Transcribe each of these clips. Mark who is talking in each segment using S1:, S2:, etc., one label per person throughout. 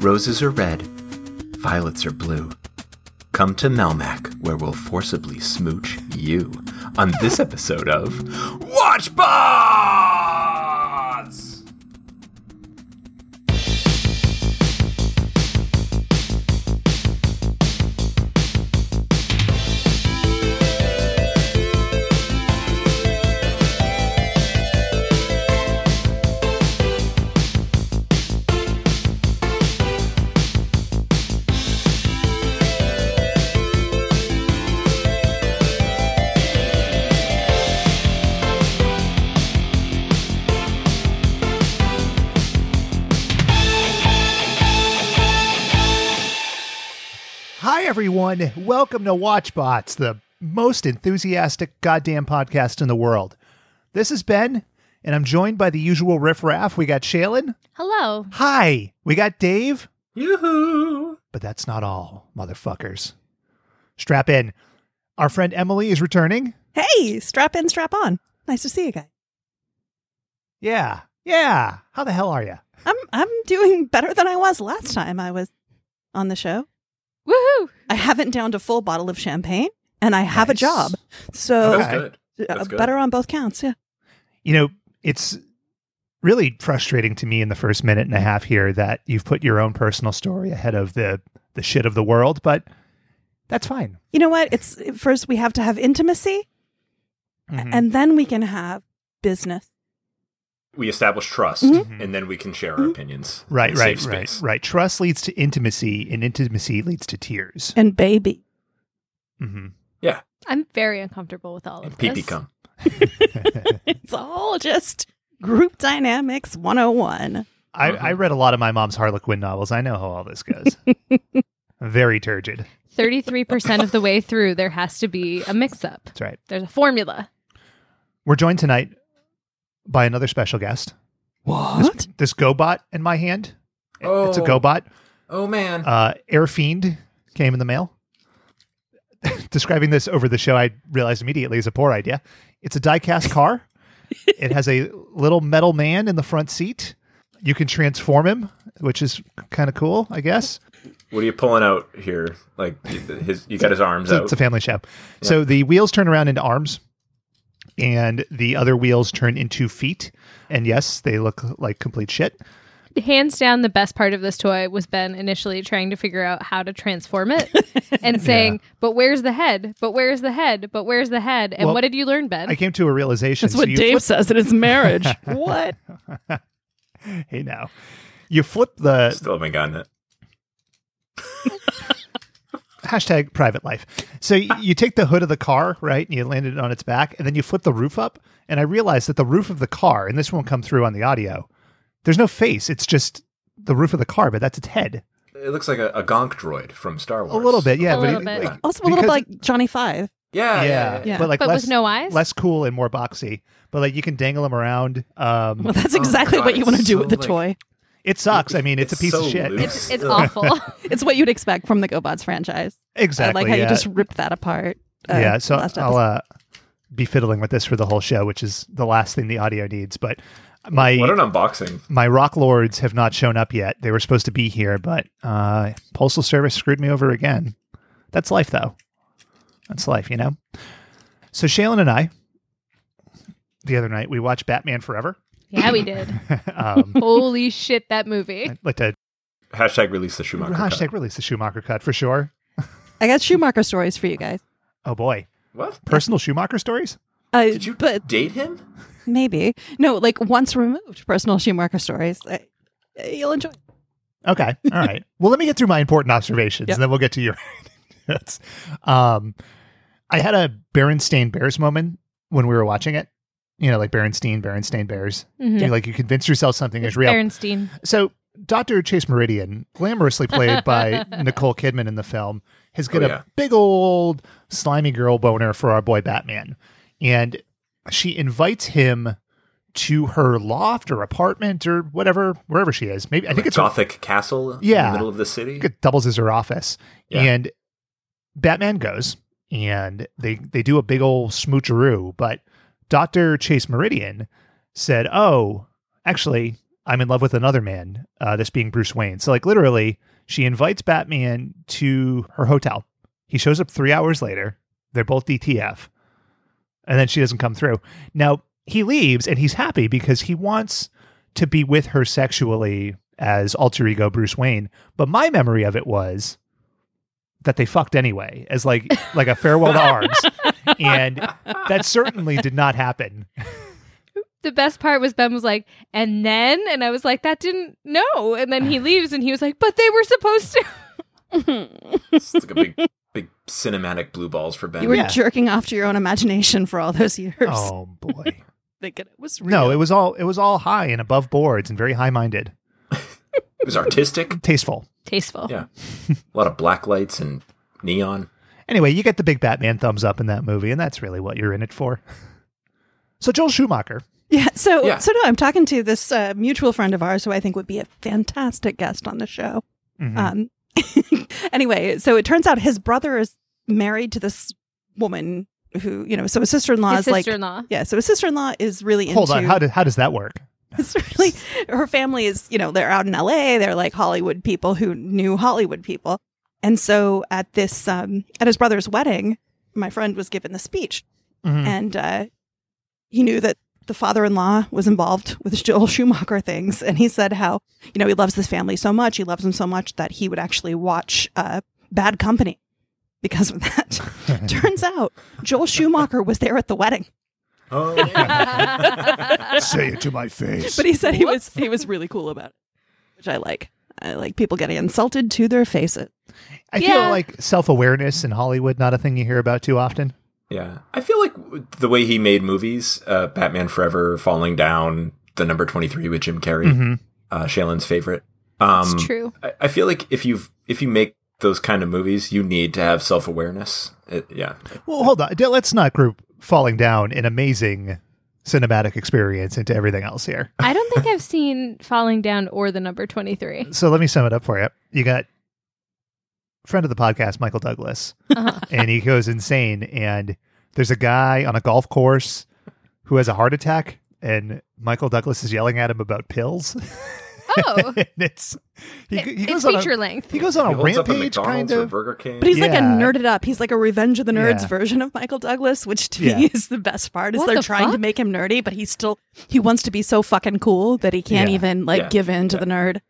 S1: Roses are red, violets are blue. Come to Melmac, where we'll forcibly smooch you on this episode of Watch Bots!
S2: Hi, everyone. Welcome to WatchBots, the most enthusiastic goddamn podcast in the world. This is Ben, and I'm joined by the usual riffraff. We got Shaylin.
S3: Hello.
S2: Hi. We got Dave.
S1: Yoo-hoo!
S2: But that's not all, motherfuckers. Strap in. Our friend Emily is returning.
S4: Hey, strap in, strap on. Nice to see you guys.
S2: Yeah. Yeah. How the hell are you?
S4: I'm I'm doing better than I was last time I was on the show.
S3: Woohoo.
S4: I haven't downed a full bottle of champagne, and I have a
S2: Nice.
S4: job,
S2: Oh,
S4: so
S2: Okay.
S1: That's good.
S4: uh,
S1: that's good.
S4: better on both counts. Yeah,
S2: You know, it's really frustrating to me in the first minute and a half here that you've put your own personal story ahead of the the shit of the world, but that's fine.
S4: you know what? It's first we have to have intimacy,
S2: Mhm.
S4: and then we can have business.
S1: We establish trust,
S2: Mhm.
S1: and then we can share our
S4: Mhm.
S1: opinions.
S2: Right,
S1: in a
S2: right,
S1: safe
S2: right,
S1: space.
S2: right. Trust leads to intimacy, and intimacy leads to tears.
S4: And baby,
S2: hmm
S3: I'm very uncomfortable with all of
S1: And pee pee
S3: this.
S1: cum.
S4: it's all just group dynamics 101.
S2: I,
S1: Mhm.
S2: I read a lot of my mom's Harlequin novels. I know how all this goes. Very turgid.
S3: 33% of the way through, there has to be a mix up.
S2: That's right.
S3: There's a formula.
S2: We're joined tonight by another special guest.
S4: What?
S2: This GoBot in my hand. It's a
S1: Oh.
S2: GoBot.
S1: Oh, man.
S2: Uh, Air Fiend came in the mail. Describing this over the show, I realized immediately is a poor idea. It's a diecast car. it has a little metal man in the front seat. You can transform him, which is kind of cool, I guess.
S1: what are you pulling out here? Like, his, you got his arms
S2: So
S1: out.
S2: it's a family show. So the wheels turn around into arms, and the other wheels turn into feet. And yes, they look like complete shit.
S3: Hands down, the best part of this toy was Ben initially trying to figure out how to transform it and saying, But where's the head? But where's the head? But where's the head? And
S2: Well,
S3: what did you learn, Ben?
S2: I came to a realization.
S4: That's what
S2: you
S4: Dave says in his marriage. what?
S2: flip- hey, now you flip the
S1: Still haven't gotten it.
S2: hashtag private life. So y- you take the hood of the car, right? And you land it on its back, and then you flip the roof up. And I realized that the roof of the car, and this won't come through on the audio, there's no face. It's just the roof of the car, but that's its head.
S1: It looks like a, a gonk droid from Star Wars.
S2: A little bit, yeah.
S3: A
S2: but
S3: little bit.
S2: like-
S4: Also, a little
S2: because-
S4: like Johnny Five.
S1: Yeah,
S2: yeah,
S1: yeah.
S4: yeah.
S2: but like
S3: but
S2: less,
S3: with no eyes?
S2: less cool and more boxy. But like you can dangle them around. Um,
S4: Well, that's
S1: Oh my
S4: exactly
S1: God,
S4: what you
S1: it's
S4: want to do
S1: so,
S4: with the
S1: like-
S4: toy.
S2: it sucks. I mean, it's, a piece
S1: so
S2: of shit.
S1: loose.
S3: it's it's
S1: Ugh.
S3: awful.
S4: It's what you'd expect from the GoBots franchise.
S2: Exactly.
S4: I like how
S2: yeah.
S4: you just ripped that apart. uh,
S2: yeah, so
S4: last
S2: I'll
S4: episode.
S2: uh, be fiddling with this for the whole show, which is the last thing the audio needs. But my
S1: What an unboxing.
S2: my rock lords have not shown up yet. They were supposed to be here, but uh, postal service screwed me over again. That's life, though. That's life, you know. So Shaylin and I, the other night, we watched Batman Forever.
S3: yeah, we did.
S2: um,
S3: Holy shit, that movie.
S2: I'd like to
S1: Hashtag release the Schumacher. cut.
S2: hashtag release the Schumacher cut for sure.
S4: I got Schumacher stories for you guys.
S2: Oh boy,
S1: What?
S2: personal Schumacher stories.
S4: Uh,
S1: Did you
S4: But
S1: date him?
S4: maybe no, like once removed, personal Schumacher stories. I, you'll enjoy.
S2: Okay, all right. Well, let me get through my important observations,
S4: Yep.
S2: and then we'll get to your notes. Um, I had a Berenstain Bears moment when we were watching it. You know, like Berenstain, Berenstain Bears.
S3: Mhm.
S2: You, like you convince yourself something is real.
S3: Berenstein.
S2: so Dr. Chase Meridian, glamorously played by Nicole Kidman in the film, has got
S1: Oh,
S2: a
S1: yeah.
S2: big old slimy girl boner for our boy Batman. And she invites him to her loft or apartment or whatever, wherever she is. Maybe I think
S1: Like
S2: it's her-
S1: Gothic Castle in
S2: Yeah.
S1: the middle of the city.
S2: it doubles as her office.
S1: Yeah.
S2: And Batman goes and they they do a big old smoocheroo, but Dr. Chase Meridian said, "Oh, actually, I'm in love with another man, uh, this being Bruce Wayne. So, like, literally, she invites Batman to her hotel. He shows up three hours later. They're both DTF. And then she doesn't come through. Now, he leaves and he's happy because he wants to be with her sexually as alter ego Bruce Wayne. But my memory of it was that they fucked anyway, as like like a farewell to arms. And that certainly did not happen.
S3: The best part was Ben was like, and then, and I was like, that didn't no. And then he leaves, and he was like, but they were supposed to.
S1: It's like a big, big cinematic blue balls for Ben.
S4: You were
S2: Yeah.
S4: jerking off to your own imagination for all those years.
S2: Oh boy.
S4: Thinking it was real.
S2: No, it was all it was all high and above boards and very high minded,
S1: It was artistic.
S2: tasteful.
S3: Tasteful.
S1: Yeah. A lot of black lights and neon.
S2: Anyway, you get the big Batman thumbs up in that movie, and that's really what you're in it for. So Joel Schumacher,
S4: Yeah. So
S1: Yeah.
S4: so no, I'm talking to this uh, mutual friend of ours who I think would be a fantastic guest on the show.
S2: Mhm.
S4: Um, anyway, so it turns out his brother is married to this woman who you know. So his sister in law
S3: His
S4: is like.
S3: sister-in-law.
S4: Yeah, so his sister-in-law is really into
S2: hold on, how did how does that work?
S4: it's really her family is you know they're out in la they're like hollywood people who knew hollywood people and so at this um at his brother's wedding my friend was given the speech
S2: Mhm.
S4: and uh he knew that the father-in-law was involved with Joel Schumacher things, and he said how you know he loves this family so much, he loves them so much that he would actually watch uh, Bad Company because of that. Turns out Joel Schumacher was there at the wedding,
S1: Oh,
S2: Say it to my face.
S4: But he said he was he was really cool about it, which I like. I like people getting insulted to their faces.
S2: I
S3: Yeah.
S2: feel like self awareness in Hollywood not a thing you hear about too often.
S1: yeah. I feel like the way he made movies, uh, Batman Forever, Falling Down, The Number 23 with Jim Carrey,
S2: Mhm.
S1: uh, Shailen's favorite. Um,
S3: It's true.
S1: I, I feel like if you if you make those kind of movies, you need to have self awareness. Yeah.
S2: Well, hold on. D- Let's not group falling down an amazing cinematic experience into everything else here.
S3: I don't think I've seen Falling Down or the number 23.
S2: So let me sum it up for you. You got friend of the podcast, Michael Douglas,
S3: Uh-huh.
S2: and he goes insane. And there's a guy on a golf course who has a heart attack, and Michael Douglas is yelling at him about pills.
S3: Oh,
S2: and it's he,
S3: it-
S2: he
S3: it's
S2: goes on
S3: feature
S2: a,
S3: length.
S2: he goes on
S1: He
S2: a
S1: holds up a
S2: Oh, rampage,
S1: McDonald's
S2: kind
S1: or
S2: of.
S1: Burger King.
S4: But he's like a
S2: Yeah.
S4: nerded up. He's like a Revenge of the Nerds
S2: Yeah.
S4: version of Michael Douglas, which to me
S2: Yeah.
S4: is the best part. Is
S3: What
S4: they're
S3: the
S4: trying to
S3: fuck?
S4: make him nerdy, but he's still he wants to be so fucking cool that he can't
S2: Yeah.
S4: even like
S1: Yeah.
S4: give in to the nerd.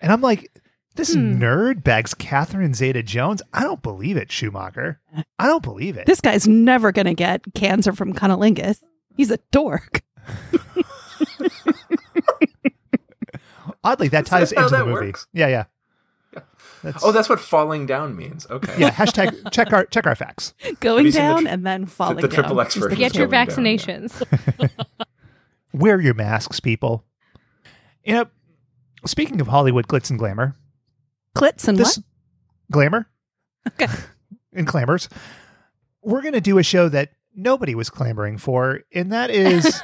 S2: And I'm like, this
S3: Hmm.
S2: nerd bags Catherine Zeta Jones. I don't believe it, Schumacher. I don't believe it.
S4: This guy's never gonna get cancer from cunnilingus. He's a dork.
S2: Oddly, that
S1: Is that
S2: ties
S1: how
S2: into the
S1: that
S2: movie.
S1: works?
S2: Yeah, yeah. That's,
S1: Oh, that's what falling down means. Okay.
S2: yeah. Hashtag check our check our facts.
S4: Going
S1: you seen the
S4: down
S1: tr-
S4: and then falling
S1: the triple
S4: down.
S1: X
S4: He's the
S1: version?
S3: Get your
S1: Falling down, yeah.
S3: vaccinations.
S2: Wear your masks, people. You know, speaking of Hollywood glitz and glamour,
S4: Clits and
S2: this glamour
S4: Okay.
S2: and clamors, we're going to do a show that nobody was clamoring for, and that is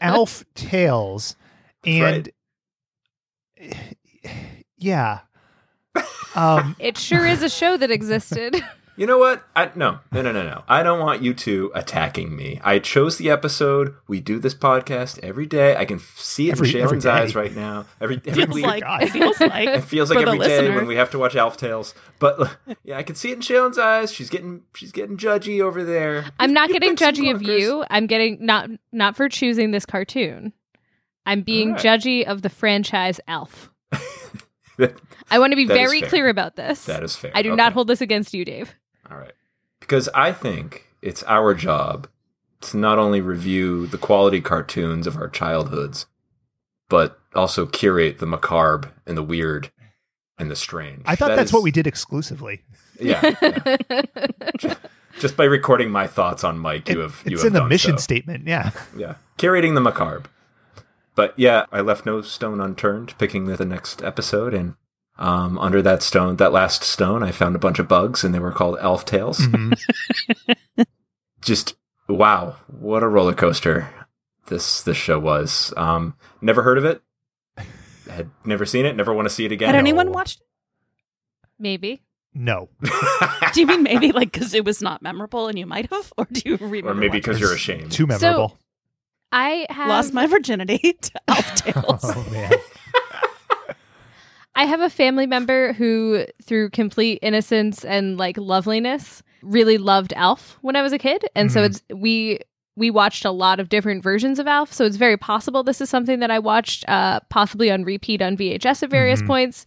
S2: Alf Tales.
S1: That's right.
S2: And yeah. Um,
S3: It sure is a show that existed.
S1: You know what? I, no, no, no, no, no. I don't want you two attacking me. I chose the episode. We do this podcast every day. I can f- see it
S2: Every-
S1: in
S2: every
S1: Shailen's
S2: day.
S1: eyes right now. Every, every
S4: what? Feels
S1: week.
S4: like
S2: God.
S4: it feels
S1: it
S4: like
S1: feels like
S4: for the
S1: every day
S4: listener.
S1: when we have to watch Alf Tales. But yeah, I can see it in Shailen's eyes. She's getting she's getting judgy over there.
S3: I'm not
S1: You've
S3: getting
S1: got some
S3: judgy of
S1: clunkers.
S3: you. I'm getting not not for choosing this cartoon. I'm being
S1: Alright.
S3: judgy of the franchise Alf. I want to be
S1: That is
S3: very
S1: fair.
S3: clear about this.
S1: that is fair.
S3: I do
S1: Okay.
S3: not hold this against you, Dave.
S1: All right. Because I think it's our job to not only review the quality cartoons of our childhoods, but also curate the macabre and the weird and the strange.
S2: I thought
S1: That
S2: that's
S1: is-
S2: what we did exclusively.
S1: Yeah. yeah. Ju- Just by recording my thoughts on Mike, you have. You
S2: it's
S1: have
S2: in the
S1: done
S2: mission
S1: so.
S2: statement. Yeah.
S1: Yeah, curating the macabre. But yeah, I left no stone unturned picking the next episode, and um, under that stone, that last stone, I found a bunch of bugs, and they were called elf tails.
S2: Mhm.
S1: just wow, what a roller coaster this this show was. Um, never heard of it. Had never seen it. Never want to see it again.
S4: Had anyone
S2: No.
S4: watched?
S3: Maybe.
S2: No.
S4: Do you mean maybe like because it was not memorable and you might have, or do you remember?
S1: or maybe
S4: watching?
S1: because you're ashamed.
S2: Too memorable.
S3: I have
S4: Lost my virginity to Alf Tales.
S2: Oh man.
S3: I have a family member who, through complete innocence and like loveliness, really loved Alf when I was a kid, and so
S1: Mm-hmm.
S2: Mhm.
S3: it's we we watched a lot of different versions of Alf. So it's very possible this is something that I watched, uh, possibly on repeat on VHS at various
S1: Mm-hmm.
S2: Mhm.
S3: points,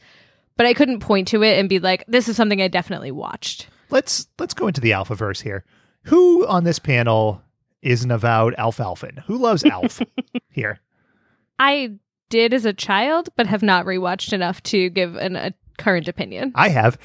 S3: but I couldn't point to it and be like, "This is something I definitely watched."
S2: let's let's go into the alpha verse here. Who on this panel is an avowed alfalfin? Who loves alf here?
S3: I did as a child, but have not rewatched enough to give an, a current opinion.
S2: I have.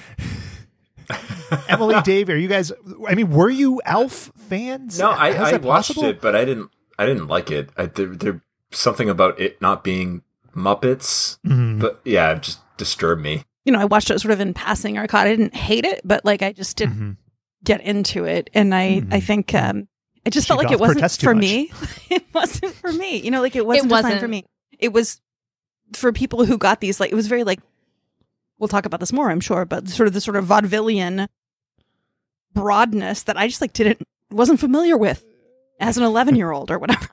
S2: Emily, Dave, are you guys? I mean, were you Alf fans?
S1: No, I,
S2: How's
S1: I
S2: that
S1: watched
S2: possible?
S1: it, but I didn't. I didn't like it. I, there, there something about it not being Muppets,
S2: Mhm.
S1: but yeah, it just disturbed me.
S4: you know, I watched it sort of in passing or caught. I didn't hate it, but like I just didn't
S2: Mhm.
S4: get into it. And I, I
S2: Mhm.
S4: think um, I just
S2: She
S4: felt like
S2: doth
S4: it wasn't
S2: protest too
S4: for
S2: much.
S4: me. it wasn't for me. You know, like it wasn't, designed for
S3: wasn't.
S4: me. It was for people who got these. Like it was very like. We'll talk about this more, I'm sure, but sort of the sort of vaudevillian broadness that I just like didn't wasn't familiar with as an 11 year old or whatever.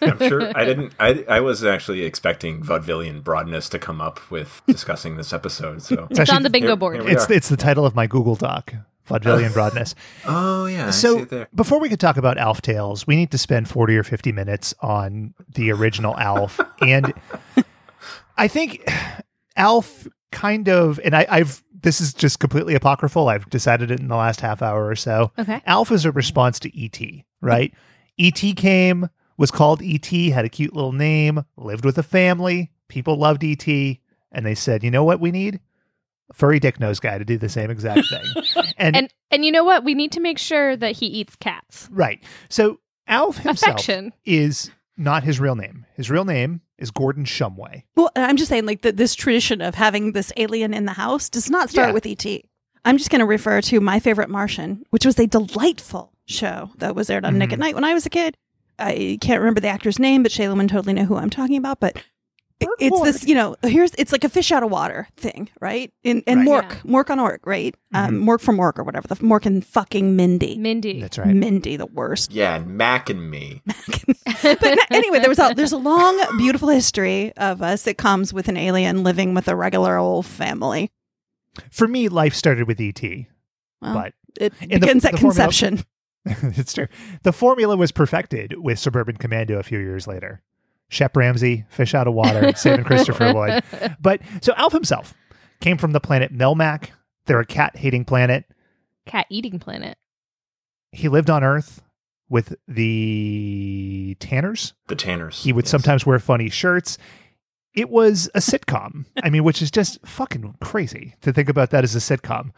S1: I'm sure I didn't. I, I was actually expecting vaudevillian broadness to come up with discussing this episode. So
S3: It's on the bingo
S1: Here-
S3: board.
S1: here we
S2: It's
S1: are.
S2: it's the title of my Google Doc, Vaudevillian Broadness.
S1: oh yeah, I see
S2: so
S1: it there.
S2: before we could talk about Alf Tales, we need to spend 40 or 50 minutes on the original Alf. and I think Alf kind of, and I, I've, this is just completely apocryphal. I've decided it in the last half hour or so.
S3: Okay.
S2: Alf is a response to E.T., right? E.T. came, was called E.T., had a cute little name, lived with a family. People loved E.T. And they said, you know what we need? A furry dick nose guy to do the same exact thing.
S3: And and you know what? We need to make sure that he eats cats.
S2: Right. So Alf himself
S3: Affection.
S2: is not his real name. His real name is Gordon Shumway.
S4: Well, I'm just saying, like, the, this tradition of having this alien in the house does not start
S2: Yeah.
S4: with E.T. I'm just going to refer to My Favorite Martian, which was a delightful show that was aired on Nick
S2: Mm-hmm.
S4: at Night when I was a kid. I can't remember the actor's name, but Shayla would totally know who I'm talking about. But it- it's this, you know, here's it's like a fish out of water thing, right? In, and
S2: Right. Mm-hmm.
S4: Mork,
S3: Yeah.
S4: Mork on Ork, right? Um, Mork for Mork or whatever. The Mork and fucking Mindy.
S3: Mindy.
S2: That's right.
S4: Mindy, the worst.
S1: Yeah, and Mac and me.
S4: but no- anyway, there was a, there's a long, beautiful history of uh, sitcoms with an alien living with a regular old family.
S2: For me, life started with E.T.,
S4: Well,
S2: but
S4: it
S2: and the-
S4: begins at
S2: the formula-
S4: conception.
S2: it's true. The formula was perfected with Suburban Commando a few years later. Shep Ramsey, Fish Out of Water, Saving Christopher Lloyd. But so Alf himself came from the planet Melmac. They're a cat hating planet.
S3: Cat eating planet.
S2: He lived on Earth with the Tanners.
S1: The Tanners.
S2: He would
S1: Yes.
S2: sometimes wear funny shirts. It was a sitcom. I mean, which is just fucking crazy to think about that as a sitcom.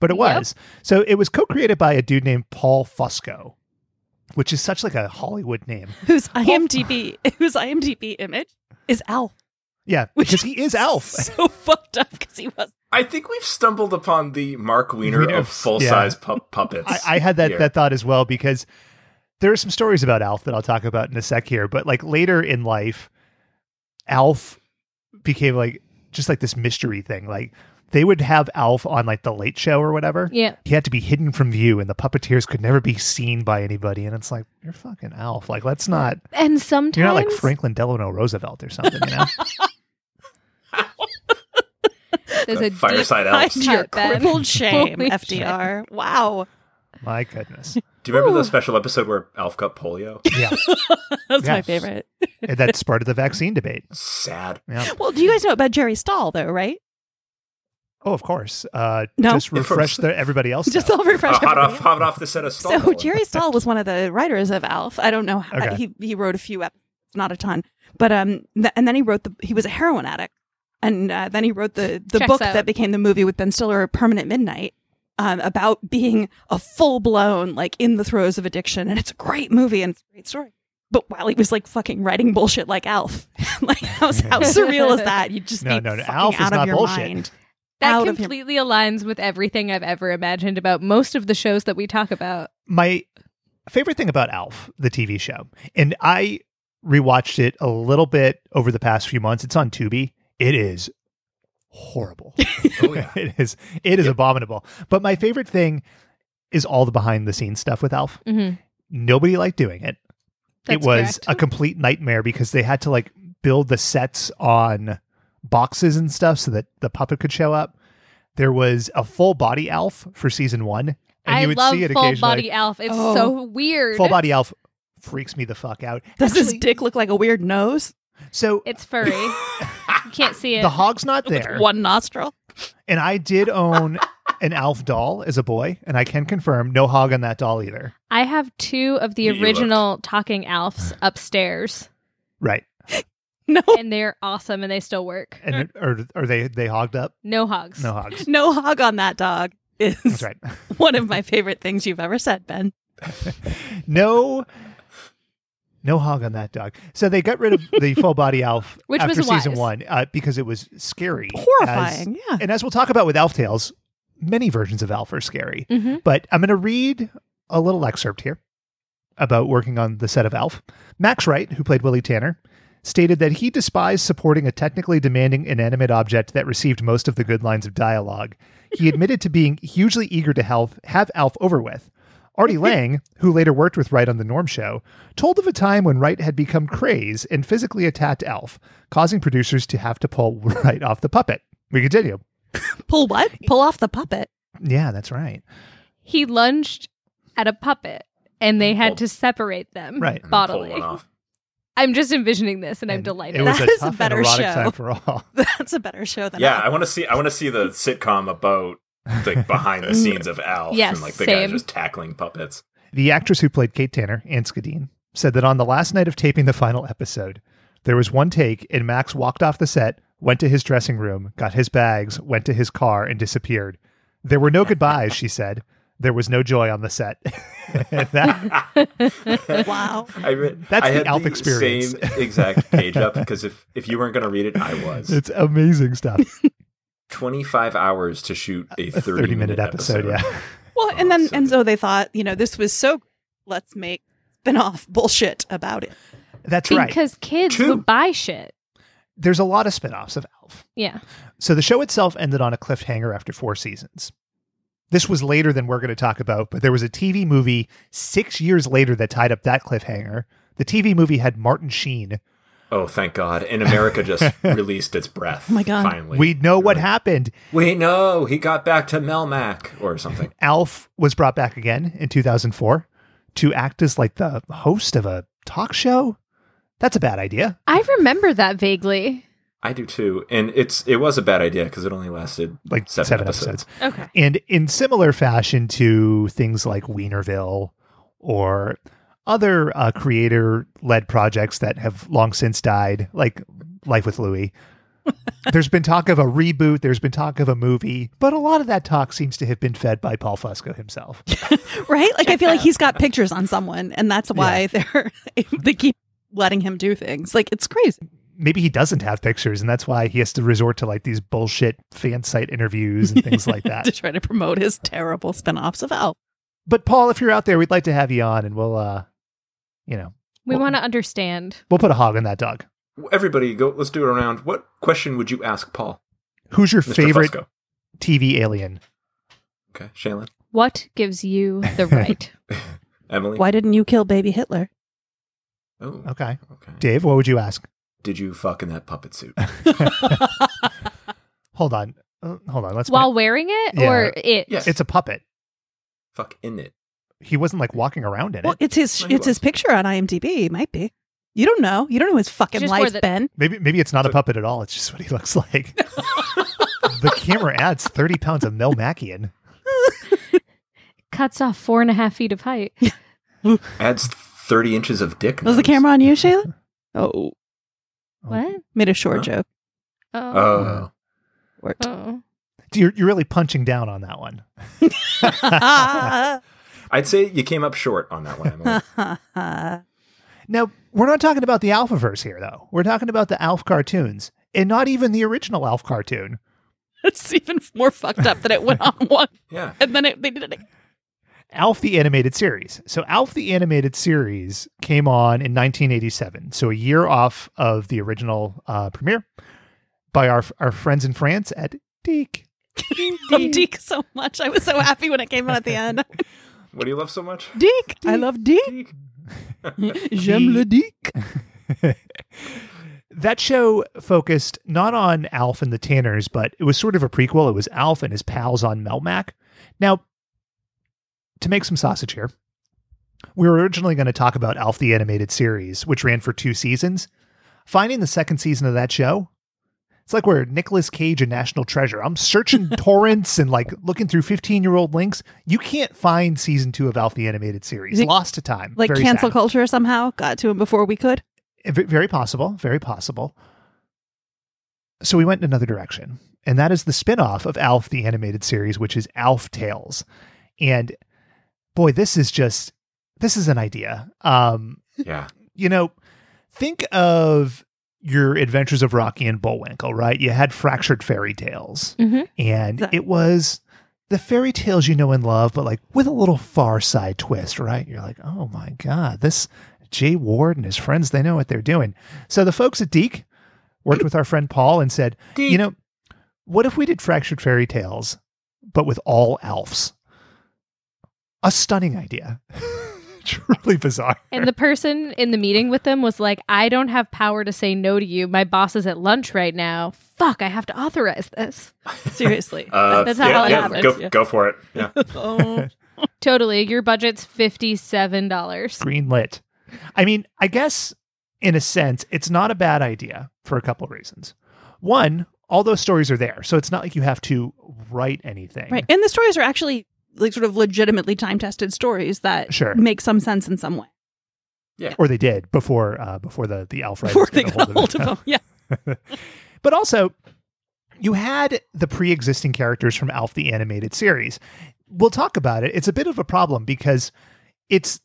S2: But it
S3: Yep.
S2: was. So it was co-created by a dude named Paul Fusco, which is such like a Hollywood name.
S4: Whose
S2: Oh.
S4: IMDb, whose IMDb image is Al.
S2: Yeah,
S4: Which
S2: because he is Alf.
S4: So fucked up because he was.
S1: I think we've stumbled upon the Mark Wiener
S2: Wiener,
S1: of full size pu- puppets.
S2: I, I had that
S1: here.
S2: that thought as well because there are some stories about Alf that I'll talk about in a sec here. But like later in life, Alf became like just like this mystery thing. Like they would have Alf on like the Late Show or whatever.
S3: Yeah.
S2: he had to be hidden from view and the puppeteers could never be seen by anybody and it's like you're fucking alf like let's not
S3: And sometimes
S2: you're not like franklin delano roosevelt or something you know
S3: there's a deep
S1: Fireside
S4: Hide
S1: Elves.
S4: your
S3: Cut, Ben.
S4: crippled shame,
S3: Holy
S4: FDR. Wow.
S2: my goodness
S1: Do you remember the special episode where Alf got polio?
S2: yeah
S4: That's
S2: Yeah.
S4: my favorite.
S2: and that started the vaccine debate
S1: Sad.
S2: yeah
S4: Well, do you guys know about Jerry Stahl, though, right?
S2: oh of course uh
S4: No.
S2: just refresh the, everybody else
S4: Just
S2: though.
S4: all refresh.
S1: Uh, hot
S4: everybody
S1: off,
S4: else.
S1: hot off the set of Star
S4: So
S1: Wars.
S4: Jerry Stahl was one of the writers of Alf. I don't know. How,
S2: Okay.
S4: He he wrote a few episodes, not a ton, but um, th- and then he wrote the. He was a heroin addict, and uh, then he wrote the the
S3: Checks
S4: book
S3: out.
S4: that became the movie with Ben Stiller, Permanent Midnight, um, about being a full blown like in the throes of addiction, and it's a great movie and it's a great story. But while he was like fucking writing bullshit like Alf, like how, how surreal is that? You just
S2: No,
S4: be
S2: no, no.
S4: fucking
S2: Alf is
S4: out of
S2: not
S4: your
S2: bullshit.
S4: mind.
S3: That
S4: out of him.
S3: completely aligns with everything I've ever imagined about most of the shows that we talk about.
S2: my favorite thing about Alf, the TV show, and I rewatched it a little bit over the past few months. It's on Tubi. It is horrible.
S1: Oh, yeah.
S2: it is. It is abominable. But my favorite thing is all the behind the scenes stuff with Alf.
S3: Mm-hmm.
S2: Nobody liked doing it.
S3: That's
S2: it was
S3: correct.
S2: a complete nightmare because they had to like build the sets on boxes and stuff so that the puppet could show up. There was a full body elf for season one, and
S3: I
S2: you would
S3: love
S2: see it
S3: full
S2: occasionally.
S3: body elf. It's
S4: Oh.
S3: so weird.
S2: full body elf freaks me the fuck out.
S4: Does his
S2: Actually,
S4: dick look like a weird nose
S2: so
S3: It's furry. you can't see it.
S2: the hog's not there,
S4: with one nostril?
S2: and I did own an elf doll as a boy, and I can confirm no hog on that doll either.
S3: I have two of the
S1: You look.
S3: original talking elves upstairs,
S2: Right,
S4: No,
S3: and they're awesome, and they still work.
S2: and are are they they hogged up?
S3: No hogs.
S2: No hogs.
S4: no hog on that dog is
S2: That's right.
S4: one of my favorite things you've ever said, Ben.
S2: no no hog on that dog so they got rid of the full body elf
S3: Which was
S2: after season
S3: wise.
S2: one uh, because it was scary
S4: Horrifying. yeah.
S2: As- and as we'll talk about with elf tales many versions of elf are scary
S3: hmm
S2: but i'm going to read a little excerpt here about working on the set of elf max wright who played willie tanner stated that he despised supporting a technically demanding inanimate object that received most of the good lines of dialogue he admitted to being hugely eager to help have Alf over with. Artie Lang, who later worked with Wright on The Norm Show, told of a time when Wright had become crazed and physically attacked Alf, causing producers to have to pull Wright off the puppet. We continue.
S4: Pull what? Pull off the puppet.
S2: Yeah, that's right.
S3: He lunged at a puppet, and they had to separate them
S2: Right.
S1: And
S2: And
S1: then pull one
S3: bodily.
S1: off.
S3: I'm just envisioning this, and, I'm
S2: And
S3: delighted.
S2: It was
S4: That
S2: a
S4: is a
S2: tough and
S4: better
S2: erotic
S4: show.
S2: time for all.
S4: That's a better show than
S1: Yeah,
S4: I-
S1: I want to see. I want to see the sitcom about like behind the scenes of Alf
S3: Yes,
S1: and like the
S3: same.
S1: guy just tackling puppets.
S2: The actress who played Kate Tanner, Ann Scadine, said that on the last night of taping the final episode, there was one take and Max walked off the set, went to his dressing room, got his bags, went to his car, and disappeared. There were no goodbyes, she said. There was no joy on the set. And that-
S4: Wow.
S1: I re-
S2: That's
S1: I
S2: the
S1: had
S2: Alf experience.
S1: Same exact page up because if if you weren't going to read it, I was.
S2: it's amazing stuff.
S1: 25 hours to shoot a 30,
S2: 30 minute episode, yeah.
S4: Well, and then
S1: so
S4: and so they thought, you know, this was so. Let's make spin-off bullshit about it.
S2: That's right.
S3: because kids
S1: Two.
S3: would buy shit.
S2: There's a lot of spin-offs of Alf.
S3: Yeah.
S2: So the show itself ended on a cliffhanger after four seasons. This was later than we're going to talk about, but there was a TV movie six years later that tied up that cliffhanger. The TV movie had Martin Sheen.
S1: Oh, thank God. And America just released its breath.
S4: Oh my God.
S1: Finally.
S2: we know what
S1: Right.
S2: happened.
S1: Wait, no, he got back to Melmac or something.
S2: Alf was brought back again in 2004 to act as like the host of a talk show. That's a bad idea.
S3: I remember that vaguely.
S1: I do too. And it's it was a bad idea because it only lasted
S2: Like
S1: seven,
S2: seven, episodes.
S3: Okay.
S2: And in similar fashion to things like Wienerville or other uh, creator led projects that have long since died, like Life with Louie. there's been talk of a reboot, there's been talk of a movie, but a lot of that talk seems to have been fed by Paul Fusco himself.
S4: Right? Like I feel like he's got pictures on someone, and that's why they're they keep letting him do things. Like it's crazy.
S2: Maybe he doesn't have pictures, and that's why he has to resort to like these bullshit fan site interviews and things like that.
S4: to try to promote his terrible spin-offs of Elf.
S2: But Paul, if you're out there, we'd like to have you on, and we'll, uh, you know,
S3: We
S2: Well-
S3: want to understand.
S2: we'll put a hog in that dog.
S1: Everybody go let's do it around. What question would you ask Paul?
S2: Who's your
S1: Mr.
S2: favorite
S1: Fusco.
S2: TV alien?
S1: Okay. Shaylin.
S3: What gives you the right?
S1: Emily.
S4: Why didn't you kill baby Hitler?
S1: Oh.
S2: Okay.
S1: Okay.
S2: Dave, what would you ask?
S1: Did you fuck in that puppet suit?
S2: Hold on. Uh, hold on. Let's
S3: While wearing it or it?
S1: Yes.
S2: It's a puppet.
S1: fuck in it.
S2: He wasn't like walking around in
S4: Well,
S2: it.
S4: it's his
S1: No, he
S4: it's his
S1: was.
S4: picture on IMDb. It Might be. You don't know. You don't know his fucking
S3: Just wore
S4: life,
S3: the-
S4: Ben.
S2: Maybe maybe it's not a
S1: So-
S2: puppet at all. It's just what he looks like. the camera adds 30 pounds of Mel Mackian.
S3: Cuts off four and a half feet of height.
S2: Oh.
S1: Adds 30 inches of dick.
S4: Was the
S1: nose.
S4: camera on you, Shayla? Oh,
S3: What?
S4: made a short joke.
S3: Oh.
S1: Oh.
S4: Worked.
S3: Oh.
S2: You're, you're really punching down on that one.
S1: I'd say you came up short on that one, Emily.
S2: Now, we're not talking about the Alphaverse here, though. We're talking about the Alf cartoons and not even the original Alf cartoon.
S4: it's even more fucked up that it went on one,
S1: yeah.
S4: and then it, they did it. again.
S2: Alf the animated series. So Alf the animated series came on in 1987, so a year off of the original uh, premiere by our our friends in France at Deke.
S4: Love Deke so much. I was so happy when it came out at the end.
S1: What do you love so much?
S4: Dick. I love Dick.
S1: Geek.
S4: J'aime le Dick.
S2: That show focused not on Alf and the Tanners, but it was sort of a prequel. It was Alf and his pals on Melmac. Now, to make some sausage here, we were originally going to talk about Alf the Animated Series, which ran for two seasons. Finding the second season of that show, it's like we're Nicolas Cage and National Treasure. I'm searching torrents and like looking through 15 year old links. You can't find season two of Alf the Animated Series.
S4: Is it
S2: Lost to time.
S4: Like
S2: Very
S4: cancel
S2: sad.
S4: culture somehow got to him before we could.
S2: V- Eh, very possible very possible so we went in another direction and that is the spin-off of alf the animated series which is alf tales and boy this is just this is an idea um
S1: Yeah.
S2: you know think of your adventures of rocky and bullwinkle right you had fractured fairy tales
S3: Mhm.
S2: and
S4: Exactly.
S2: it was the fairy tales you know and love but like with a little far side twist right you're like oh my god this Jay Ward and his friends, they know what they're doing. So the folks at Deke worked with our friend Paul and said, you know, what if we did Fractured Fairy Tales, but with all elves? A stunning idea. Truly bizarre.
S3: And the person in the meeting with them was like, I don't have power to say no to you. My boss is at lunch right now. Fuck, I have to authorize this.
S4: Seriously.
S1: Uh,
S3: That's how
S1: yeah,
S3: it
S1: yeah,
S3: happens,
S1: Go,
S4: yeah.
S1: go for it. Yeah.
S4: oh.
S3: Totally. Your budget's $57.
S2: Green lit. I mean, I guess in a sense, it's not a bad idea for a couple of reasons. One, all those stories are there. So it's not like you have to write anything.
S4: Right. And the stories are actually like sort of legitimately time tested stories that
S2: Sure.
S4: make some sense in some way
S2: Or they did before uh, before the, the elf writers
S4: before
S2: got
S4: they
S2: a
S4: got a hold of them. Yeah.
S2: But also, you had the pre existing characters from Alf the Animated Series. We'll talk about it. It's a bit of a problem because it's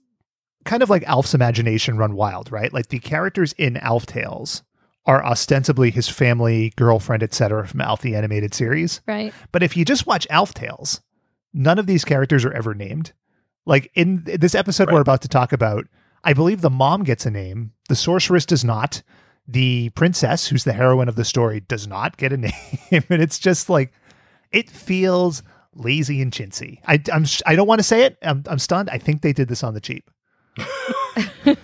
S2: kind of like Alf's imagination run wild, right? Like the characters in Alf Tales are ostensibly his family, girlfriend, etc. from Alf the Animated Series.
S3: Right.
S2: But if you just watch Alf Tales, none of these characters are ever named. Like in th- this episode we're
S1: Right.
S2: about to talk about, I believe the mom gets a name, the sorceress does not, the princess, who's the heroine of the story, does not get a name, and it's just like it feels lazy and chintzy. I, I'm sh- I don't want to say it. I'm, I'm stunned. I think they did this on the cheap. No, no,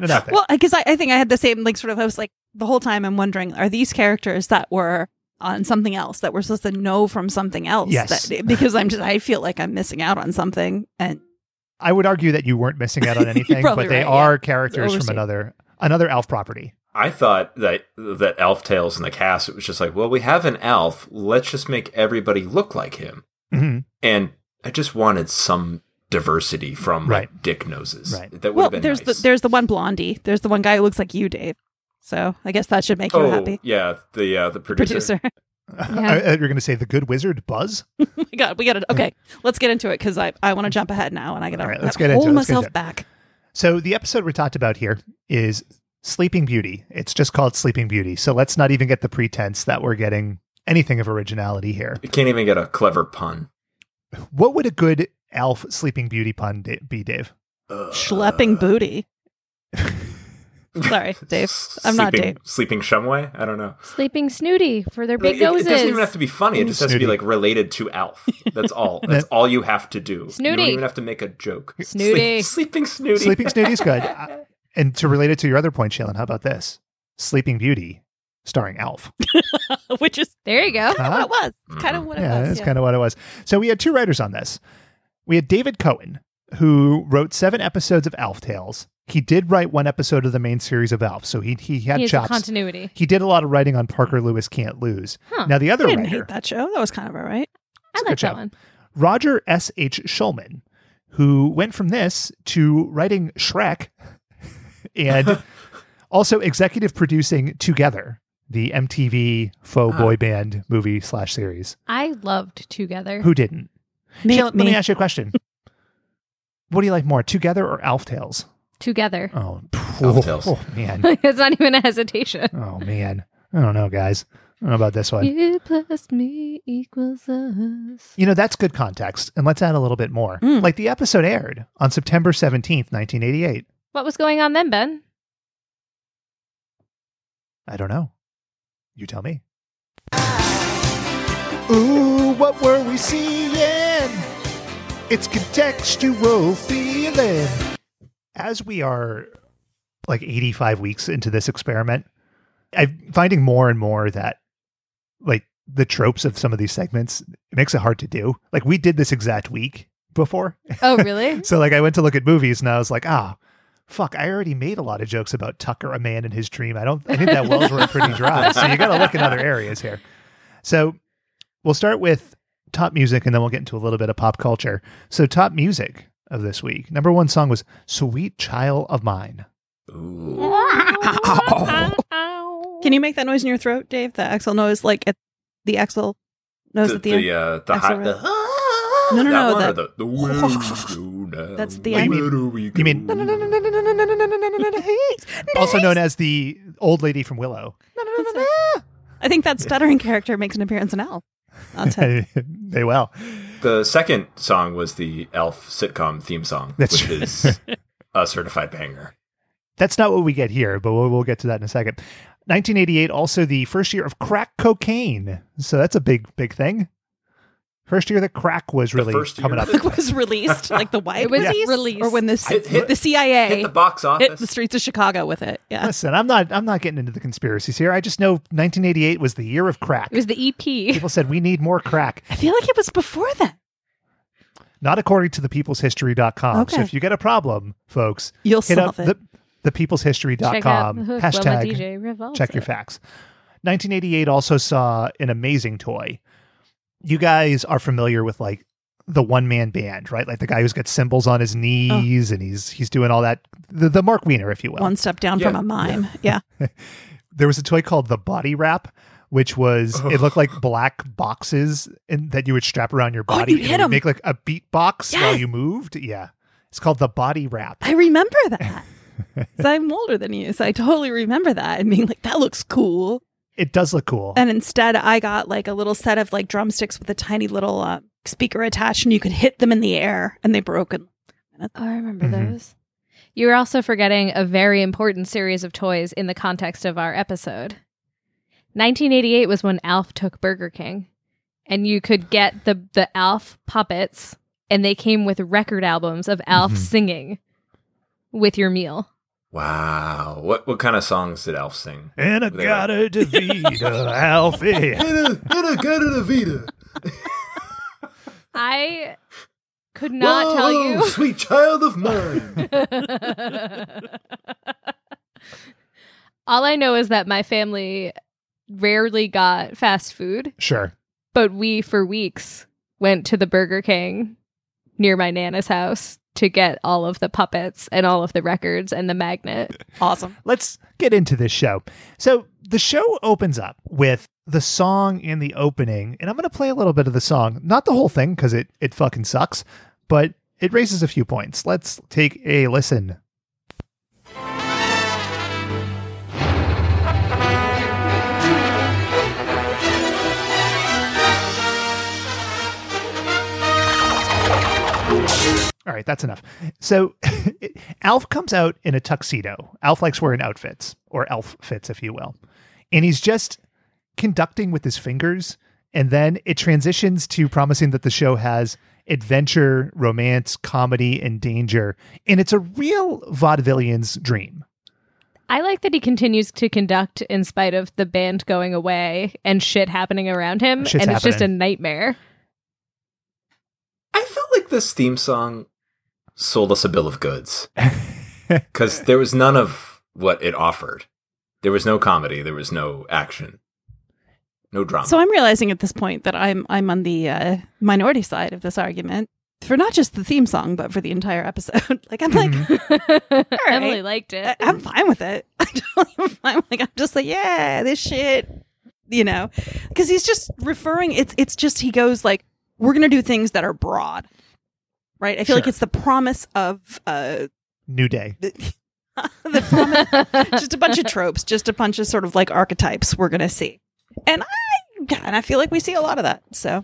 S2: nothing.
S4: Well, because I, I think I had the same like sort of I was like the whole time I'm wondering are these characters that were on something else that we're supposed to know from something else?
S2: Yes.
S4: That, because I'm just I feel like I'm missing out on something and
S2: I would argue that you weren't missing out on
S4: You're
S2: anything, but
S4: probably
S2: they
S4: right,
S2: are
S4: yeah.
S2: characters from
S4: overstated.
S2: another another Alf property.
S1: I thought that that Alf Tales in the cast, it was just like, well, we have an Alf. Let's just make everybody look like him.
S2: hmm
S1: And I just wanted some diversity from like, dick noses.
S2: Right.
S1: That would
S4: well,
S1: have been
S4: there's
S1: nice.
S4: the there's the one blondie. There's the one guy who looks like you, Dave. So I guess that should make you
S1: oh,
S4: happy.
S1: yeah. The uh, the producer.
S4: Producer.
S2: I- I- you're going to say the good wizard Buzz.
S4: oh my god, we got it. Okay. Let's get into it because I, I want to jump ahead now and I gotta
S2: All right, let's
S4: I
S2: get into
S4: hold
S2: it, let's get
S4: myself
S2: into it.
S4: back.
S2: So the episode we talked about here is Sleeping Beauty. It's just called Sleeping Beauty. So let's not even get the pretense that we're getting anything of originality here.
S1: You can't even get a clever pun.
S2: What would a good elf Sleeping Beauty pun da- be, Dave?
S1: Uh,
S4: Schlepping booty. Sorry, Dave. I'm not
S1: sleeping,
S4: Dave.
S1: Sleeping Shumway? I don't know.
S3: Sleeping snooty for their big
S1: It, it
S3: noses.
S1: doesn't even have to be funny. It just has to be
S2: Snooty.
S1: like related to Alf. That's all. That's all you have to do. You
S3: Snooty.
S1: don't even have to make a joke. Sleep-
S3: Snooty.
S1: sleeping Snooty.
S2: Sleeping Snooty's good. I- and to relate it to your other point, Shailen, how about this? Sleeping Beauty, starring Alf.
S4: Which is
S3: there you go.
S4: kind of
S2: Huh?
S4: what it
S1: Mm-hmm.
S4: was. Kind of what
S2: yeah,
S4: it was.
S2: that's kind of what it was. So we had two writers on this. We had David Cohen, who wrote seven episodes of Alf Tales. He did write one episode of the main series of Alf, so he he had
S3: He has the
S2: chops.
S3: continuity.
S2: He did a lot of writing on Parker Lewis Can't Lose.
S3: Huh.
S2: Now the other
S4: I didn't
S2: writer,
S4: hate that show. That was kind of all right.
S3: I
S2: a
S3: like
S2: good show.
S3: that one.
S2: Roger S. H. Schulman, who went from this to writing Shrek and also executive producing Together, the MTV faux
S1: Ah.
S2: boy band movie slash series.
S3: I loved Together.
S2: Who didn't?
S4: Me-
S2: Shailen, let me
S4: me.
S2: ask you a question. what do you like more, Together or Alf Tales?
S3: Together.
S2: Oh,
S1: Alf Tales.
S2: oh man,
S3: it's not even a hesitation.
S2: oh man. I don't know, guys. I don't know about this one.
S3: You plus me equals us.
S2: You know, that's good context. And let's add a little bit more.
S4: Mm.
S2: Like the episode aired on September 17th, 1988.
S3: What was going on then, Ben?
S2: I don't know. You tell me. Ooh, what were we seeing? It's contextual feeling. As we are like 85 weeks into this experiment, I'm finding more and more that like the tropes of some of these segments it makes it hard to do. Like we did this exact week before.
S3: Oh, really?
S2: So like I went to look at movies and I was like, ah, fuck, I already made a lot of jokes about Tucker, a man in his dream. I don't I think that wells were pretty dry. So you gotta look in other areas here. So we'll start with top music and then we'll get into a little bit of pop culture. So top music of this week. Number one song was Sweet Child of Mine.
S1: Ooh.
S4: Can you make that noise in your throat, Dave? The axle noise, like at the axle nose
S1: The,
S4: at the, end.
S1: the, uh, the high.
S4: Axelrod.
S1: The, ah!
S4: No, no,
S1: that
S4: no,
S1: One or
S4: that-
S1: the, the where we go now,
S4: That's the
S1: where
S4: end.
S2: You mean-
S1: do we
S2: you mean-
S1: go?
S2: Also known as the old lady from Willow.
S4: I think that stuttering character makes an appearance in Al. That's it.
S2: they will.
S1: The second song was the Elf sitcom theme song,
S2: That's
S1: which
S2: true.
S1: is a certified banger.
S2: That's not what we get here, but we'll, we'll get to that in a second. 1988, also the first year of crack cocaine. So that's a big, big thing. First year that crack was
S1: The
S2: really
S1: first
S2: coming
S1: year
S2: up.
S1: that-
S4: Like was released, like the white
S3: It was
S4: release,
S3: released.
S4: or when this
S1: Hit- hit-
S4: the CIA
S1: Hit the box office.
S4: hit the streets of Chicago with it. Yeah.
S2: Listen, I'm not, I'm not getting into the conspiracies here. I just know 1988 was the year of crack.
S3: It was the E EP.
S2: People said we need more crack.
S4: I feel like it was before that.
S2: not according to the peopleshistory.com. So
S4: Okay.
S2: if you get a problem, folks,
S4: You'll
S2: hit up
S4: solve it.
S2: the, the
S3: Check out
S2: peopleshistory.com.
S3: the hook. Wilma
S2: Hashtag
S3: DJ revolves
S2: check your
S3: it.
S2: facts. 1988 also saw an amazing toy. You guys are familiar with like the one man band, right? Like the guy who's got cymbals on
S4: Oh.
S2: his knees and he's he's doing all that. The, the Mark Wiener, if you will.
S4: One step down
S1: Yeah.
S4: from a mime. Yeah.
S2: there was a toy called the body wrap, which was it looked like black boxes in, that you would strap around your
S4: Oh,
S2: body
S4: you'd
S2: and it
S4: hit
S2: would
S4: 'em.
S2: make like a beat box while
S4: Yes.
S2: you moved. Yeah, it's called the body wrap.
S4: I remember that. 'Cause I'm older than you, so I totally remember that and being like, that looks cool.
S2: It does look cool.
S4: And instead, I got like a little set of like drumsticks with a tiny little uh, speaker attached, and you could hit them in the air, and they broke. And
S3: Oh, I remember
S2: Mhm.
S3: those. You are also forgetting a very important series of toys in the context of our episode. 1988 was when Alf took Burger King, and you could get the the Alf puppets, and they came with record albums of Alf
S2: Mhm.
S3: singing with your meal.
S1: Wow. What what kind of songs did Elf sing?
S2: And I
S1: There.
S2: got a DeVita Alfie.
S3: I could not tell you.
S1: Sweet child of mine.
S3: All I know is that my family rarely got fast food,
S2: Sure.
S3: but we for weeks went to the Burger King near my nana's house to get all of the puppets and all of the records and the magnet.
S4: awesome.
S2: Mm-hmm. Let's get into this show. So the show opens up with the song in the opening, and I'm going to play a little bit of the song, not the whole thing because it it fucking sucks, but it raises a few points. Let's take a listen. All right, that's enough. So, Alf comes out in a tuxedo. Alf likes wearing outfits, or elf fits, if you will. And he's just conducting with his fingers. And then it transitions to promising that the show has adventure, romance, comedy, and danger. And it's a real vaudevillian's dream.
S3: I like that he continues to conduct in spite of the band going away and shit happening around him,
S2: Shit's
S3: and it's just a
S2: happening.
S3: nightmare.
S1: I felt like this theme song sold us a bill of goods because there was none of what it offered. There was no comedy. There was no action. No drama.
S4: So I'm realizing at this point that I'm I'm on the uh, minority side of this argument for not just the theme song, but for the entire episode. like I'm like,
S2: Mhm.
S3: Emily liked
S4: I-
S3: it.
S2: Uh,
S4: I'm fine with it. I totally am fine. Like I'm just like, yeah, this shit, you know, because he's just referring. It's it's just he goes like, we're gonna do things that are broad, right? I feel like
S1: Sure.
S4: it's the promise of uh,
S2: New Day.
S4: the, the promise, just a bunch of tropes, just a bunch of sort of like archetypes we're gonna see, and I God, I feel like we see a lot of that. So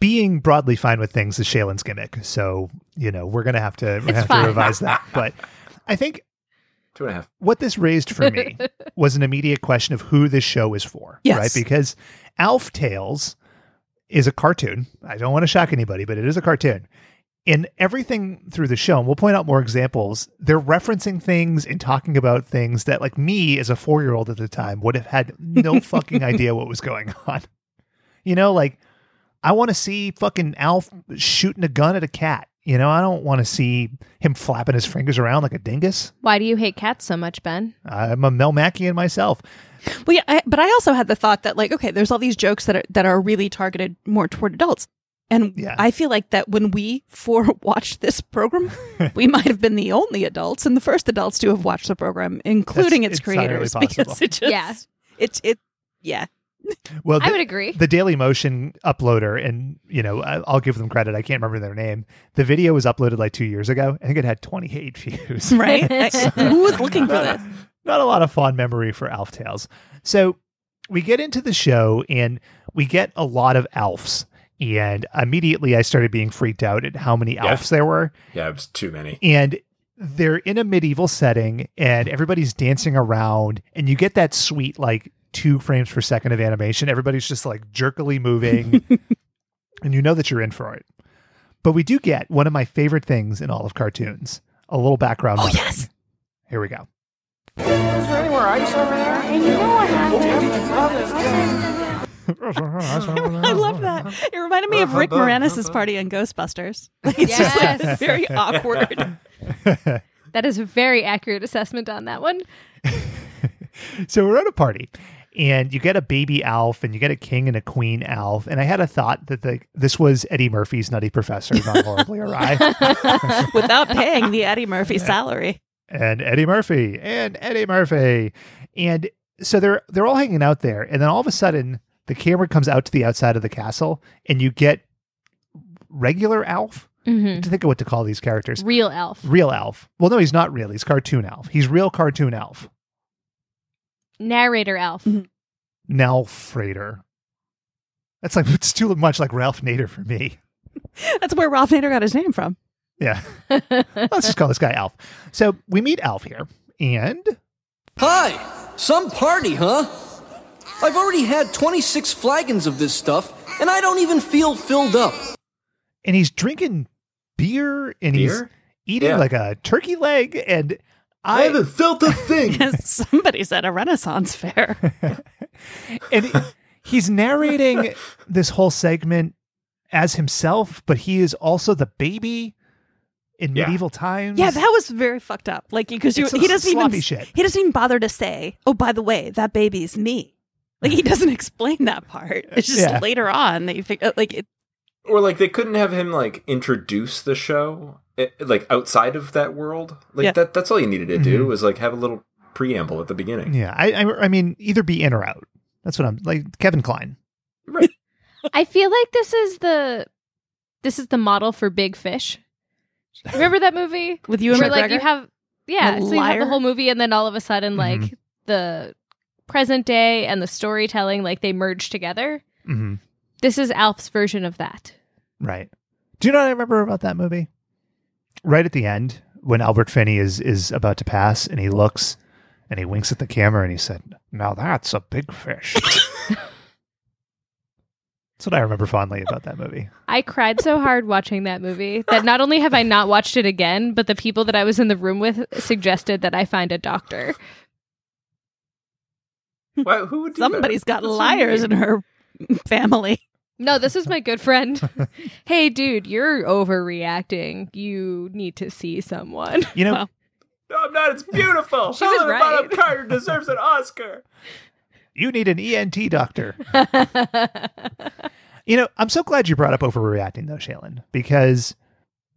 S2: Being broadly fine with things is Shailen's gimmick. So, you know, we're going to have to, we're gonna
S3: It's
S2: have
S3: fine.
S2: to revise that. But I think
S1: Two and a half.
S2: what this raised for me was an immediate question of who this show is for.
S4: Yes.
S2: Right? Because Alf Tales is a cartoon. I don't want to shock anybody, but it is a cartoon. in everything through the show, and we'll point out more examples, they're referencing things and talking about things that, like me as a four year old at the time, would have had no fucking idea what was going on. You know, like I want to see fucking Alf shooting a gun at a cat. You know, I don't want to see him flapping his fingers around like a dingus.
S3: Why do you hate cats so much, Ben?
S2: I'm a Melmacian myself.
S4: Well, yeah, I, but I also had the thought that like, okay, there's all these jokes that are that are really targeted more toward adults, and
S2: Yeah.
S4: I feel like that when we four watched this program, we might have been the only adults and the first adults to have watched the program, including
S2: That's
S4: its
S2: entirely
S4: creators,
S2: possible.
S4: because it just
S3: Yeah.
S4: it's it yeah.
S2: Well,
S3: I
S2: the-
S3: would agree.
S2: the Daily Motion uploader, and you know, I- I'll give them credit. I can't remember their name. The video was uploaded like two years ago. I think it had 28 views.
S4: Right? Who was looking for this?
S2: Not a lot of fond memory for Alf Tales. So we get into the show, and we get a lot of Alfs. And immediately, I started being freaked out at how many
S1: Yeah.
S2: Alfs there were.
S1: Yeah, it was too many.
S2: and they're in a medieval setting and everybody's dancing around and you get that sweet like two frames per second of animation everybody's just like jerkily moving and you know that you're in for it but we do get one of my favorite things in all of cartoons a little background
S4: Oh
S2: music.
S4: yes.
S2: here we go
S5: Is there anywhere ice over there? Oh, And you know I have Oh,
S4: I love that. It reminded me of Rick Moranis' party in Ghostbusters. Like, it's just like
S3: Yes.
S4: very awkward.
S3: That is a very accurate assessment on that one.
S2: so we're at a party and you get a baby Alf and you get a king and a queen Alf. And I had a thought that the, this was Eddie Murphy's Nutty Professor, not horribly awry.
S4: Without paying the Eddie Murphy salary.
S2: and Eddie Murphy and Eddie Murphy. And so they're they're all hanging out there, and then all of a sudden the camera comes out to the outside of the castle, and you get regular Alf.
S3: hmm
S2: To think of what to call these characters,
S3: Real elf.
S2: real Alf. Well, no, he's not real. He's cartoon Alf. He's real cartoon Alf.
S3: Narrator elf.
S4: Mhm.
S2: Nalf Freighter. That's like it's too much like Ralph Nader for me.
S4: That's where Ralph Nader got his name from.
S2: Yeah,
S3: Mm-hmm.
S2: let's just call this guy Alf. So we meet Alf here, and
S6: Hi! Some party, huh? I've already had 26 flagons of this stuff, and I don't even feel filled up.
S2: and he's drinking beer and he's
S1: Beer?
S2: eating
S1: Yeah.
S2: like a turkey leg and
S1: I
S2: I
S1: haven't felt a thing.
S4: Somebody's at a Renaissance fair.
S2: and he's narrating this whole segment as himself, but he is also the baby in
S1: Yeah.
S2: medieval times.
S4: yeah, that was very fucked up. Like because you,
S2: It's a
S4: he doesn't
S2: sloppy
S4: even
S2: shit.
S4: he doesn't even bother to say, "Oh, by the way, that baby's me." Like he doesn't explain that part. It's just
S2: Yeah.
S4: later on that you figure like it,
S1: or like they couldn't have him like introduce the show eh, like outside of that world. Like
S4: Yeah.
S1: that that's all you needed to do was like have a little preamble at the beginning.
S2: yeah. I, I I mean, either be in or out. That's what I'm like. Kevin Klein.
S1: Right.
S3: I feel like this is the this is the model for Big Fish. Remember that movie?
S4: with you and
S3: Where
S4: McGregor.
S3: like you have yeah,
S4: The
S3: so you have
S4: liar?
S3: the whole movie and then all of a sudden like the present day and the storytelling like they merge together.
S2: Mm-hmm.
S3: This is Alf's version of that.
S2: Right. Do you know what I remember about that movie? Right at the end, when Albert Finney is is about to pass, and he looks and he winks at the camera, and he said, "Now that's a big fish." that's what I remember fondly about that movie.
S3: I cried so hard watching that movie that not only have I not watched it again, but the people that I was in the room with suggested that I find a doctor.
S1: Why, who would do that?
S4: Somebody's got
S1: That's so
S4: liars
S1: mean.
S4: in her family.
S3: No, this is my good friend. hey, dude, you're overreacting. You need to see someone.
S2: You know,
S4: Wow.
S1: No, I'm not. It's beautiful.
S3: She was
S1: Helena
S3: right.
S1: Bonham Carter deserves an Oscar.
S2: you need an ENT doctor. you know, I'm so glad you brought up overreacting though, Shaylin, because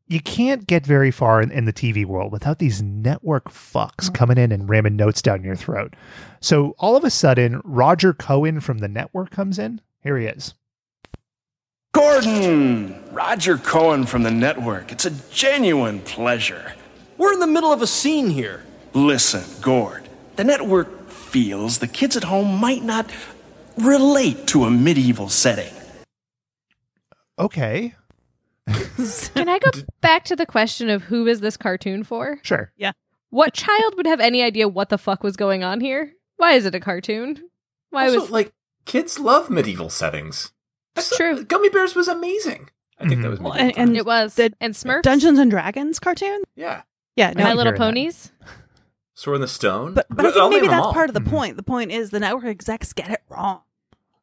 S2: you can't get very far in, in the TV world without these network fucks coming in and ramming notes down your throat. So all of a sudden, Roger Cohen from the network comes in. Here he is.
S7: Gordon! Roger Cohen from the network. It's a genuine pleasure.
S6: We're in the middle of a scene here.
S7: Listen, Gord, the network feels the kids at home might not relate to a medieval setting.
S2: Okay,
S3: Can I go back to the question of who is this cartoon for?
S2: sure.
S3: What child would have any idea what the fuck was going on here? Why is it a cartoon? Why
S1: also,
S3: was
S1: like kids love medieval settings.
S3: It's
S1: I saw-
S3: true.
S1: Gummy Bears was amazing. I think that was
S4: Mm-hmm.
S1: medieval
S4: Well, and-
S1: times.
S3: It was.
S4: The
S3: and Smurfs.
S4: Dungeons and Dragons cartoon?
S1: yeah.
S4: Yeah, no.
S3: My
S2: think you're
S3: Little
S2: right.
S3: Ponies.
S1: Sword in the Stone.
S4: But, but I
S1: I'll
S4: think maybe
S1: name 'em
S4: that's
S1: all.
S4: part of the
S2: Mhm.
S4: point. The point is the network execs get it wrong,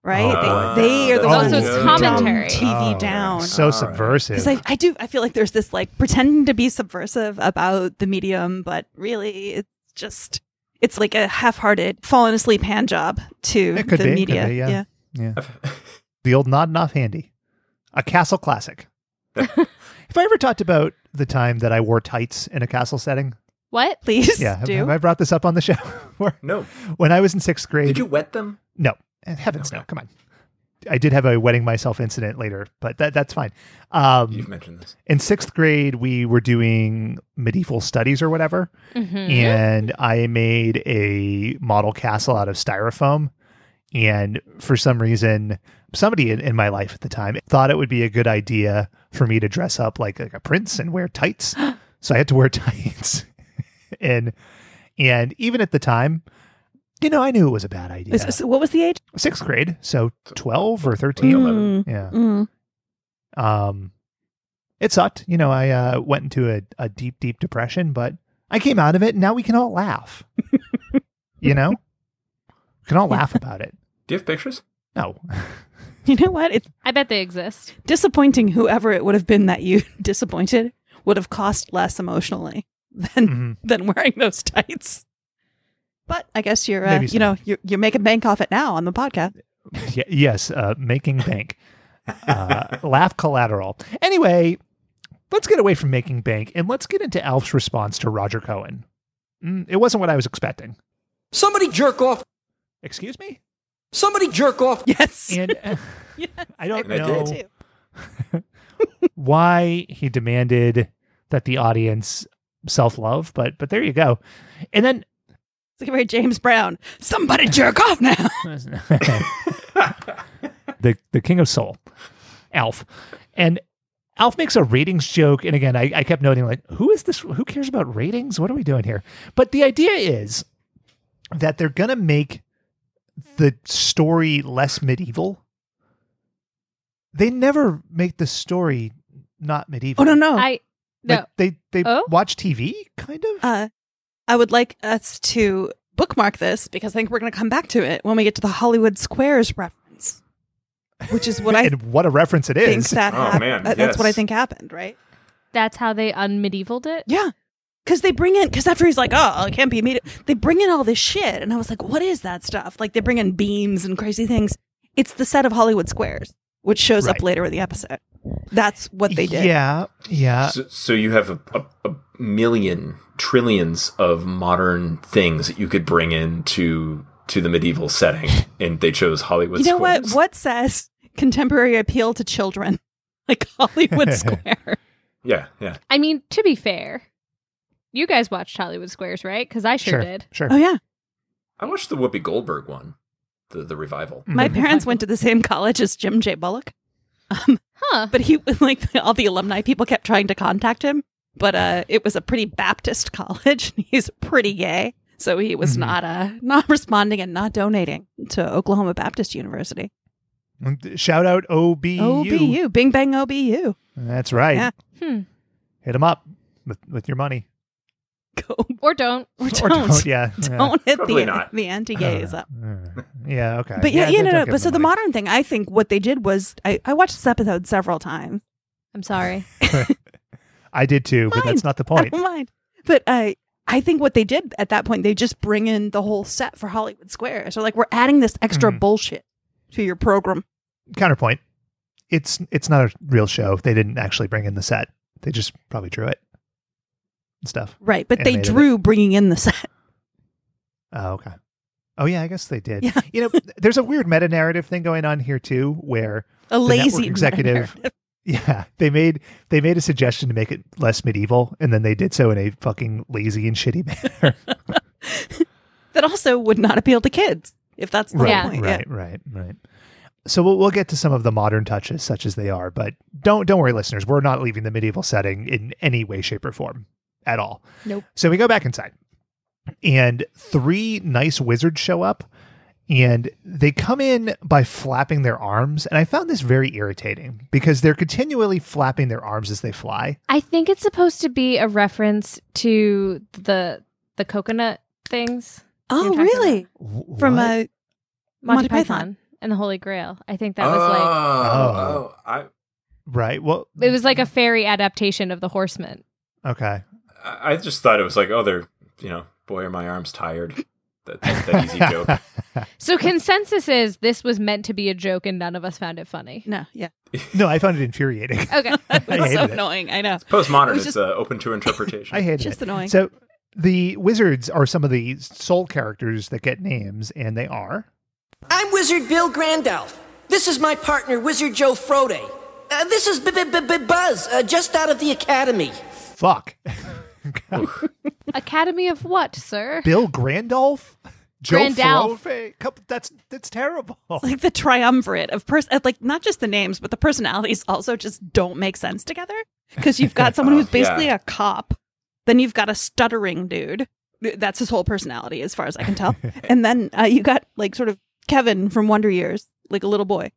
S4: right?
S2: Oh,
S4: they, they
S1: boy.
S4: are the
S1: Oh,
S4: ones
S1: so it's
S4: who
S3: commentary.
S4: dumb TV
S2: Oh,
S4: down.
S2: So
S1: All right.
S2: subversive.
S4: Because I, I do, I feel like there's this like pretending to be subversive about the medium, but really it's just, it's like a half hearted, fallen asleep hand job to
S2: It could
S4: the
S2: be, it could
S4: media.
S2: be, yeah. yeah. the old not enough handy. A castle classic. Have I ever talked about the time that I wore tights in a castle setting?
S3: What?
S4: Please
S2: Yeah. Have,
S4: do.
S2: have I brought this up on the show? Where-
S1: No.
S2: when I was in sixth grade.
S1: Did you wet them?
S2: No, and Eh, heavens no.
S1: Okay.
S2: Come on. I did have a wetting myself incident later, but that that's fine. Um,
S1: You've mentioned this.
S2: in sixth grade, we were doing medieval studies or whatever, and I made a model castle out of styrofoam. And for some reason, somebody in, in my life at the time thought it would be a good idea for me to dress up like, like a prince and wear tights. so I had to wear tights, and and even at the time, you know, I knew it was a bad idea.
S4: Is- is- what was the age?
S2: sixth grade, so twelve or
S1: Like
S2: thirteen.
S1: 11.
S2: Yeah.
S4: Mm.
S2: Um, it sucked. You know, I uh, went into a, a deep, deep depression, but I came out of it, and now we can all laugh. you know, we can all laugh about it.
S1: Do you have pictures?
S2: No,
S4: You know what? It's
S3: I bet they exist.
S4: disappointing whoever it would have been that you disappointed would have cost less emotionally
S2: Mhm.
S4: than than wearing those tights. But I guess you're, uh,
S2: Maybe so.
S4: you know, you're, you're making bank off it now on the podcast.
S2: Y- yes, uh, making bank, uh, laugh collateral. Anyway, let's get away from making bank and let's get into Alf's response to Roger Cohen. Mm, it wasn't what I was expecting.
S6: Somebody jerk off.
S2: Excuse me.
S6: Somebody jerk off.
S4: Yes.
S2: And uh, I don't
S1: And I
S2: know.
S1: did.
S4: Too.
S2: why he demanded that the audience self love, but but there you go. And then
S4: It's like very James Brown. Somebody jerk off now.
S2: the the King of Soul, Alf, and Alf makes a ratings joke. And again, I, I kept noting like, who is this? Who cares about ratings? What are we doing here? But the idea is that they're gonna make the story less medieval. They never make the story not medieval.
S4: Oh no no.
S3: I no.
S2: Like, they they
S3: Oh?
S2: watch TV kind of.
S4: uh, I would like us to bookmark this because I think we're going to come back to it when we get to the Hollywood Squares reference, which is what I
S2: and what a reference it
S4: think
S2: is.
S4: that
S1: Oh,
S4: happened.
S1: man,
S4: That- That's what I
S1: yes.
S4: think happened, right?
S3: that's how they unmedievaled it.
S4: Yeah. Because they bring in, because after he's like, oh, it can't be media, they bring in all this shit. And I was like, what is that stuff? Like, they bring in beams and crazy things. It's the set of Hollywood Squares, which shows up
S2: Right.
S4: later in the episode. That's what they did.
S2: Yeah,
S4: Uh,
S2: yeah.
S1: so, so you have a, a, a million trillions of modern things that you could bring into to the medieval setting, and they chose Hollywood.
S4: you know
S1: squares.
S4: what? What says contemporary appeal to children? Like Hollywood Square.
S1: Yeah, yeah.
S3: I mean, to be fair, you guys watched Hollywood Squares, right? Because I sure,
S2: sure,
S3: did.
S2: sure.
S4: Oh, yeah.
S1: I watched the Whoopi Goldberg one, the the revival.
S4: My
S2: Mhm.
S4: parents went to the same college as Jim J. Bullock. Um,
S3: Huh.
S4: but he, like, all the alumni people kept trying to contact him. But uh, it was a pretty Baptist college. and He's pretty gay. So he was
S2: Mhm.
S4: not uh, not responding and not donating to Oklahoma Baptist University.
S2: Shout out OBU.
S4: OBU, Bing Bang OBU.
S2: That's right.
S4: Yeah.
S3: Hmm.
S2: Hit them up with, with your money.
S4: Go
S3: Or don't.
S4: or don't.
S2: Or don't. Yeah. yeah.
S4: Don't hit
S1: Probably
S4: the,
S1: not.
S4: the anti-gay is up.
S2: Uh, Yeah. Okay.
S4: But yeah, yeah,
S2: don't-
S4: no,
S2: don't
S4: no.
S2: give
S4: But so
S2: them
S4: the
S2: money.
S4: modern thing, I think what they did was I, I watched this episode several times.
S3: I'm sorry.
S2: I did too, but
S4: Fine.
S2: that's not the
S4: I
S2: point.
S4: don't mind. But uh, I think what they did at that point, they just bring in the whole set for Hollywood Square. So like we're adding this extra
S2: Mhm.
S4: bullshit to your program.
S2: Counterpoint. It's it's not a real show. They didn't actually bring in the set. They just probably drew it and stuff.
S4: Right. But they
S2: Animated
S4: drew bringing in the set.
S2: Oh, okay. Oh yeah, I guess they did.
S4: Yeah.
S2: You know, there's a weird meta narrative thing going on here too, where
S4: A
S2: the network
S4: lazy
S2: executive. Yeah, they made they made a suggestion to make it less medieval, and then they did so in a fucking lazy and shitty manner.
S4: that also would not appeal to kids if that's the
S2: right,
S3: Yeah.
S4: whole point.
S2: right, right, right. So we'll we'll get to some of the modern touches, such as they are, but don't don't worry, listeners. We're not leaving the medieval setting in any way, shape, or form at all.
S3: Nope.
S2: So we go back inside, and three nice wizards show up and they come in by flapping their arms. And I found this very irritating because they're continually flapping their arms as they fly.
S3: I think it's supposed to be a reference to the the coconut things. You're
S4: Oh,
S3: talking
S4: really?
S2: Wh-
S4: From
S2: what?
S4: a
S3: Monty,
S4: Monty
S3: Python.
S4: Python.
S3: and the Holy Grail. I think that
S1: oh,
S3: was like
S1: oh, I
S2: right. Well,
S3: it was like a fairy adaptation of the Horseman.
S2: okay.
S1: I I just thought it was like, oh, they're you know, boy, are my arms tired. That, that, that easy joke.
S3: So consensus is this was meant to be a joke and none of us found it funny.
S4: no, yeah,
S2: No, I found it infuriating.
S3: Okay.
S2: I hated
S4: so
S2: it.
S4: annoying. I know,
S1: Postmodern
S4: It was
S1: is
S4: just-
S1: uh, open to interpretation.
S2: I hated
S4: just
S2: it.
S4: annoying.
S2: So the wizards are some of the soul characters that get names, and they are
S6: I'm Wizard Bill Grandalf. This is my partner, Wizard Joe Frode. Uh, this is B- B- B- B- Buzz, uh, just out of the academy.
S2: fuck
S3: Academy of what, sir?
S2: Bill Grandolph, Joe
S3: Grandalf.
S2: Frove. Couple- That's that's terrible.
S4: like the triumvirate of person, like not just the names, but the personalities also just don't make sense together. Because you've got someone
S1: Oh,
S4: who's basically
S1: yeah.
S4: a cop, then you've got a stuttering dude. Th- That's his whole personality, as far as I can tell. and then uh, you got like sort of Kevin from Wonder Years, like a little boy.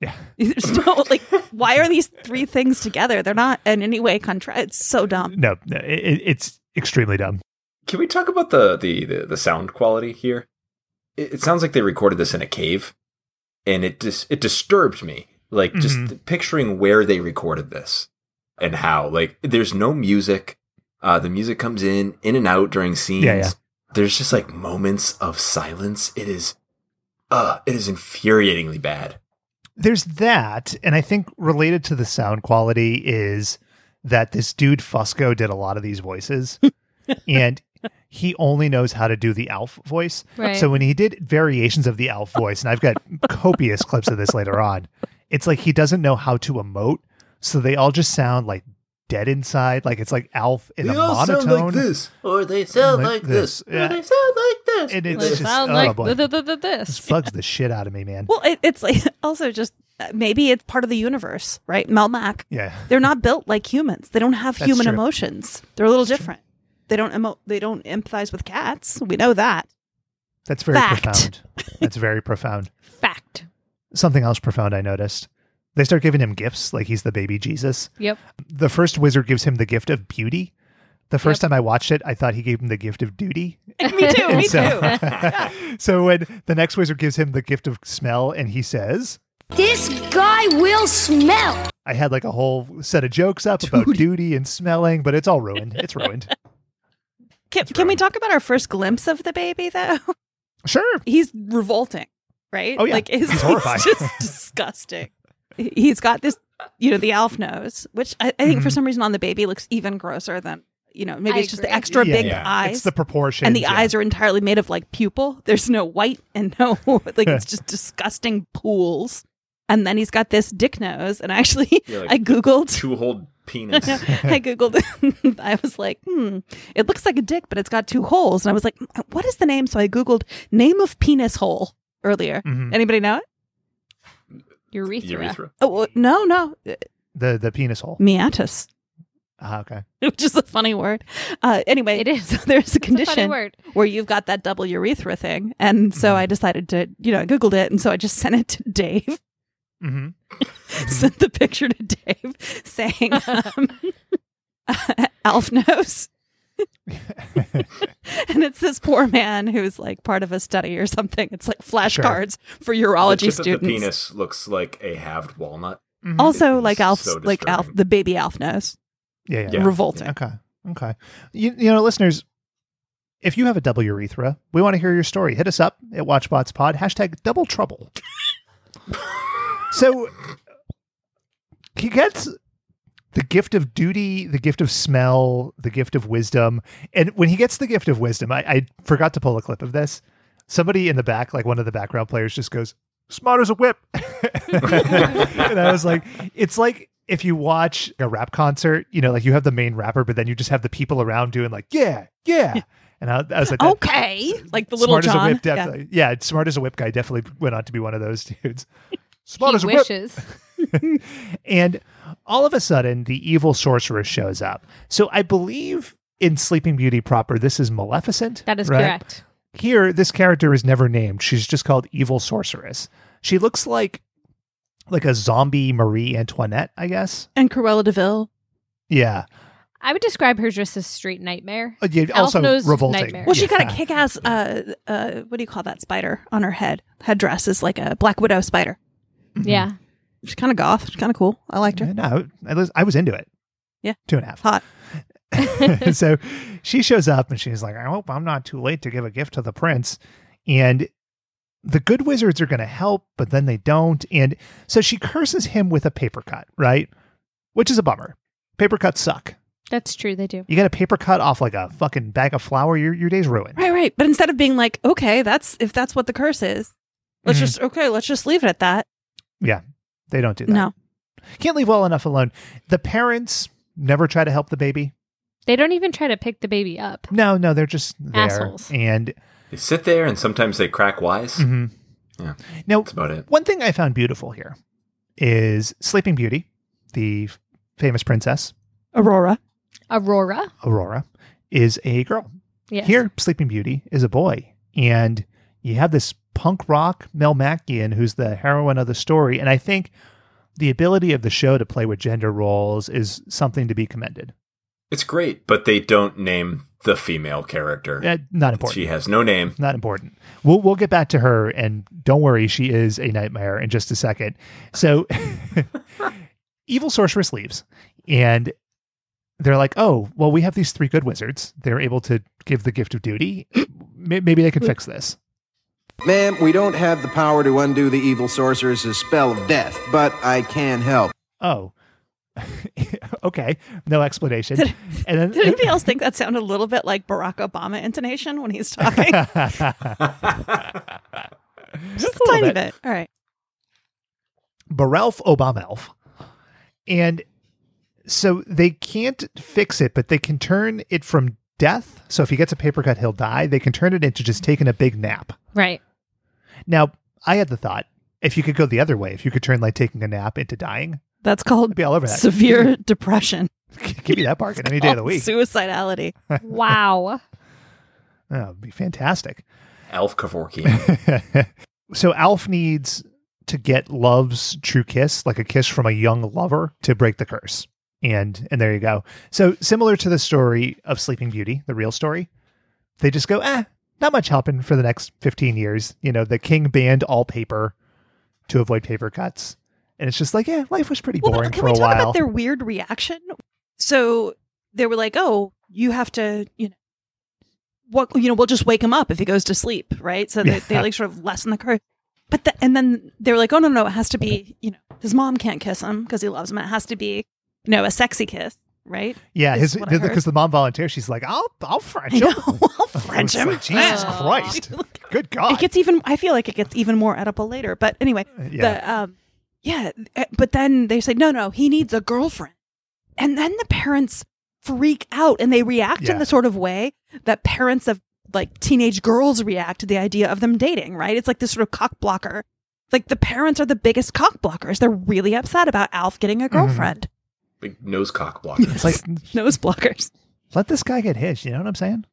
S2: Yeah.
S4: There's no like, why are these three things together? They're not in any way contra. It's so dumb.
S2: No, no it, it- it's extremely dumb.
S1: Can we talk about the the the, the sound quality here? It, it sounds like they recorded this in a cave, and it dis- it disturbed me. Like
S2: Mm-hmm.
S1: just picturing where they recorded this and how. Like there's no music. Uh, the music comes in in and out during scenes.
S2: Yeah, yeah.
S1: There's just like moments of silence. It is, uh, it is infuriatingly bad.
S2: There's that, and I think related to the sound quality is that this dude Fusco did a lot of these voices, and he only knows how to do the Alf voice.
S3: Right.
S2: So when he did variations of the Alf voice, and I've got copious clips of this later on, it's like he doesn't know how to emote, so they all just sound like dead inside. Like it's like Alf in a monotone.
S1: this, or they sound like,
S2: Like this.
S1: this,
S2: Yeah.
S1: or they sound like this.
S2: And it's
S3: They
S2: just
S3: sound
S2: oh,
S3: like
S2: boy.
S3: th- th-
S2: This
S3: th- this.
S2: bugs the shit out of me, man.
S4: Well, it, it's like also just uh, maybe it's part of the universe, right? Melmac.
S2: Yeah.
S4: They're not built like humans. They don't have
S2: That's
S4: human
S2: true.
S4: emotions. They're a little different. They don't emo- they don't empathize with cats. We know that.
S2: That's very
S4: Fact.
S2: profound. That's very profound.
S3: Fact.
S2: Something else profound I noticed. They start giving him gifts like he's the baby Jesus.
S3: Yep.
S2: The first wizard gives him the gift of beauty. The first time I watched it, I thought he gave him the gift of duty.
S4: me too. Me too.
S2: so when the next wizard gives him the gift of smell and he says,
S5: This guy will smell.
S2: I had like a whole set of jokes up about duty and smelling, but it's all ruined. It's ruined.
S4: Can, can we talk about our first glimpse of the baby though?
S2: sure.
S4: He's revolting, right?
S2: Oh, yeah.
S4: Like his,
S2: He's horrifying.
S4: just disgusting. He- He's got this, you know, the elf nose, which I, I think for
S2: Mhm.
S4: some reason on the baby looks even grosser than you know. Maybe
S3: I
S4: it's just the
S3: agree.
S4: extra
S2: Yeah,
S4: big
S1: yeah. It's
S4: eyes.
S2: It's the proportion.
S4: and the eyes are entirely made of like pupil. There's no white and no like it's just disgusting pools. And then he's got this dick nose. And actually,
S1: You're like-
S4: I googled.
S1: Two whole penis.
S4: I googled. I was like, hmm, it looks like a dick, but it's got two holes. And I was like, what is the name? So I googled name of penis hole earlier.
S2: Mhm.
S4: Anybody know it?
S3: Urethra.
S1: Urethra.
S4: Oh well, no, no, uh,
S2: the the penis
S4: Mm.
S2: hole.
S4: meatus,
S2: Ah, okay.
S4: which is a funny word. Uh, anyway,
S3: It is.
S4: So there's a
S3: It's
S4: condition
S3: a funny word.
S4: where you've got that double urethra thing. And so
S2: Mm.
S4: I decided to, you know, I Googled it. And so I just sent it to Dave,
S2: hmm
S4: sent the picture to Dave saying, um, Alf knows. and it's this poor man who's like part of a study or something. It's like flashcards for
S1: The
S4: urology
S1: tip of the
S4: students.
S1: penis looks like a halved walnut.
S4: Also,
S1: It's
S4: like Alf's,
S1: so
S4: like Alf,
S1: disturbing.
S4: the baby Alf knows.
S2: Yeah, yeah.
S1: Yeah.
S4: Revolting.
S2: Okay. Okay. You, you know, listeners, if you have a double urethra, we want to hear your story. Hit us up at WatchBotsPod, hashtag double trouble. so he gets the gift of duty, the gift of smell, the gift of wisdom. And when he gets the gift of wisdom, I, I forgot to pull a clip of this. Somebody in the back, like one of the background players, just goes, smart as a whip. and I was like, it's like if you watch a rap concert, you know, like you have the main rapper, but then you just have the people around doing like, yeah, yeah. And I, I was like, that-
S4: Okay. Oh, Like the little
S2: smart as a
S4: John.
S2: whip, definitely. Yeah. smart as a whip guy definitely went on to be one of those dudes. Smart as
S3: he
S2: a whip.
S3: wishes.
S2: and all of a sudden, the evil sorceress shows up. So I believe in Sleeping Beauty proper, this is Maleficent.
S3: That is
S2: right?
S3: correct.
S2: Here, this character is never named. She's just called Evil Sorceress. She looks like like a zombie Marie Antoinette, I guess.
S4: And Cruella Deville.
S2: Yeah.
S3: I would describe her just as street nightmare.
S2: Uh, yeah,
S3: Elf
S2: also
S3: knows
S2: revolting.
S3: nightmare.
S4: Well, she got
S2: Yeah.
S4: a kick ass, uh, uh, what do you call that spider on her head? Headdress is like a Black Widow spider.
S3: Yeah.
S4: She's kind of goth. She's kind of cool. I liked her.
S2: Yeah, No, I was, I was into it.
S4: Yeah.
S2: Two and a half.
S4: Hot.
S2: so she shows up and she's like, I hope I'm not too late to give a gift to the prince. And the good wizards are going to help, but then they don't. And so she curses him with a paper cut, right? Which is a bummer. Paper cuts suck.
S3: That's true. They do.
S2: You get a paper cut off like a fucking bag of flour, your, your day's ruined.
S4: Right, right. But instead of being like, okay, that's if that's what the curse is, let's
S2: Mhm.
S4: just okay, let's just leave it at that.
S2: They don't do that.
S4: No,
S2: Can't leave well enough alone. The parents never try to help the baby.
S3: They don't even try to pick the baby up.
S2: No, no, they're just there.
S3: Assholes.
S2: And
S1: They sit there and sometimes they crack wise.
S2: mhm.
S1: Yeah.
S2: now,
S1: That's about it.
S2: One thing I found beautiful here is Sleeping Beauty, the f- famous princess
S4: Aurora.
S3: Aurora.
S2: Aurora, is a girl.
S3: Yes.
S2: Here, Sleeping Beauty is a boy, and you have this punk rock Mel Mackian who's the heroine of the story, and I think the ability of the show to play with gender roles is something to be commended.
S1: It's great, but they don't name the female character.
S2: Uh, not important.
S1: She has no name.
S2: not important. We'll we'll get back to her, and don't worry, she is a nightmare in just a second. So, evil sorceress leaves, and they're like, "Oh, well, we have these three good wizards. They're able to give the gift of duty. May- Maybe they can fix this."
S8: Ma'am, we don't have the power to undo the evil sorceress's spell of death, but I can help.
S2: Oh, okay, no explanation. and
S4: Did anybody else think that sounded a little bit like Barack Obama intonation when he's talking? just a tiny
S2: little
S4: bit. All right.
S2: Barelf Obamelf. And so they can't fix it, but they can turn it from death. So if he gets a paper cut, he'll die. They can turn it into just taking a big nap.
S3: Right.
S2: Now, I had the thought if you could go the other way, if you could turn like taking a nap into dying,
S4: That's
S2: I'd
S4: called
S2: be all over that.
S4: severe depression.
S2: Give me that bargain any day of the
S4: Called
S2: week.
S4: Suicidality.
S3: Wow.
S2: Oh, it'd be fantastic.
S1: Alf Kevorkian.
S2: so Alf needs to get love's true kiss, like a kiss from a young lover, to break the curse. And and there you go. So similar to the story of Sleeping Beauty, the real story, they just go, eh, not much helping for the next fifteen years. You know, the king banned all paper to avoid paper cuts. And it's just like, yeah, life was pretty
S4: Well,
S2: boring
S4: but can
S2: for
S4: we
S2: a
S4: talk
S2: while.
S4: about their weird reaction? So they were like, "Oh, you have to, you know, what you know, we'll just wake him up if he goes to sleep, right?" So they, they
S2: Yeah.
S4: like sort of lessen the curse. But the, and then they were like, "Oh no, no, it has to be, you know, his mom can't kiss him because he loves him. It has to be, you know, a sexy kiss, right?"
S2: yeah,
S4: is
S2: his
S4: what I heard.
S2: because the mom volunteers, she's like, I'll I'll French
S4: You
S2: him.
S4: know, I'll
S2: I was
S4: French him.
S2: like, Jesus
S3: Oh.
S2: Christ. Good God.
S4: It gets even. I feel like it gets even more edible later. But anyway,
S2: Uh, Yeah.
S4: the um, yeah. eh, But then they say, no, no, he needs a girlfriend, and then the parents freak out and they react
S2: Yeah.
S4: in the sort of way that parents of like teenage girls react to the idea of them dating. Right? It's like this sort of cock blocker. Like the parents are the biggest cock blockers. They're really upset about Alf getting a
S2: Mm-hmm.
S4: girlfriend.
S1: Big nose cock blocker.
S2: it's like
S4: Nose blockers.
S2: let this guy get his. You know what I'm saying?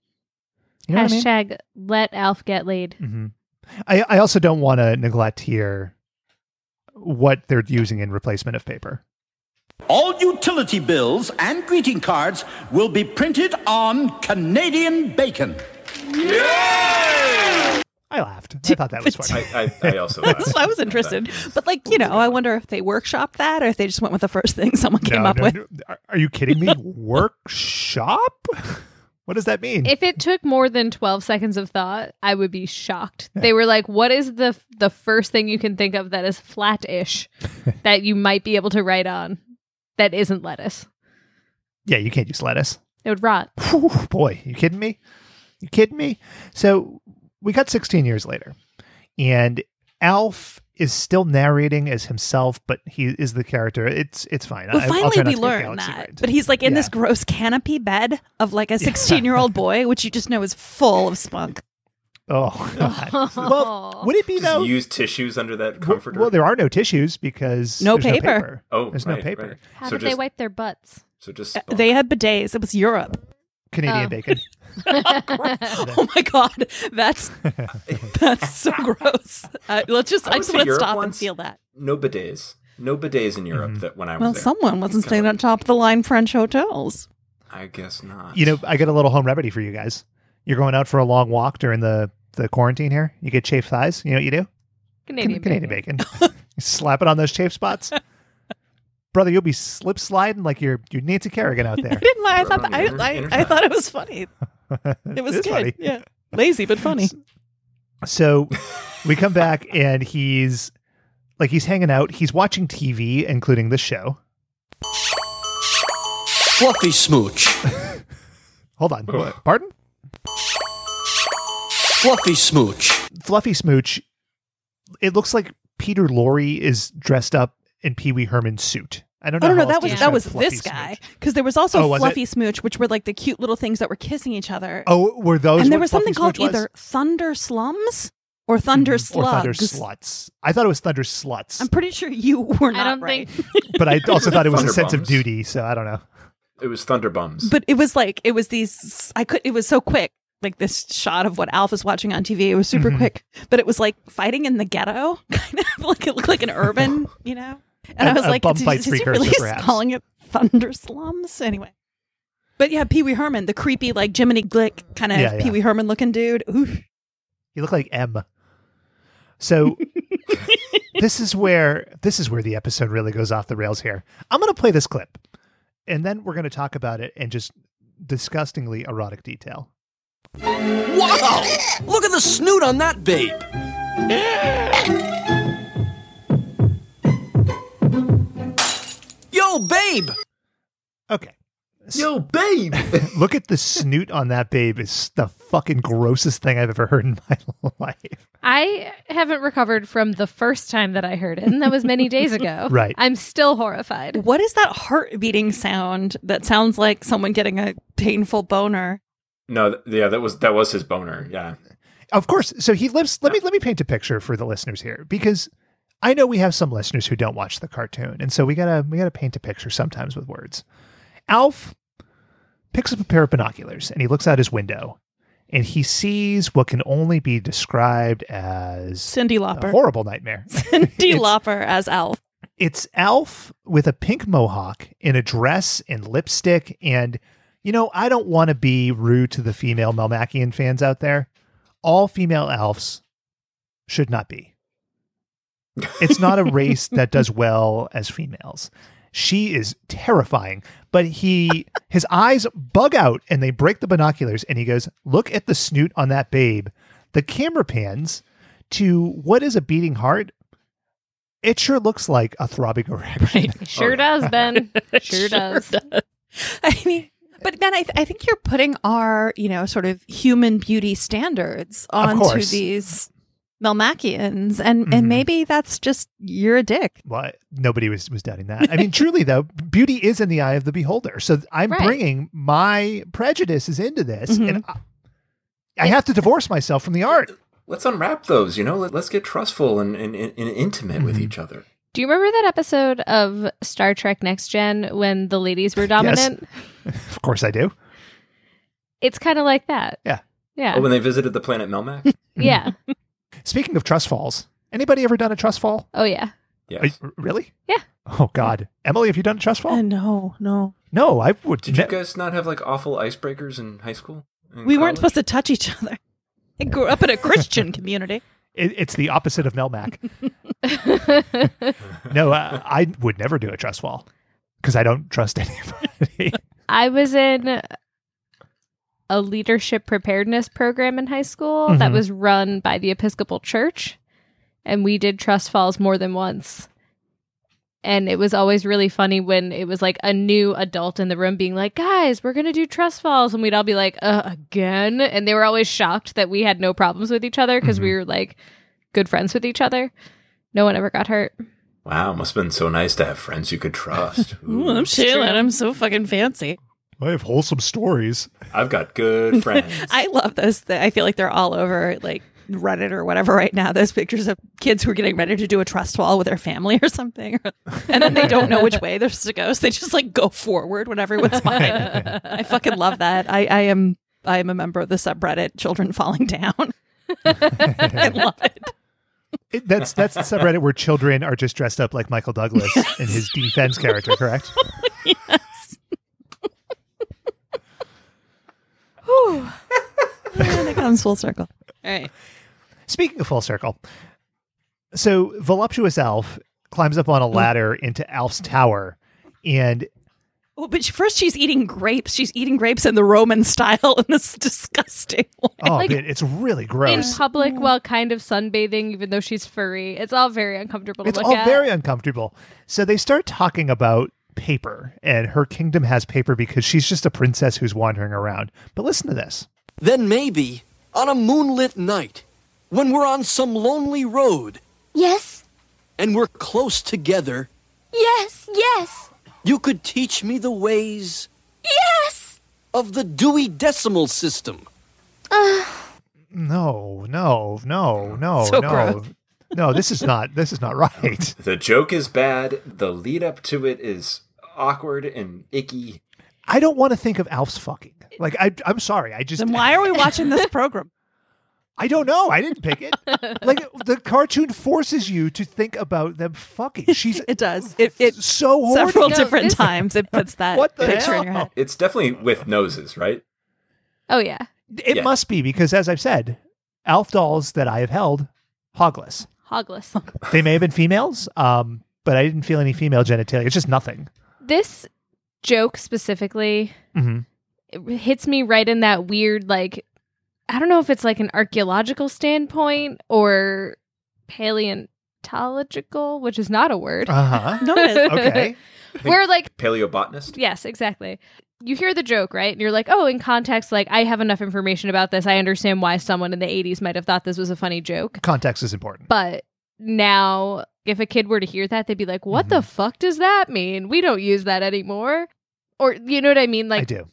S2: You know what I mean?
S3: Hashtag let Alf get laid.
S2: Mhm. I, I also don't want to neglect here what they're using in replacement of paper.
S9: All utility bills and greeting cards will be printed on Canadian bacon.
S2: I laughed. I thought that was funny.
S1: I, I, I also
S4: So I was interested, but like you know, I wonder if they workshopped that or if they just went with the first thing someone came
S2: No,
S4: up
S2: no,
S4: with.
S2: no. Are- Are you kidding me? Workshop? What does that mean?
S3: If it took more than 12 seconds of thought, I would be shocked. They were like, "What is the the first thing you can think of that is flat-ish that you might be able to write on that isn't lettuce?"
S2: yeah, you can't use lettuce.
S3: It would rot.
S2: Whew, boy, you kidding me? You kidding me? So we got 16 years later, and Alf is still narrating as himself, but he is the character. It's it's fine.
S4: Well,
S2: I- I'll
S4: finally
S2: try not
S4: we
S2: to get
S4: learn
S2: Galaxy
S4: that.
S2: Brained.
S4: But he's like in this
S2: Yeah.
S4: gross canopy bed of like a 16 year old boy, which you just know is full of spunk.
S2: Oh, God. well, would it be
S1: Just
S2: though?
S1: use tissues under that
S2: Well-
S1: comforter.
S2: Well, there are no tissues because
S4: No
S2: there's
S4: paper.
S1: Oh,
S2: there's no
S1: right,
S2: paper.
S1: right.
S3: How
S1: so
S3: did
S1: just,
S4: uh,
S3: they wipe their butts?
S1: So just
S4: They had bidets. It was Europe.
S2: Canadian
S3: Oh.
S2: bacon.
S10: oh my god, that's that's so gross. Uh, let's just I,
S1: went
S10: just
S1: to
S10: want to
S1: Europe
S10: stop and
S1: once.
S10: feel that.
S1: No bidets. No bidets in Europe
S2: Mm-hmm.
S1: that when I was
S4: Well,
S1: there.
S4: someone wasn't staying on top of the line French hotels.
S1: I guess not.
S2: You know, I got a little home remedy for you guys. You're going out for a long walk during the, the quarantine here. You get chafed thighs. You know what you do?
S3: Canadian,
S2: Canadian bacon. You Slap it on those chafe spots. Brother, you'll be slip sliding like you're, you're Nancy Kerrigan out there.
S10: I didn't mind. I thought that,
S1: Inter-
S10: I, I, I
S1: interfax.
S10: thought it was funny. It was
S2: It's
S10: good.
S2: funny.
S10: Yeah, lazy but funny.
S2: So we come back and he's like he's hanging out. He's watching TV, including this show.
S6: Fluffy smooch.
S2: Hold on. Pardon?
S6: Fluffy smooch.
S2: Fluffy Smooch. It looks like Peter Lorre is dressed up in Pee Wee Herman's suit. I don't know.
S4: Oh no, no,
S2: how else to
S4: that was
S2: describe
S4: that was
S2: Fluffy
S4: this guy
S2: Smooch.
S4: because there was also
S2: Oh, was it?
S4: Fluffy Smooch, which were like the cute little things that were kissing each other.
S2: Oh, were those?
S4: and there
S2: what
S4: was something
S2: Fluffy
S4: called
S2: Smooch was? Mm-hmm.
S4: either Thunder Slums or Thunder
S2: or Thunder
S4: Slugs.
S2: Sluts. I thought it was Thunder Sluts,
S4: I'm pretty sure you were
S3: I
S4: not
S3: don't
S4: right.
S3: think
S2: but I also thought it was a
S1: Thunder
S2: sense of
S1: Bums.
S2: duty. So I don't know.
S1: It was Thunderbums.
S4: But it was like it was these. I could. It was so quick. Like this shot of what Alf is watching on TV. It was super
S2: Mm-hmm.
S4: quick, but it was like fighting in the ghetto, kind of like it looked like an urban, you know. And
S2: A-
S4: I was
S2: a
S4: like,
S2: bum
S4: is,
S2: fight's
S4: is he
S2: precursor,
S4: really
S2: perhaps.
S4: calling it thunder slums anyway? But yeah, Pee Wee Herman, the creepy like Jiminy Glick kind of
S2: Yeah, yeah.
S4: Pee Wee Herman looking dude. Oof.
S2: You look like M. So this is where this is where the episode really goes off the rails here. I'm going to play this clip and then we're going to talk about it in just disgustingly erotic detail.
S6: Wow! Look at the snoot on that babe. Yo, babe!
S2: Okay.
S1: Yo, babe!
S2: Look at the snoot on that babe is the fucking grossest thing I've ever heard in my life.
S3: I haven't recovered from the first time that I heard it, and that was many days ago.
S2: Right.
S3: I'm still horrified.
S4: What is that heart beating sound that sounds like someone getting a painful boner?
S1: no, th- yeah, that was that was his boner. Yeah.
S2: Of course. So he lives let me let me paint a picture for the listeners here because I know we have some listeners who don't watch the cartoon and so we got to we got to paint a picture sometimes with words. Alf picks up a pair of binoculars and he looks out his window and he sees what can only be described as
S4: Cindy
S2: a
S4: Lauper.
S2: horrible nightmare.
S4: Cindy
S2: It's-
S4: Lauper as Alf.
S2: It's Alf with a pink mohawk in a dress and lipstick. And, you know, I don't want to be rude to the female Melmacian fans out there. All female elves should not be. It's not a race that does well as females. She is terrifying, but he his eyes bug out and they break the binoculars and he goes, "Look at the snoot on that babe." The camera pans to what is a beating heart. It sure looks like a throbbing erection.
S3: Sure does, Ben. Sure does.
S4: I mean, but Ben, I, th- I think you're putting our, you know, sort of human beauty standards onto
S2: course.
S4: these Melmacians, and
S2: Mhm.
S4: and maybe that's just you're a dick.
S2: Well, nobody was, was doubting that. I mean, truly though, beauty is in the eye of the beholder. So I'm
S3: Right. Mm-hmm.
S2: bringing my prejudices into this,
S4: Mhm.
S2: and I, I have to divorce myself from the art.
S1: Let's unwrap those, you know? Let, let's get trustful and, and, and intimate with
S4: Mm-hmm.
S2: Mhm.
S1: each other.
S3: Do you remember that episode of Star Trek Next Gen when the ladies were dominant?
S2: Of course, I do.
S3: It's kind of like that.
S2: Yeah.
S3: Yeah.
S1: Oh, when they visited the planet Melmac?
S3: yeah.
S2: Speaking of trust falls, anybody ever done a trust fall?
S3: Oh, yeah.
S1: yes.
S2: Are you- really?
S3: Yeah. Um,
S2: Oh God, Emily, have you done a trust fall?
S4: no, no,
S2: no, I would.
S1: Did you
S2: ne-
S1: guys not have like awful icebreakers in high school? In
S4: we
S1: college?
S4: weren't supposed to touch each other. I grew up in a Christian community.
S2: It, it's the opposite of Melmac. no, uh, I would never do a trust fall because I don't trust anybody.
S3: I was in a leadership preparedness program in high school that
S2: Mhm.
S3: was run by the Episcopal Church, and we did trust falls more than once. And it was always really funny when it was like a new adult in the room being like, "Guys, we're gonna do trust falls," and we'd all be like, "Uh, again?" And they were always shocked that we had no problems with each other because we
S2: Mm-hmm.
S3: were like good friends with each other. No one ever got hurt.
S1: Wow, must have been so nice to have friends you could trust.
S4: Ooh, I'm chilling. I'm so fucking fancy.
S2: I have wholesome stories.
S1: I've got good friends.
S4: I love those. Th- I feel like they're all over like Reddit or whatever right now, those pictures of kids who are getting ready to do a trust fall with their family or something. and then they don't know which way they're supposed to go. So they just like go forward when everyone's behind. I fucking love that. I, I am I am a member of the subreddit Children Falling Down. I love it.
S2: It- that's that's the subreddit where children are just dressed up like Michael Douglas in his defense character, correct?
S10: yes.
S4: Whew. and it comes full circle. All right.
S2: Speaking of full circle, so voluptuous Alf climbs up on a ladder into Alf's tower, and
S4: Well, Oh, but she- first she's eating grapes. She's eating grapes in the Roman style in this disgusting way.
S2: oh, man, it's really
S3: in
S2: gross.
S3: public while kind of sunbathing, even though she's furry. It's all very uncomfortable to
S2: It's
S3: look
S2: all
S3: at.
S2: very uncomfortable. So they start talking about paper, and her kingdom has paper because she's just a princess who's wandering around. But listen to this.
S6: Then maybe, on a moonlit night, when we're on some lonely road
S5: Yes,
S6: and we're close together,
S5: yes, yes,
S6: you could teach me the ways
S5: yes.
S6: of the Dewey Decimal System.
S5: Uh,
S2: No, no, no, no,
S6: So
S2: no.
S6: gross.
S2: No, this is not this is not right.
S1: The joke is bad. The lead up to it is awkward and icky.
S2: I don't want to think of Alf's fucking. Like I I'm sorry. I just
S4: Then why are we watching this program?
S2: I don't know. I didn't pick it. like the cartoon forces you to think about them fucking. She's
S4: It does. It, it
S2: so horny.
S4: several
S3: No,
S4: different
S3: this-
S4: times it puts that
S2: What the
S4: picture
S2: hell?
S4: in your head.
S1: It's definitely with noses, right?
S3: Oh yeah,
S2: It
S1: Yeah.
S2: must be because as I've said, Alf dolls that I have held hogless.
S3: hogless.
S2: They may have been females, um, but I didn't feel any female genitalia. It's just nothing.
S3: this joke specifically
S2: Mhm.
S3: it hits me right in that weird like I don't know if it's like an archaeological standpoint or paleontological, which is not a word.
S2: Uh huh.
S4: No, it is.
S2: Okay.
S3: Where like
S1: Paleobotanist.
S3: Yes, exactly. You hear the joke, right? And you're like, oh, in context, like, I have enough information about this. I understand why someone in the 80s might have thought this was a funny joke.
S2: Context is important.
S3: But now, if a kid were to hear that, they'd be like, what
S2: Mm-hmm.
S3: the fuck does that mean? We don't use that anymore. Or, you know what I mean?
S2: I
S3: Like,
S2: do.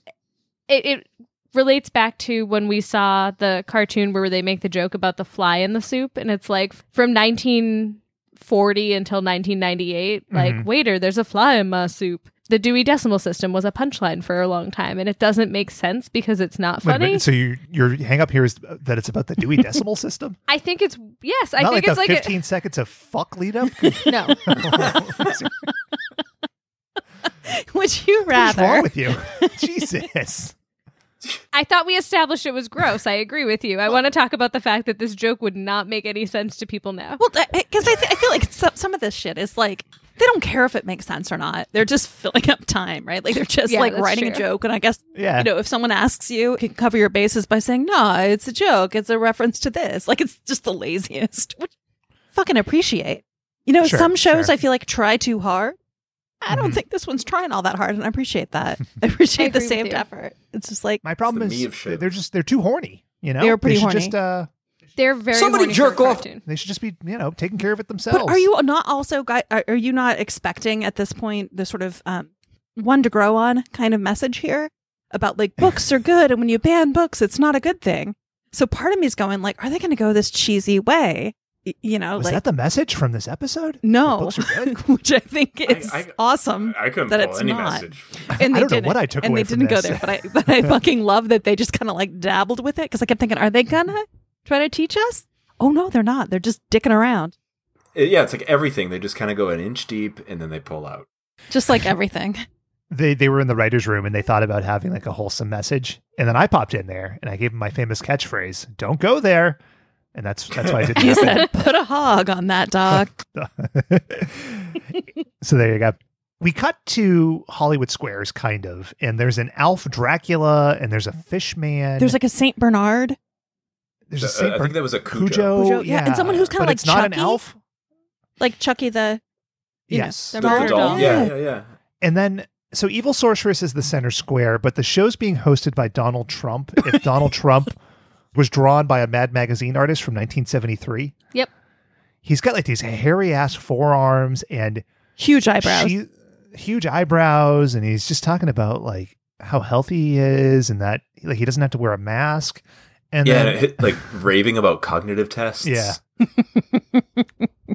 S3: it, it relates back to when we saw the cartoon where they make the joke about the fly in the soup. And it's like from 1940 until 1998,
S2: Mhm.
S3: like, waiter, there's a fly in my soup. The Dewey Decimal System was a punchline for a long time, and it doesn't make sense because it's not
S2: Wait a
S3: funny.
S2: minute, So you, your hang up here is that it's about the Dewey Decimal System?
S3: I think it's, yes, I
S2: Not
S3: think
S2: like
S3: it's
S2: the
S3: like,
S2: 15 seconds of fuck lead up?
S3: a, no.
S4: Would
S2: What's
S4: you
S2: wrong
S4: rather?
S2: with you? Jesus.
S3: I thought we established it was gross. I agree with you. I want to talk about the fact that this joke would not make any sense to people now.
S4: Well, because I, th- I feel like some, some of this shit is like they don't care if it makes sense or not. They're just filling up time, right? Like they're just
S3: Yeah,
S4: like
S3: that's
S4: writing a
S3: true.
S4: joke. And I guess
S2: Yeah.
S4: you know if someone asks you, you can cover your bases by saying, "No, it's a joke. It's a reference to this." Like it's just the laziest. Which I fucking appreciate. You know,
S2: Sure,
S4: some shows
S2: sure.
S4: I feel like try too hard. I don't think this one's trying all that hard, and I appreciate that. I appreciate the
S3: agree with
S4: saved
S3: you.
S4: effort. It's just like
S2: My problem
S1: It's the me of
S2: is
S1: shows.
S2: they're just they're too horny. You know,
S4: They are pretty
S2: should
S4: horny.
S2: just uh,
S3: They're very
S6: Somebody
S3: horny for a
S6: jerk off.
S3: cartoon.
S2: they should just be you know taking care of it themselves.
S4: But are you not also guy? Are, are you not expecting at this point the sort of um, one to grow on kind of message here about like books are good, and when you ban books, it's not a good thing. So part of me is going like, are they going to go this cheesy way? Y- you know,
S2: Was
S4: like
S2: that the message from this episode?
S4: no,
S2: The books are good.
S4: which I think is
S1: I-
S4: awesome.
S1: I couldn't
S4: that
S1: pull
S4: it's
S1: any
S4: not.
S1: message.
S4: And
S2: I
S4: they
S2: don't know
S4: didn't.
S2: what I took
S4: and
S2: away
S4: they
S2: from
S4: didn't
S2: this.
S4: go there, but I but I fucking love that they just kind of like dabbled with it because I kept thinking, are they gonna try to teach us? Oh no, they're not. They're just dicking around,
S1: It- yeah, it's like everything. They just kind of go an inch deep and then they pull out.
S4: just like everything.
S2: They they were in the writers' room and they thought about having like a wholesome message, and then I popped in there and I gave them my famous catchphrase: "Don't go there," and that's that's why I did.
S4: You
S2: not
S4: said, put a hog on that dog.
S2: so there you go. We cut to Hollywood Squares, kind of, and there's an Alf Dracula, and there's a fish man.
S4: There's like a Saint Bernard.
S2: there's
S1: Uh,
S2: a Saint
S1: I
S2: Bern-
S1: think that was a
S2: Cujo,
S1: Cujo.
S4: Cujo, yeah, and someone who's kinda
S2: But
S4: like
S2: it's not an
S4: Chucky.
S2: Alf.
S4: Like Chucky the you know,
S2: Yes,
S1: The,
S4: Dollar
S1: the doll.
S4: doll.
S1: Yeah, yeah, yeah.
S2: And then, so Evil Sorceress is the center square, but the show's being hosted by Donald Trump. If Donald Trump was drawn by a Mad Magazine artist from 1973,
S3: Yep.
S2: he's got like these hairy ass forearms and
S4: huge eyebrows.
S2: she- huge eyebrows, and he's just talking about like how healthy he is and that like he doesn't have to wear a mask. And
S1: yeah,
S2: then-
S1: and it hit, like raving about cognitive tests.
S2: Yeah.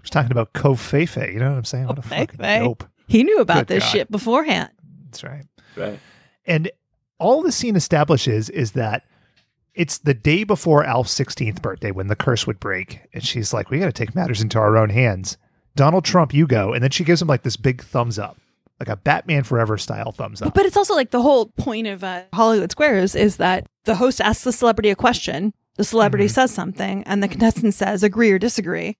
S2: Just talking about Kofefe. You know what I'm saying? What a fucking
S10: Right?
S2: dope.
S10: He knew about
S2: Good
S10: this
S2: God.
S10: shit beforehand.
S2: That's right.
S1: Right.
S2: And all the scene establishes is that it's the day before Alf's 16th birthday when the curse would break. And she's like, we got to take matters into our own hands. Donald Trump, you go. And then she gives him like this big thumbs up, like a Batman Forever style thumbs up.
S4: But it's also like the whole point of uh, Hollywood Squares is that the host asks the celebrity a question, the celebrity
S2: Mm-hmm.
S4: says something, and the contestant says agree or disagree.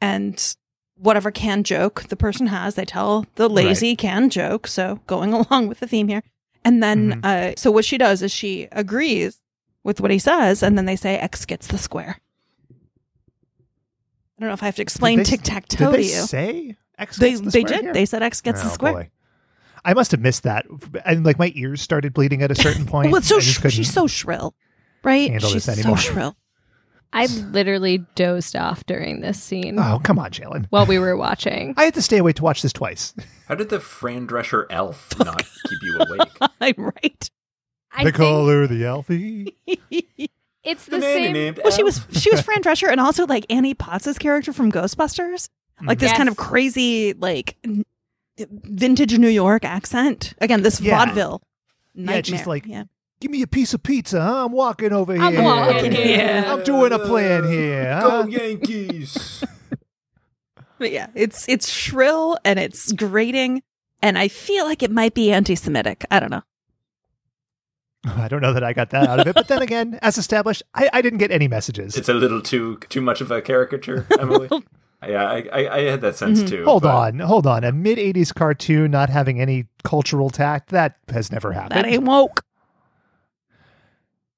S4: And whatever can joke the person has, they tell the lazy can joke. So going along with the theme here. And
S2: Mm-hmm.
S4: then, uh, so what she does is she agrees with what he says, and then they say X gets the square. I don't know if I have to explain
S2: Did they-
S4: tic tac toe
S2: did they
S4: to you.
S2: Say X
S4: they
S2: gets the
S4: they
S2: square
S4: did.
S2: here?
S4: They said X gets the
S2: Oh,
S4: square.
S2: boy. I must have missed that. And like my ears started bleeding at a certain point.
S4: Well, it's so
S2: I just
S4: sh-
S2: couldn't-
S4: she's so shrill, right?
S2: handle
S4: She's
S2: this anymore.
S4: so shrill.
S3: I literally dozed off during this scene
S2: Oh, come on, Jalen.
S3: while we were watching.
S2: I had to stay awake to watch this twice.
S1: How did the Fran Drescher elf not keep you awake?
S4: I'm right.
S3: I think
S2: her the Alfie.
S3: it's the
S1: The nanny
S3: same.
S1: named
S4: Well, she
S1: Elf.
S4: was she was Fran Drescher, and also like Annie Potts's character from Ghostbusters,
S2: Mm-hmm.
S4: like this
S3: Yes.
S4: kind of crazy like n- vintage New York accent. Again, this
S2: Yeah.
S4: vaudeville nightmare.
S2: she's like-
S4: yeah.
S2: Give me a piece of pizza. Huh? I'm walking over
S3: I'm
S2: here.
S3: walking here.
S2: I'm doing a plan here.
S1: Go
S2: huh?
S1: Yankees!
S4: but yeah, it's it's shrill and it's grating, and I feel like it might be anti-Semitic. I don't know.
S2: I don't know that I got that out of it, but then again, as established, I, I didn't get any messages.
S1: it's a little too too much of a caricature, Emily. yeah, I, I, I had that sense too.
S2: hold
S1: but-
S2: on, hold on. A mid '80s cartoon not having any cultural tact that has never happened.
S4: That ain't woke.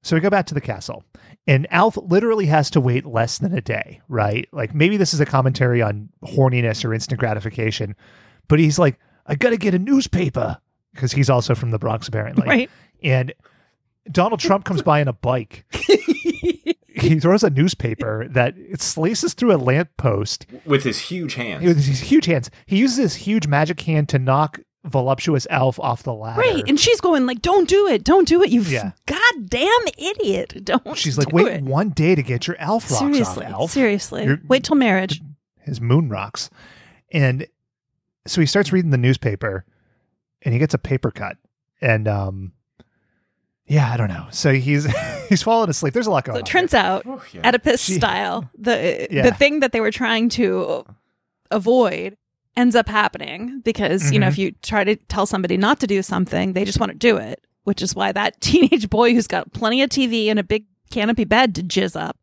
S2: So we go back to the castle, and Alf literally has to wait less than a day, right? Like maybe this is a commentary on horniness or instant gratification, but he's like, I gotta get a newspaper because he's also from the Bronx, apparently.
S4: Right.
S2: And Donald Trump comes by on a bike. he throws a newspaper that it slices through a lamppost
S1: With his huge hands.
S2: with his huge hands. He uses his huge magic hand to knock voluptuous Alf off the ladder.
S4: Right, and she's going like, "Don't do it! Don't do it! You
S2: Yeah.
S4: goddamn idiot! Don't."
S2: She's like,
S4: do
S2: wait
S4: it."
S2: one day to get your Alf rocks
S4: seriously,
S2: off, Alf.
S4: seriously.
S2: You're-
S4: Wait till marriage.
S2: his moon rocks. And so he starts reading the newspaper and he gets a paper cut. And um yeah, I don't know. So he's he's fallen asleep. There's a lot going
S4: So
S2: on.
S4: it turns out,
S1: Oh, yeah.
S4: Oedipus
S2: Gee.
S4: style, the
S2: Yeah.
S4: the thing that they were trying to avoid ends up happening because you know
S2: Mhm.
S4: if you try to tell somebody not to do something, they just want to do it, which is why that teenage boy who's got plenty of TV and a big canopy bed to jizz up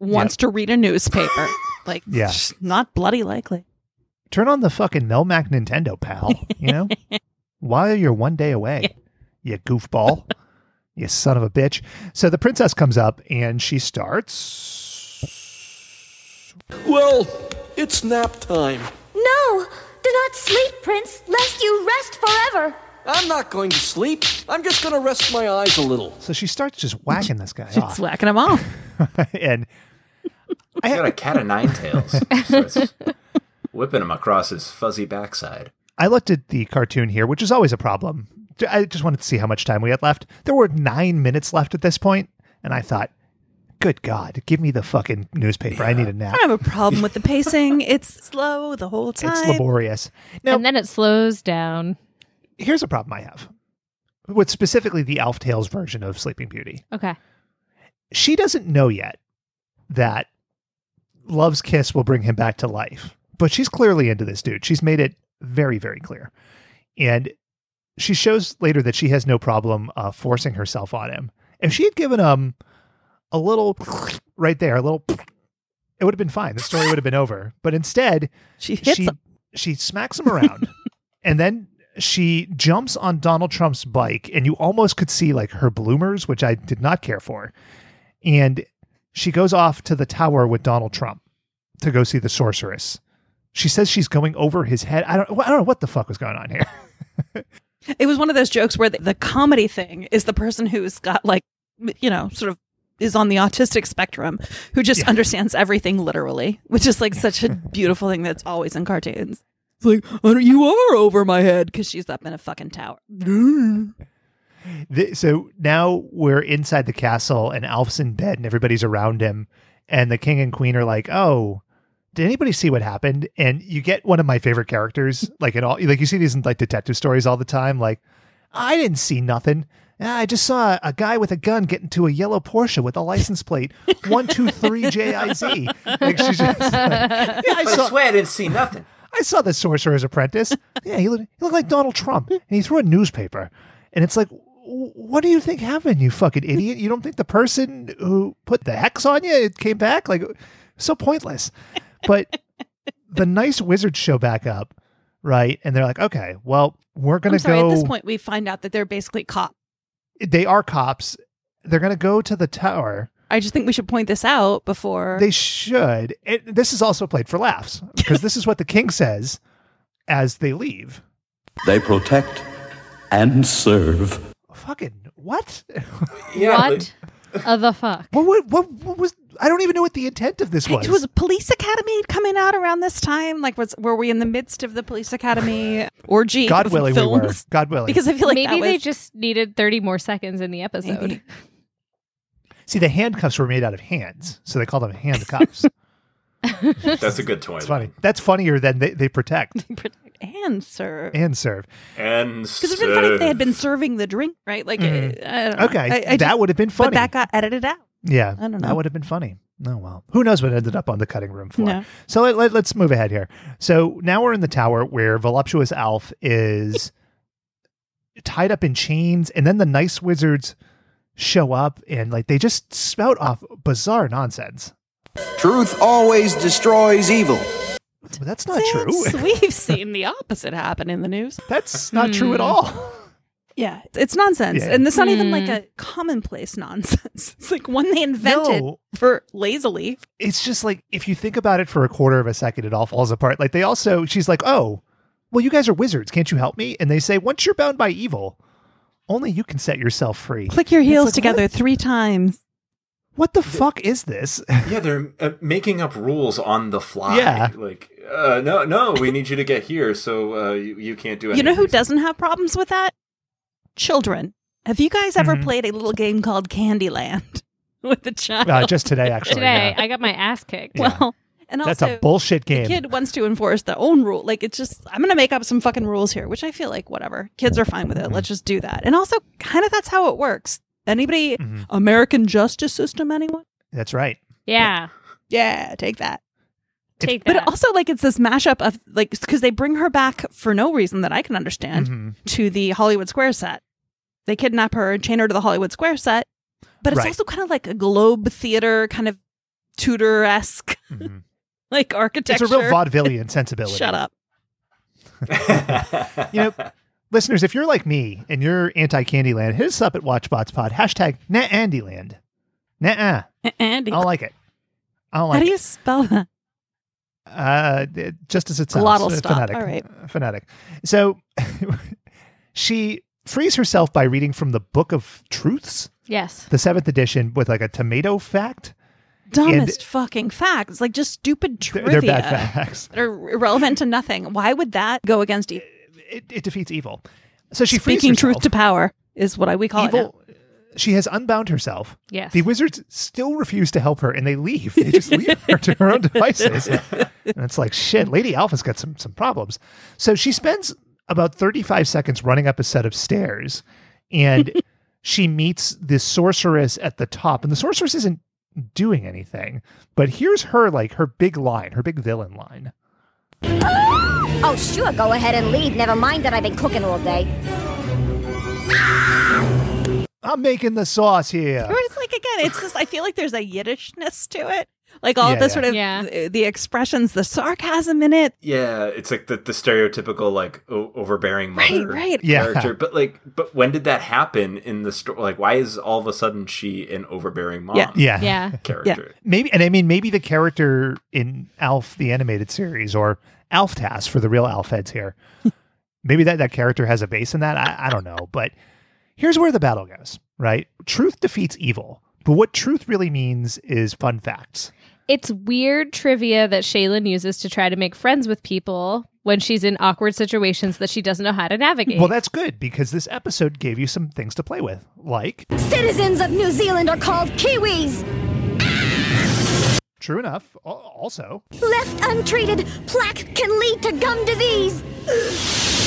S4: wants to read a newspaper. like,
S2: Yeah.
S4: it's not bloody likely.
S2: Turn on the fucking Melmac Nintendo, pal. You know? While you're one day away, you goofball. you son of a bitch. So the princess comes up and she starts
S7: Well, it's nap time.
S5: No! Do not sleep, Prince, lest you rest forever!
S6: I'm not going to sleep. I'm just going to rest my eyes a little.
S2: so she starts just whacking this guy
S4: It's
S2: off.
S4: whacking them off.
S2: and
S1: He's got a cat of nine tails. Starts whipping him across his fuzzy backside.
S2: I looked at the cartoon here, which is always a problem. I just wanted to see how much time we had left. There were nine minutes left at this point, and I thought, good God, give me the fucking newspaper. I need a nap.
S4: I don't have a problem with the pacing. It's slow the whole time.
S2: It's laborious. Now,
S3: And then it slows down.
S2: here's a problem I have with specifically the Alf Tales version of Sleeping Beauty.
S3: Okay.
S2: She doesn't know yet that Love's Kiss will bring him back to life, but she's clearly into this dude. She's made it very, very clear. And she shows later that she has no problem uh, forcing herself on him. If she had given him a little right there, a little, it would have been fine. The story would have been over. But instead,
S4: She hits
S2: she, she smacks him around and then she jumps on Donald Trump's bike and you almost could see like her bloomers, which I did not care for. And she goes off to the tower with Donald Trump to go see the sorceress. She says she's going over his head. I don't I don't know what the fuck was going on here.
S4: It was one of those jokes where the, the comedy thing is the person who's got like, m- you know, sort of is on the autistic spectrum who just
S2: Yeah.
S4: understands everything literally, which is like such a beautiful thing that's always in cartoons. It's like, "Oh, you are over my head because she's up in a fucking tower.
S2: Th- so now we're inside the castle and Alf's in bed and everybody's around him. And the king and queen are like, oh, did anybody see what happened? And you get one of my favorite characters, like in all, like you see these in like detective stories all the time. Like, I didn't see nothing. Ah, I just saw a guy with a gun get into a yellow Porsche with a license plate one two three J I Z. Like she's just like, yeah, I
S1: But I
S2: saw,
S1: swear I didn't see nothing.
S2: I saw the Sorcerer's Apprentice. Yeah, he looked, he looked like Donald Trump, and he threw a newspaper. And it's like, w- what do you think happened, you fucking idiot? You don't think the person who put the hex on you it came back? Like, so pointless. But the nice wizards show back up, right? And they're like, okay, well, we're gonna
S4: I'm sorry,
S2: go
S4: At this point, we find out that they're basically cop.
S2: they are cops. They're going to go to the tower.
S4: I just think we should point this out before
S2: They should. It, this is also played for laughs because this is what the king says as they leave.
S9: They protect and serve.
S2: Fucking what?
S1: Yeah,
S3: what of the fuck?
S2: What, what, what, what was? I don't even know what the intent of this was.
S4: It was a police academy coming out around this time. Like, was were we in the midst of the police academy orgy?
S2: God
S4: of
S2: willing, we were.
S4: films?
S2: God willing.
S4: Because I feel like
S3: Maybe
S4: that
S3: they
S4: was-
S3: just needed 30 more seconds in the episode.
S4: Maybe.
S2: see, the handcuffs were made out of hands, so they call them handcuffs.
S1: That's a good toy.
S2: It's funny. That's funnier than they, they protect
S4: and serve.
S2: and serve.
S1: And
S4: Because it'd been funny if they had
S1: serve.
S4: been serving the drink, right? Like, I don't know.
S2: Mm. Okay,
S4: I- I
S2: that
S4: just-
S2: would have been funny.
S4: But that got edited out.
S2: Yeah,
S4: I don't know.
S2: That would have been funny. Oh well, who knows what ended up on the cutting room floor?
S4: No.
S2: So let, let, us move ahead here. So now we're in the tower where voluptuous Alf is tied up in chains, and then the nice wizards show up and like they just spout off bizarre nonsense.
S8: Truth always destroys evil.
S2: But that's not
S4: That's-
S2: true.
S4: We've seen the opposite happen in the news.
S2: That's not true
S4: Hmm.
S2: at all.
S4: Yeah, Hmm. it's nonsense,
S2: Yeah.
S4: and it's not even like a commonplace nonsense. It's like one they invented
S2: No.
S4: for lazily.
S2: It's just like if you think about it for a quarter of a second, it all falls apart. Like they also, she's like, "Oh, well, you guys are wizards. Can't you help me?" And they say, "Once you're bound by evil." Only you can set yourself free.
S4: Click your
S2: It's
S4: heels
S2: like,
S4: together
S2: what-
S4: three times.
S2: what the fuck is this?
S1: Yeah, they're uh, making up rules on the fly.
S2: Yeah.
S1: like uh, no, no, we need you to get here, so uh, you, you can't do
S4: You
S1: anything.
S4: know who doesn't have problems with that? Children. Have you guys ever
S2: Mhm.
S4: played a little game called Candyland with a child?
S2: Uh, just today, actually.
S3: Today,
S2: yeah.
S3: I got my ass kicked.
S2: Yeah.
S4: Well, and
S2: that's
S4: also
S2: a bullshit
S4: the
S2: game.
S4: kid wants to enforce their own rule. Like it's just I'm gonna make up some fucking rules here, which I feel like whatever. Kids are fine with it.
S2: Mm-hmm.
S4: Let's just do that. And also kind of that's how it works. Anybody
S2: Mhm.
S4: American justice system anyone?
S2: That's right.
S3: Yeah.
S4: Yeah, take that.
S2: If-
S3: Take
S4: But
S3: that.
S4: also like it's this mashup of like because they bring her back for no reason that I can understand
S2: Mhm.
S4: to the Hollywood Square set. They kidnap her and chain her to the Hollywood Square set. But it's
S2: Right.
S4: also kind of like a globe theater kind of Tudor esque
S2: Mhm.
S4: like
S2: It's
S4: architecture.
S2: a real vaudevillian sensibility.
S4: Shut up.
S1: does?
S2: You know, listeners, if you're like me and you're anti Candyland, hit us up at WatchBotsPod. Hashtag NahAndyland. Nah, I
S4: Andy.
S2: don't like it. I don't
S4: How
S2: like
S4: do you spell that?
S2: it. Uh, it- just as it sounds.
S4: Glottal
S2: uh,
S4: stop.
S2: Phonetic.
S4: All right.
S2: Uh, Phonetic. So she frees herself by reading from the Book of Truths,
S3: yes.
S2: the seventh edition, with like a tomato fact.
S4: Dumbest fucking facts. Like just stupid
S2: They're-
S4: trivia.
S2: They're bad facts.
S4: that are irrelevant to nothing. Why would that go against e-
S2: It, it defeats evil. So she frees
S4: speaking truth
S2: herself.
S4: to power? Is what I we call it.
S2: evil. She has unbound herself.
S3: Oh, Yes.
S2: The wizards still refuse to help her, and they leave. They just leave her to her own devices. and it's like shit. Lady Alpha's got some some problems. So she spends about thirty five seconds running up a set of stairs, and she meets the sorceress at the top. And the sorceress isn't doing anything, but here's her like her big line, her big villain line.
S5: Oh, sure, go ahead and leave. Never mind that I've been cooking all day.
S2: I'm making the sauce here.
S4: Where it's like again, it's just I feel like there's a Yiddishness to it. Like all
S2: Yeah,
S4: the
S2: yeah.
S4: sort of
S3: Yeah.
S4: the, the expressions, the sarcasm in it.
S1: yeah, it's like the, the stereotypical like o- overbearing mother
S4: right.
S2: Yeah.
S1: character. But like, but when did that happen in the story? Like, why is all of a sudden she an overbearing mom?
S4: Yeah.
S2: Yeah.
S3: yeah.
S1: character.
S2: maybe and i mean maybe the character in alf the animated series or alf task for the real alf heads here maybe that that character has a base in that I, I don't know but here's where the battle goes right truth defeats evil but what truth really means is fun facts
S3: It's weird trivia that Shaylin uses to try to make friends with people when she's in awkward situations that she doesn't know how to navigate.
S2: Well, that's good because this episode gave you some things to play with, like
S5: Citizens of New Zealand are called Kiwis.
S2: True enough. al- Also,
S5: Left untreated, plaque can lead to gum disease.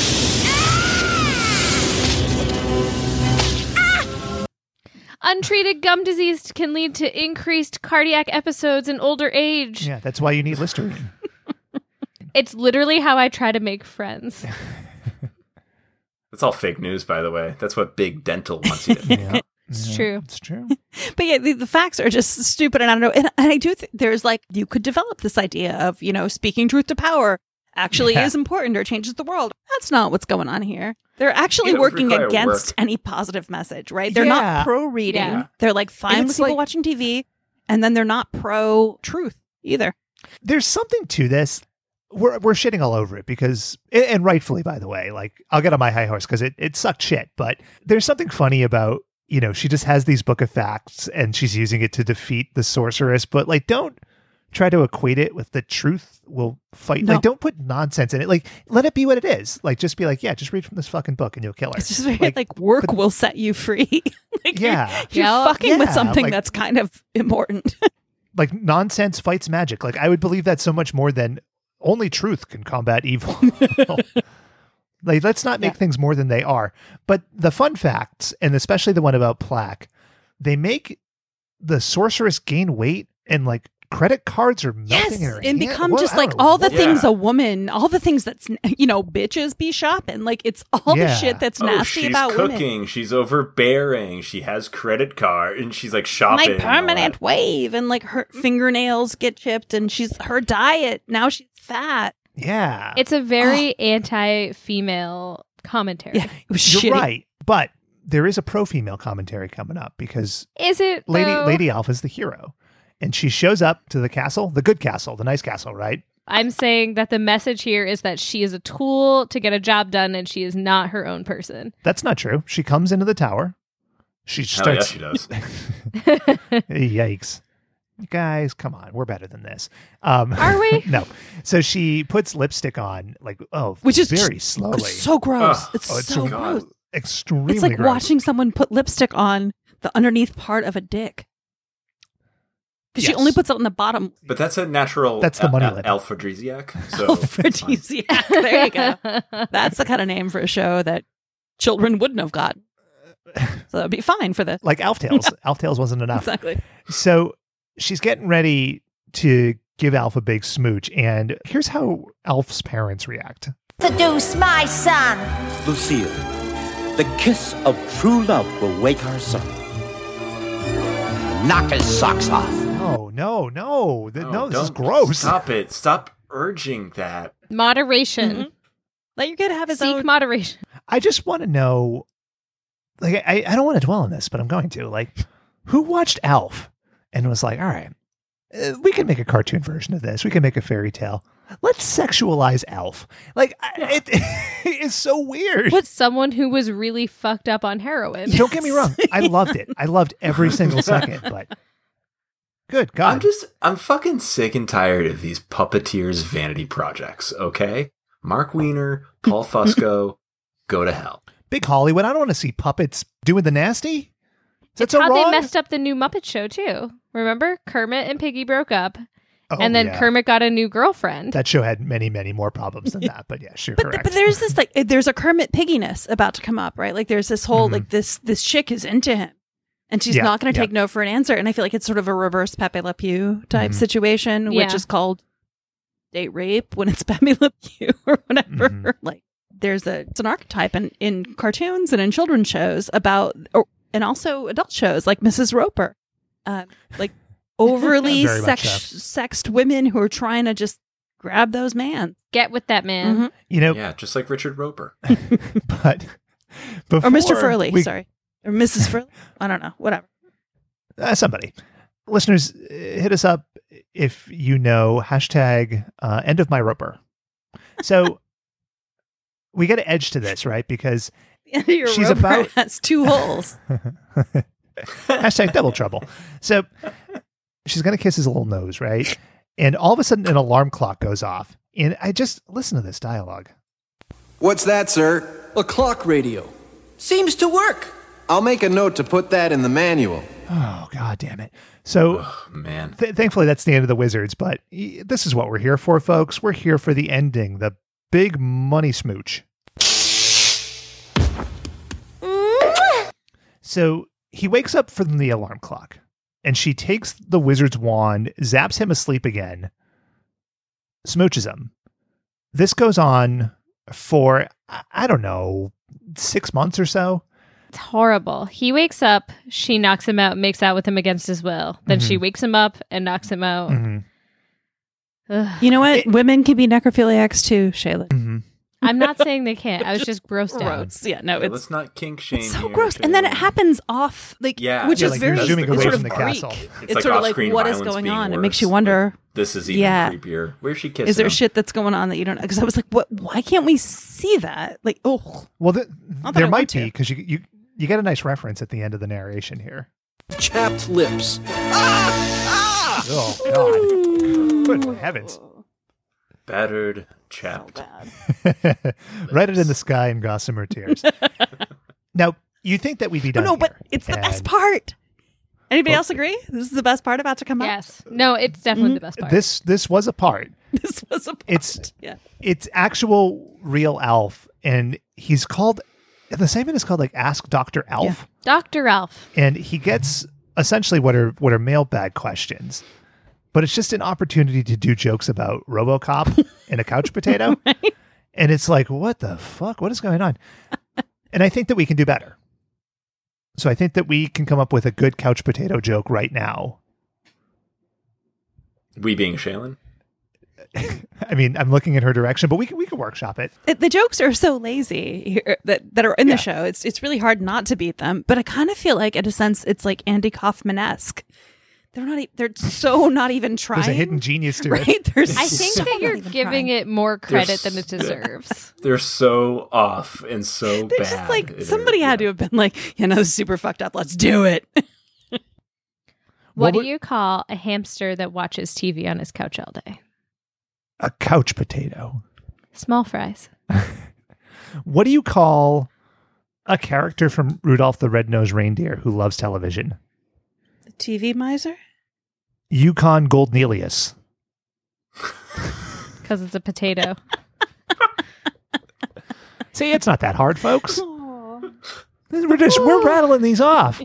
S3: Untreated gum disease can lead to increased cardiac episodes in older age.
S2: yeah, that's why you need Listerine.
S3: It's literally how I try to make friends.
S1: That's all fake news, by the way. That's what Big Dental wants you to think.
S2: yeah,
S3: It's true.
S2: it's true.
S4: but yeah, the, the facts are just stupid, and I don't know. And, and I do. Th- there's like you could develop this idea of you know speaking truth to power actually
S2: Yeah.
S4: is important or changes the world. That's not what's going on here. They're
S1: It
S4: actually
S1: would
S4: working
S1: require work.
S4: against any positive message, right? They're
S2: Yeah.
S4: not pro reading.
S3: Yeah.
S4: They're like fine
S2: And
S4: with
S2: it's
S4: people
S2: like-
S4: watching TV, and then they're not pro truth either.
S2: There's something to this. We're we're shitting all over it because, and- and rightfully, by the way. Like, I'll get on my high horse because it it sucked shit. But there's something funny about you know she just has these book of facts and she's using it to defeat the sorceress. But like, don't try to equate it with the truth. Will fight.
S4: No.
S2: Like, don't put nonsense in it. Like, let it be what it is. Like, just be like, yeah, just read from this fucking book and you'll kill her.
S4: It's just very, like, work will set you free. like you're-
S2: Yeah.
S4: you're,
S3: Yeah,
S4: fucking with
S2: yeah,
S4: something
S2: like-
S4: that's kind of important.
S2: like nonsense fights magic. Like I would believe that so much more than only truth can combat evil. like let's not make things more than they are. But the fun facts, and especially the one about plaque, they make the sorceress gain weight and like credit cards are melting in her
S4: and
S2: hand.
S4: become
S2: Whoa,
S4: just
S2: I
S4: like
S2: don't know
S4: all the
S2: what-
S4: things
S1: Yeah.
S4: a woman, all the things that's you know bitches be shopping. Like it's all the
S2: Yeah.
S4: shit that's
S1: Oh,
S4: nasty
S1: she's
S4: about
S1: cooking.
S4: women.
S1: She's overbearing. She has credit card, and she's like
S4: My
S1: shopping. and all that.
S4: permanent
S1: Mm-hmm.
S4: wave and like her fingernails get chipped and she's her diet now she's fat.
S2: Yeah.
S3: It's a very anti-female commentary.
S4: Yeah, it was
S2: You're
S4: shitty.
S2: right. But there is a pro female commentary coming up because
S3: Is it
S2: Lady
S3: though?
S2: Lady Alpha's the hero. And she shows up to the castle, the good castle, the nice castle, right?
S3: I'm saying that the message here is that she is a tool to get a job done and she is not her own person.
S2: That's not true. She comes into the tower. She
S1: Hell yeah,
S2: starts.
S1: she does.
S2: Yikes. Guys, come on. We're better than this. Um,
S3: Are we?
S2: no. So she puts lipstick on, like, oh,
S4: Which is
S2: very
S4: just-
S2: slowly.
S4: It's so gross.
S1: Ugh.
S4: It's,
S2: Oh, it's
S4: so
S2: so-
S4: gross.
S2: extremely
S4: It's like
S2: gross.
S4: watching someone put lipstick on the underneath part of a dick. Because she
S2: Yes.
S4: only puts it on the bottom.
S1: But that's a natural.
S2: That's the money lady.
S1: Alphrodisiac. So it's fine.
S4: Aphrodisiac. There you go. That's the kind of name for a show that children wouldn't have gotten. So that'd be fine for this.
S2: Like Alf Tales. Alf Tales wasn't enough.
S4: Exactly.
S2: So she's getting ready to give Alf a big smooch. And here's how Alf's parents react.
S5: Seduce my son.
S9: Lucille, the kiss of true love will wake our son. Knock his socks off.
S2: Oh, no, no. Th-
S1: No,
S2: no, this is
S1: Oh, don't-
S2: gross.
S1: Stop it. Stop urging that.
S3: Moderation.
S4: Let your kid have his
S3: Seek
S4: own.
S3: moderation.
S2: I just want to know, like, I, I don't want to dwell on this, but I'm going to. Like, who watched Alf and was like, all right, uh, we can make a cartoon version of this. We can make a fairy tale. Let's sexualize Alf. Like, I, it is so weird.
S3: With someone who was really fucked up on heroin.
S2: Don't get me wrong. I loved it. I loved every single second, but good God.
S1: I'm just. I'm fucking sick and tired of these puppeteers' vanity projects. Okay, Mark Wiener, Paul Fusco, go to hell.
S2: Big Hollywood. I don't want to see puppets doing the nasty. That's so
S3: How
S2: wrong.
S3: they messed up the new Muppet Show too. Remember, Kermit and Piggy broke up,
S2: Oh,
S3: and then
S2: yeah.
S3: Kermit got a new girlfriend.
S2: That show had many, many more problems than that, but yeah, sure.
S4: But,
S2: correct.
S4: but there's this like eh, there's a Kermit pigginess about to come up, right? Like there's this whole like this this chick is into him, and she's
S2: Mm-hmm. Yeah,
S4: not going to
S2: yeah.
S4: take no for an answer. And I feel like it's sort of a reverse Pepe Le Pew
S2: Mm-hmm.
S4: type situation, which
S3: Yeah.
S4: is called date rape when it's Pepe Le Pew or whatever.
S2: Mhm.
S4: Like there's a it's an archetype in in cartoons and in children's shows about or, and also adult shows like Mrs. Roper, um, like overly
S2: Very much
S4: sex,
S2: so.
S4: sexed women who are trying to just grab those man.
S3: Get with that man.
S4: Mhm.
S2: you know,
S1: Yeah, just like Richard Roper.
S2: but before
S4: or Mr. Furley,
S2: we-
S4: sorry, or Mrs. Furley. I don't know, whatever.
S2: uh, somebody, listeners, uh, hit us up if you know hashtag uh, end of my roper. So we get an edge to this, right? Because
S4: The end of your
S2: She's
S4: rope
S2: about-
S4: has two holes.
S2: hashtag double trouble. So she's gonna kiss his little nose, right? And all of a sudden, an alarm clock goes off, And I just listen to this dialogue.
S8: What's that, sir?
S6: A clock radio. Seems to work.
S8: I'll make a note to put that in the manual.
S2: Oh god damn it! So
S1: man,
S2: th- thankfully that's the end of the wizards. But y- this is what we're here for, folks. We're here for the ending, the big money smooch. So he wakes up from the alarm clock, and she takes the wizard's wand, zaps him asleep again, smooches him. This goes on for I- I don't know six months or so.
S3: It's horrible. He wakes up, she knocks him out, makes out with him against his will. Then
S2: Mm-hmm.
S3: she wakes him up and knocks him out.
S2: Mm.
S3: Ugh.
S4: You know what? Women can be necrophiliacs too, Shayla.
S3: I'm not saying they can't. I was just grossed out.
S10: Gross. Yeah, no,
S1: Yeah,
S10: it's
S1: let's not kink shame.
S4: It's so
S1: here,
S4: gross. And then it
S1: too.
S4: happens off, like,
S1: Yeah,
S4: which
S1: yeah,
S4: is
S1: like
S4: very
S1: you're zooming
S4: it's
S1: away
S4: sort
S1: from the
S4: of Greek.
S2: castle.
S1: It's
S10: it's sort of like
S1: off-screen
S10: what is
S1: violence
S10: going
S1: being
S10: on. It
S1: worse.
S10: makes you wonder.
S1: Like, this is even
S4: Yeah.
S1: creepier. Where's she kissing?
S4: Is there
S1: him?
S4: shit that's going on that you don't? Because I was like, what? Why can't we see that? Like, oh,
S2: Well, th-
S4: Not that
S2: there
S4: I
S2: might
S4: want
S2: be
S4: to.
S2: because you you you get a nice reference at the end of the narration here.
S6: Chapped lips.
S2: Oh God! Good heavens!
S1: battered, chapped?
S2: Write it in the sky in gossamer tears. now you think that we'd be
S4: Oh,
S2: done?
S4: no, but
S2: here,
S4: it's the best
S2: and
S4: part. Anybody
S1: Oh.
S2: Well-
S4: else agree? This is the best part about to come up.
S3: Yes. No, it's definitely the best part.
S2: This this was a part.
S4: This was a part.
S2: It's-
S4: yeah.
S2: It's actual real Alf, and he's called. The segment is called like Ask Doctor Alf.
S3: Dr. Ralph.
S2: and he gets essentially what are what are mailbag questions but it's just an opportunity to do jokes about robocop and a couch potato and it's like what the fuck what is going on and i think that we can do better so i think that we can come up with a good couch potato joke right now
S1: We being Shaylin.
S2: i mean i'm looking in her direction but we can we can workshop it
S4: It- the jokes are so lazy here that, that are in
S2: Yeah.
S4: the show. It's it's really hard not to beat them. But I kind of feel like, in a sense, it's like Andy Kaufman esque. They're not. E- they're so not even trying.
S2: there's a hidden genius to it
S4: right? There's
S3: I think
S4: so
S3: that
S4: not
S3: you're
S4: even
S3: giving
S4: trying.
S3: it more credit than it
S1: There's-
S3: deserves.
S1: They're so off and so
S4: They're
S1: bad.
S4: just like
S1: It-
S4: somebody had to have been like, you know, this is super fucked up. Let's do it.
S2: What
S3: What do
S2: would-
S3: you call a hamster that watches TV on his couch all day?
S2: a couch potato
S3: Small fries.
S2: what do you call a character from rudolph the red-nosed reindeer who loves television
S4: The TV miser.
S2: yukon goldnelius
S3: Because it's a potato.
S2: See, it's not that hard, folks. We're just we're rattling these off.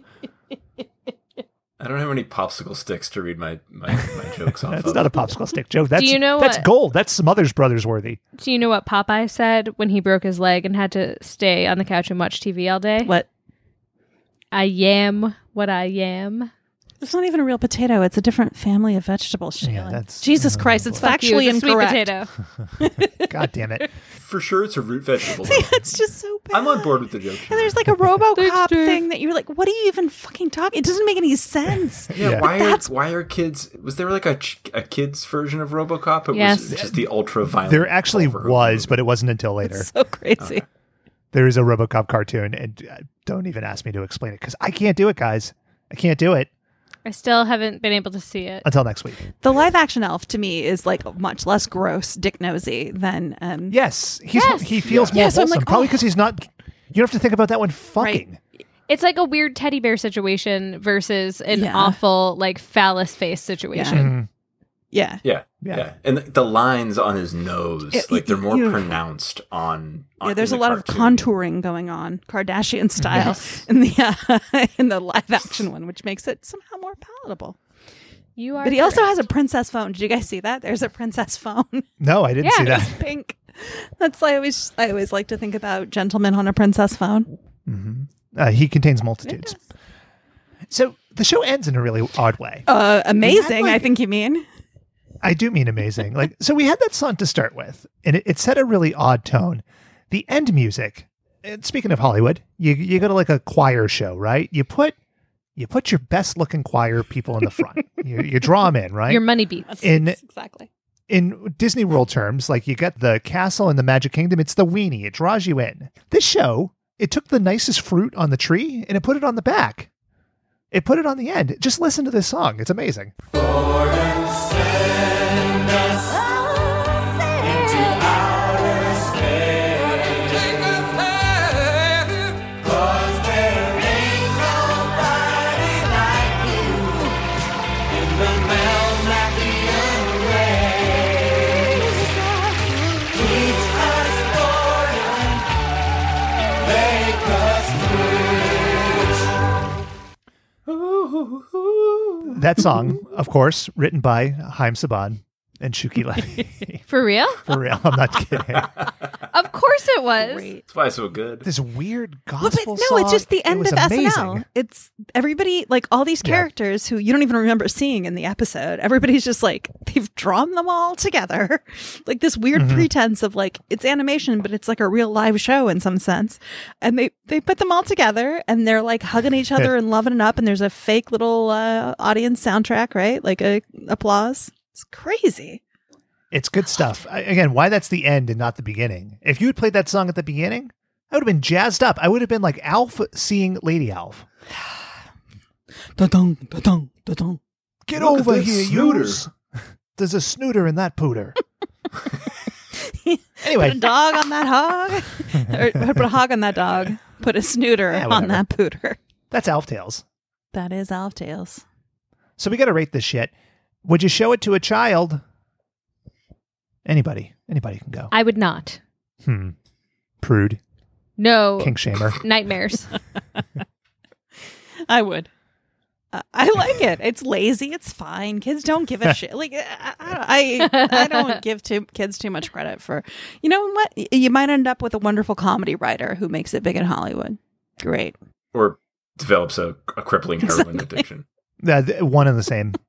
S1: I don't have any popsicle sticks to read my my, my jokes off.
S2: That's
S1: of.
S2: not a popsicle stick joke. That's
S3: you know
S2: that's
S3: what-
S2: gold. That's Smothers Brothers worthy.
S3: Do you know what Popeye said when he broke his leg and had to stay on the couch and watch TV all day?
S4: What?
S3: I yam what I yam.
S4: It's not even a real potato. It's a different family of vegetables. Shayla.
S2: Yeah, that's-
S4: Jesus Christ. It's
S3: Fuck you,
S4: factually
S3: it's a
S4: incorrect.
S3: Sweet potato.
S2: God damn it.
S1: For sure, it's a root vegetable.
S4: it's just so bad.
S1: I'm on board with the joke.
S4: And there's like a
S3: Thanks,
S4: RoboCop
S3: Dave.
S4: thing that you're like, what are you even fucking talking? It doesn't make any sense.
S1: yeah,
S2: Yeah.
S1: why are why are kids? Was there like a ch- a kids version of RoboCop? It
S3: Yes.
S1: was just the ultra violent.
S2: There actually
S1: Wolverine
S2: was,
S1: movie.
S2: but it wasn't until later.
S4: so crazy.
S1: Uh-huh.
S2: There is a RoboCop cartoon, and uh, don't even ask me to explain it because I can't do it, guys. I can't do it
S3: I still haven't been able to see it.
S2: until next week.
S4: The live action elf to me is like much less gross, dick nosy than um
S2: Yes, he's
S3: Yes.
S2: he feels more
S4: Yes, I'm
S2: wholesome,
S4: like,
S2: probably
S4: oh.
S2: because he's not. You don't have to think about that one fucking.
S3: It's like a weird teddy bear situation versus an
S4: Yeah.
S3: awful like phallus face situation.
S4: yeah.
S1: Yeah,
S2: Yeah.
S1: yeah, and the, the lines on his nose,
S4: Yeah,
S1: like they're more
S4: you-
S1: pronounced on. on
S4: Yeah, there's
S1: in
S4: a
S1: the
S4: lot of
S1: cartoon.
S4: contouring going on, Kardashian style, in the uh, in the live action one, which makes it somehow more palatable.
S3: You are
S4: But he also
S3: correct.
S4: has a princess phone. Did you guys see that? There's a princess phone.
S2: No, I didn't see
S3: Yeah.
S2: that.
S4: pink. That's why I always I always like to think about gentlemen on a princess phone.
S2: Uh, he contains multitudes. So the show ends in a really odd way.
S4: Uh, amazing, I
S2: like-
S4: think you mean.
S2: I do mean amazing. Like, so we had that song to start with, and it, it set a really odd tone. The end music. And speaking of Hollywood, you you go to like a choir show, right? You put you put your best looking choir people in the front. you, you draw them in, right?
S3: your money beats.
S2: in
S4: Exactly.
S2: in Disney World terms, like you got the castle and the Magic Kingdom. It's the weenie. It draws you in. This show, it took the nicest fruit on the tree and it put it on the back. It put it on the end. Just listen to this song. It's amazing.
S5: Oh, send
S2: that song, of course, written by Haim Saban and Shuki Levy.
S3: For real?
S2: For real, I'm not kidding.
S3: Of course it was.
S1: That's why it's so good.
S2: This weird
S4: Well, but
S2: gospel
S4: no,
S2: song.
S4: it's just the
S2: It
S4: end
S2: was
S4: of
S2: amazing.
S4: SNL. It's everybody, like all these characters who you don't even remember seeing in the episode. Everybody's just like they've drawn them all together, like this weird
S2: Mhm.
S4: pretense of like it's animation, but it's like a real live show in some sense. And they they put them all together, and they're like hugging each other and loving it up. And there's a fake little uh, audience soundtrack, right? Like a applause. It's crazy.
S2: It's good stuff. I, again, why that's the end and not the beginning. If you had played that song at the beginning, I would have been jazzed up. I would have been like Alf seeing Lady Alf.
S4: Da-dung, da-dung, da-dung.
S2: Get
S1: Look at
S2: over
S1: this
S2: here,
S1: snooter.
S2: you. There's a snooter in that pooter. anyway,
S4: Put a dog on that hog. or put a hog on that dog. Put a snooter
S2: Yeah, whatever.
S4: on that pooter.
S2: that's Alf Tales.
S4: That is Alf Tales.
S2: So we got to rate this shit. Would you show it to a child? Anybody, anybody can go.
S3: I would not.
S2: Hmm. Prude,
S3: No
S2: kink shamer.
S3: nightmares.
S4: I would. Uh, I like it. It's lazy. It's fine. Kids don't give a shit. Like I, I, I- I don't give too, kids too much credit for. You know what? Y- You might end up with a wonderful comedy writer who makes it big in Hollywood. Great.
S1: Or develops a, a crippling heroin addiction.
S2: Yeah, th- one and the same.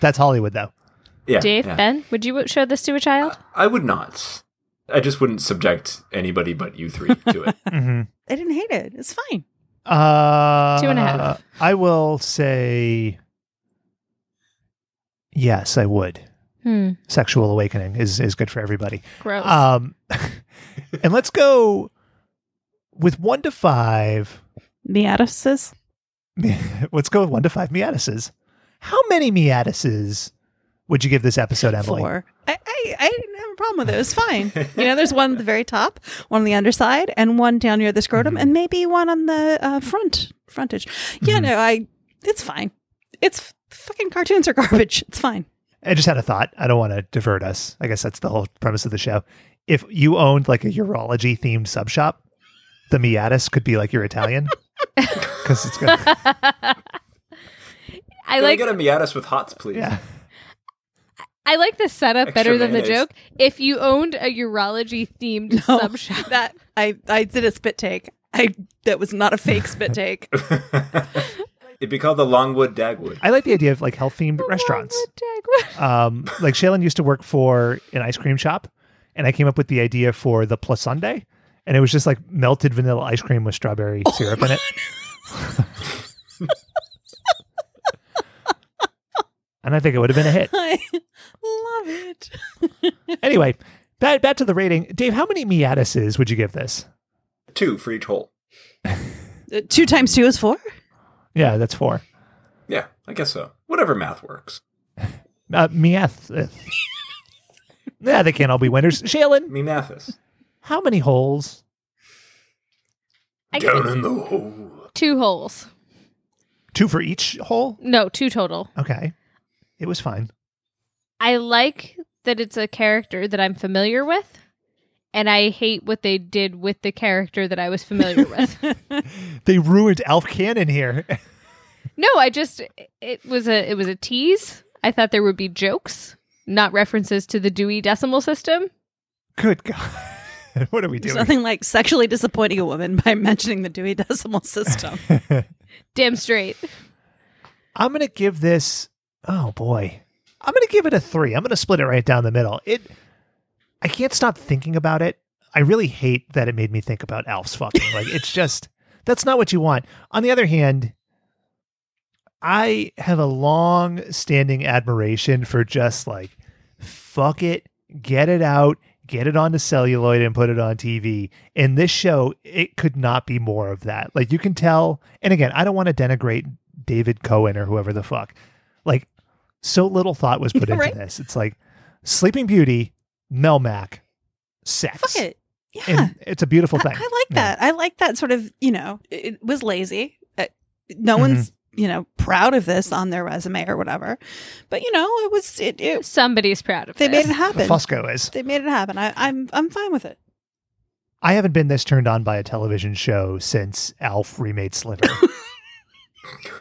S2: That's Hollywood, though.
S1: Yeah.
S3: Dave,
S1: yeah.
S3: Ben, would you show this to a child?
S1: I would not. I just wouldn't subject anybody but you three to it.
S2: Mm-hmm.
S4: I didn't hate it. It's fine.
S2: Uh,
S3: Two and a half.
S2: I will say yes. I would.
S3: Hmm.
S2: Sexual awakening is is good for everybody.
S3: Gross.
S2: Um, and let's go with one to five.
S4: Meatus
S2: Let's go with one to five meatuses. How many meatuses would you give this episode, Emily?
S4: four. I, I, I didn't have a problem with it. It was fine. you know, there's one at the very top, one on the underside, and one down near the scrotum, and maybe one on the uh, front frontage. Yeah, no, I. It's fine. It's fucking cartoons are garbage. It's fine.
S2: I just had a thought. I don't want to divert us. I guess that's the whole premise of the show. If you owned like a urology themed sub shop, the Miatus could be like your Italian because it's good.
S3: I
S1: Can
S3: like
S1: we get a Miatus with hots, please?
S2: Yeah.
S3: I like the setup
S1: Extra
S3: better than the
S1: mayonnaise.
S3: joke. If you owned a urology themed sub shop,
S4: Oh, That I I did a spit take. I that was not a fake spit take.
S1: It'd be called the Longwood Dagwood.
S2: I like the idea of like health themed restaurants. Um, like Shaylin used to work for an ice cream shop, and I came up with the idea for the Plus Sunday, and it was just like melted vanilla ice cream with strawberry syrup in it. and I think it would have been a hit.
S4: I love it.
S2: Anyway, back, back to the rating. Dave, how many miatuses would you give this?
S1: Two for each hole.
S4: Uh, two times two is four.
S2: Yeah, that's four.
S1: Yeah, I guess so. Whatever math works.
S2: Uh, miath. yeah, they can't all be winners. Shaylin,
S1: Me Mathis.
S2: how many holes?
S3: I
S1: Down in the hole.
S3: two holes.
S2: Two for each hole?
S3: No, two total.
S2: Okay. It was fine.
S3: I like that it's a character that I'm familiar with, and I hate what they did with the character that I was familiar with.
S2: They ruined Alf Cannon here.
S3: No, I just it was a it was a tease. I thought there would be jokes, not references to the Dewey Decimal System.
S2: Good God. what are we
S4: There's
S2: doing?
S4: nothing like sexually disappointing a woman by mentioning the Dewey Decimal System.
S3: Damn straight.
S2: I'm going to give this, oh boy. I'm going to give it a three. I'm going to split it right down the middle. It, I can't stop thinking about it. I really hate that it made me think about Alf's fucking. Like, it's just, that's not what you want. On the other hand, I have a long standing admiration for just like, fuck it, get it out, get it onto celluloid and put it on TV. And this show, it could not be more of that. Like you can tell, and again, I don't want to denigrate David Cohen or whoever the fuck. Like, so little thought was put
S4: Right.
S2: into this. It's like Sleeping Beauty, Melmac, sex.
S4: Fuck it. Yeah.
S2: And it's a beautiful thing.
S4: I, I like
S2: Yeah.
S4: that. I like that sort of, you know, it, it was lazy. Uh,
S2: Mm-hmm.
S4: no one's, you know, proud of this on their resume or whatever. But, you know, it was, it, it
S3: Somebody's proud of
S4: they made
S3: this.
S4: it happen.
S2: Fusco is.
S4: They made it happen. I, I'm, I'm fine with it.
S2: I haven't been this turned on by a television show since Alf remade Sliver.
S1: Since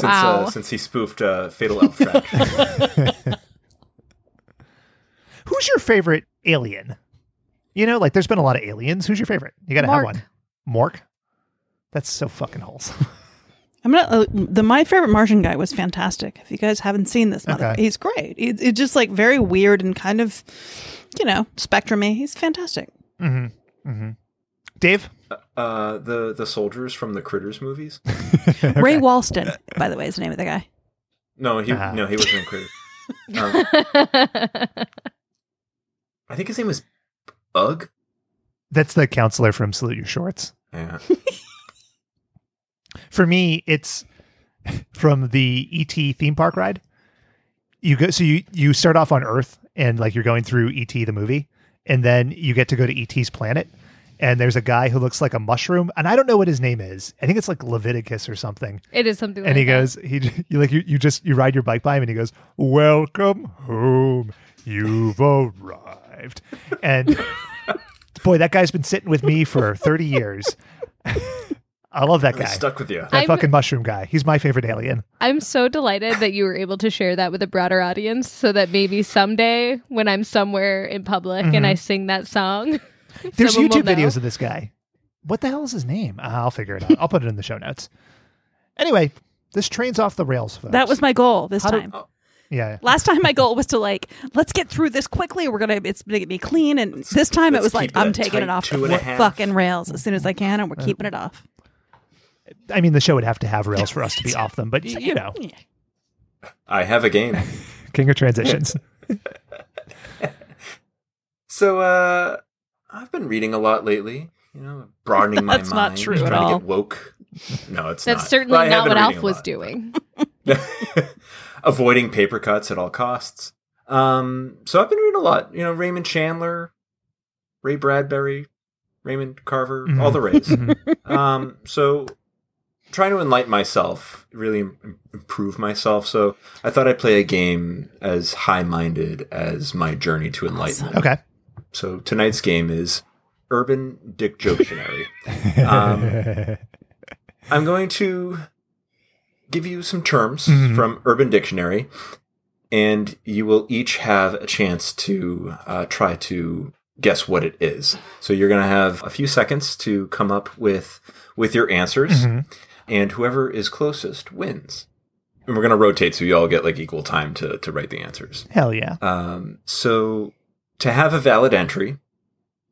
S3: Wow.
S1: uh, since he spoofed uh, Fatal Elf Track.
S2: Who's your favorite alien? You know, like there's been a lot of aliens. Who's your favorite? You got to have
S4: Mork.
S2: one. Mork. That's so fucking wholesome.
S4: I'm gonna. Uh, the my favorite Martian guy was fantastic. If you guys haven't seen this, motherfucker,
S2: Okay.
S4: he's great. It, it's just like very weird and kind of, you know, spectrumy. He's fantastic.
S2: Mm-hmm. Mm-hmm. Dave.
S1: uh, the the soldiers from the Critters movies.
S4: Ray Walston, by the way, is the name of the guy.
S1: No, he
S10: Uh-huh.
S2: Ah.
S1: no he wasn't in Critters. Um, I think his name was Ugg.
S2: That's the counselor from Salute Your Shorts.
S1: Yeah.
S2: For me, it's from the ET theme park ride. You go so you you start off on Earth and like you're going through ET the movie, and then you get to go to ET's planet. And there's a guy who looks like a mushroom, and I don't know what his name is. I think it's like Leviticus or something.
S3: It is something.
S2: and
S3: like
S2: he
S3: that.
S2: goes he j- you like you, you just you ride your bike by him and he goes welcome home you've arrived and boy that guy's been sitting with me for 30 years i love that
S1: They
S2: guy
S1: stuck with you.
S2: that fucking mushroom guy he's my favorite alien
S3: I'm so delighted that you were able to share that with a broader audience so that maybe someday when I'm somewhere in public and I
S2: Mhm.
S3: sing that song,
S2: there's
S3: someone will
S2: youtube videos
S3: know.
S2: of this guy what the hell is his name Ah, i'll figure it out i'll put it in the show notes anyway this train's off the rails folks.
S4: That was my goal this
S2: How do-
S4: time.
S2: yeah
S4: Last time my goal was to like, let's get through this quickly. We're gonna it's gonna get me clean. And this time it
S1: let's
S4: was like,
S1: keep it
S4: I'm
S1: a
S4: taking
S1: tight
S4: it off
S1: two and
S4: the
S1: a half.
S4: fucking rails as soon as I can, and we're keeping it off.
S2: i mean the show would have to have rails for us to be off them but y- you know
S1: I have a game.
S2: king of transitions
S1: So uh, I've been reading a lot lately. You know, broadening my
S10: That's not
S1: mind.
S10: true
S1: trying
S10: at
S1: to
S10: all.
S1: Get woke. No, it's
S3: that's
S1: not.
S3: certainly
S1: But I have
S3: not
S1: been
S3: what
S1: reading
S3: Alf
S1: a lot.
S3: was doing.
S1: avoiding paper cuts at all costs. Um, so I've been reading a lot. You know, Raymond Chandler, Ray Bradbury, Raymond Carver,
S2: Mhm.
S1: all the Rays.
S2: Mhm.
S1: um, so trying to enlighten myself, really im- improve myself. So I thought I'd play a game as high-minded as my journey to enlightenment.
S2: okay
S1: So tonight's game is Urban Dictionary. um, I'm going to give you some terms
S2: Mhm.
S1: from Urban Dictionary, and you will each have a chance to uh, try to guess what it is. So you're going to have a few seconds to come up with with your answers,
S2: Mhm.
S1: and whoever is closest wins. And we're going to rotate so you all get like equal time to to write the answers.
S2: Hell yeah.
S1: Um, so to have a valid entry,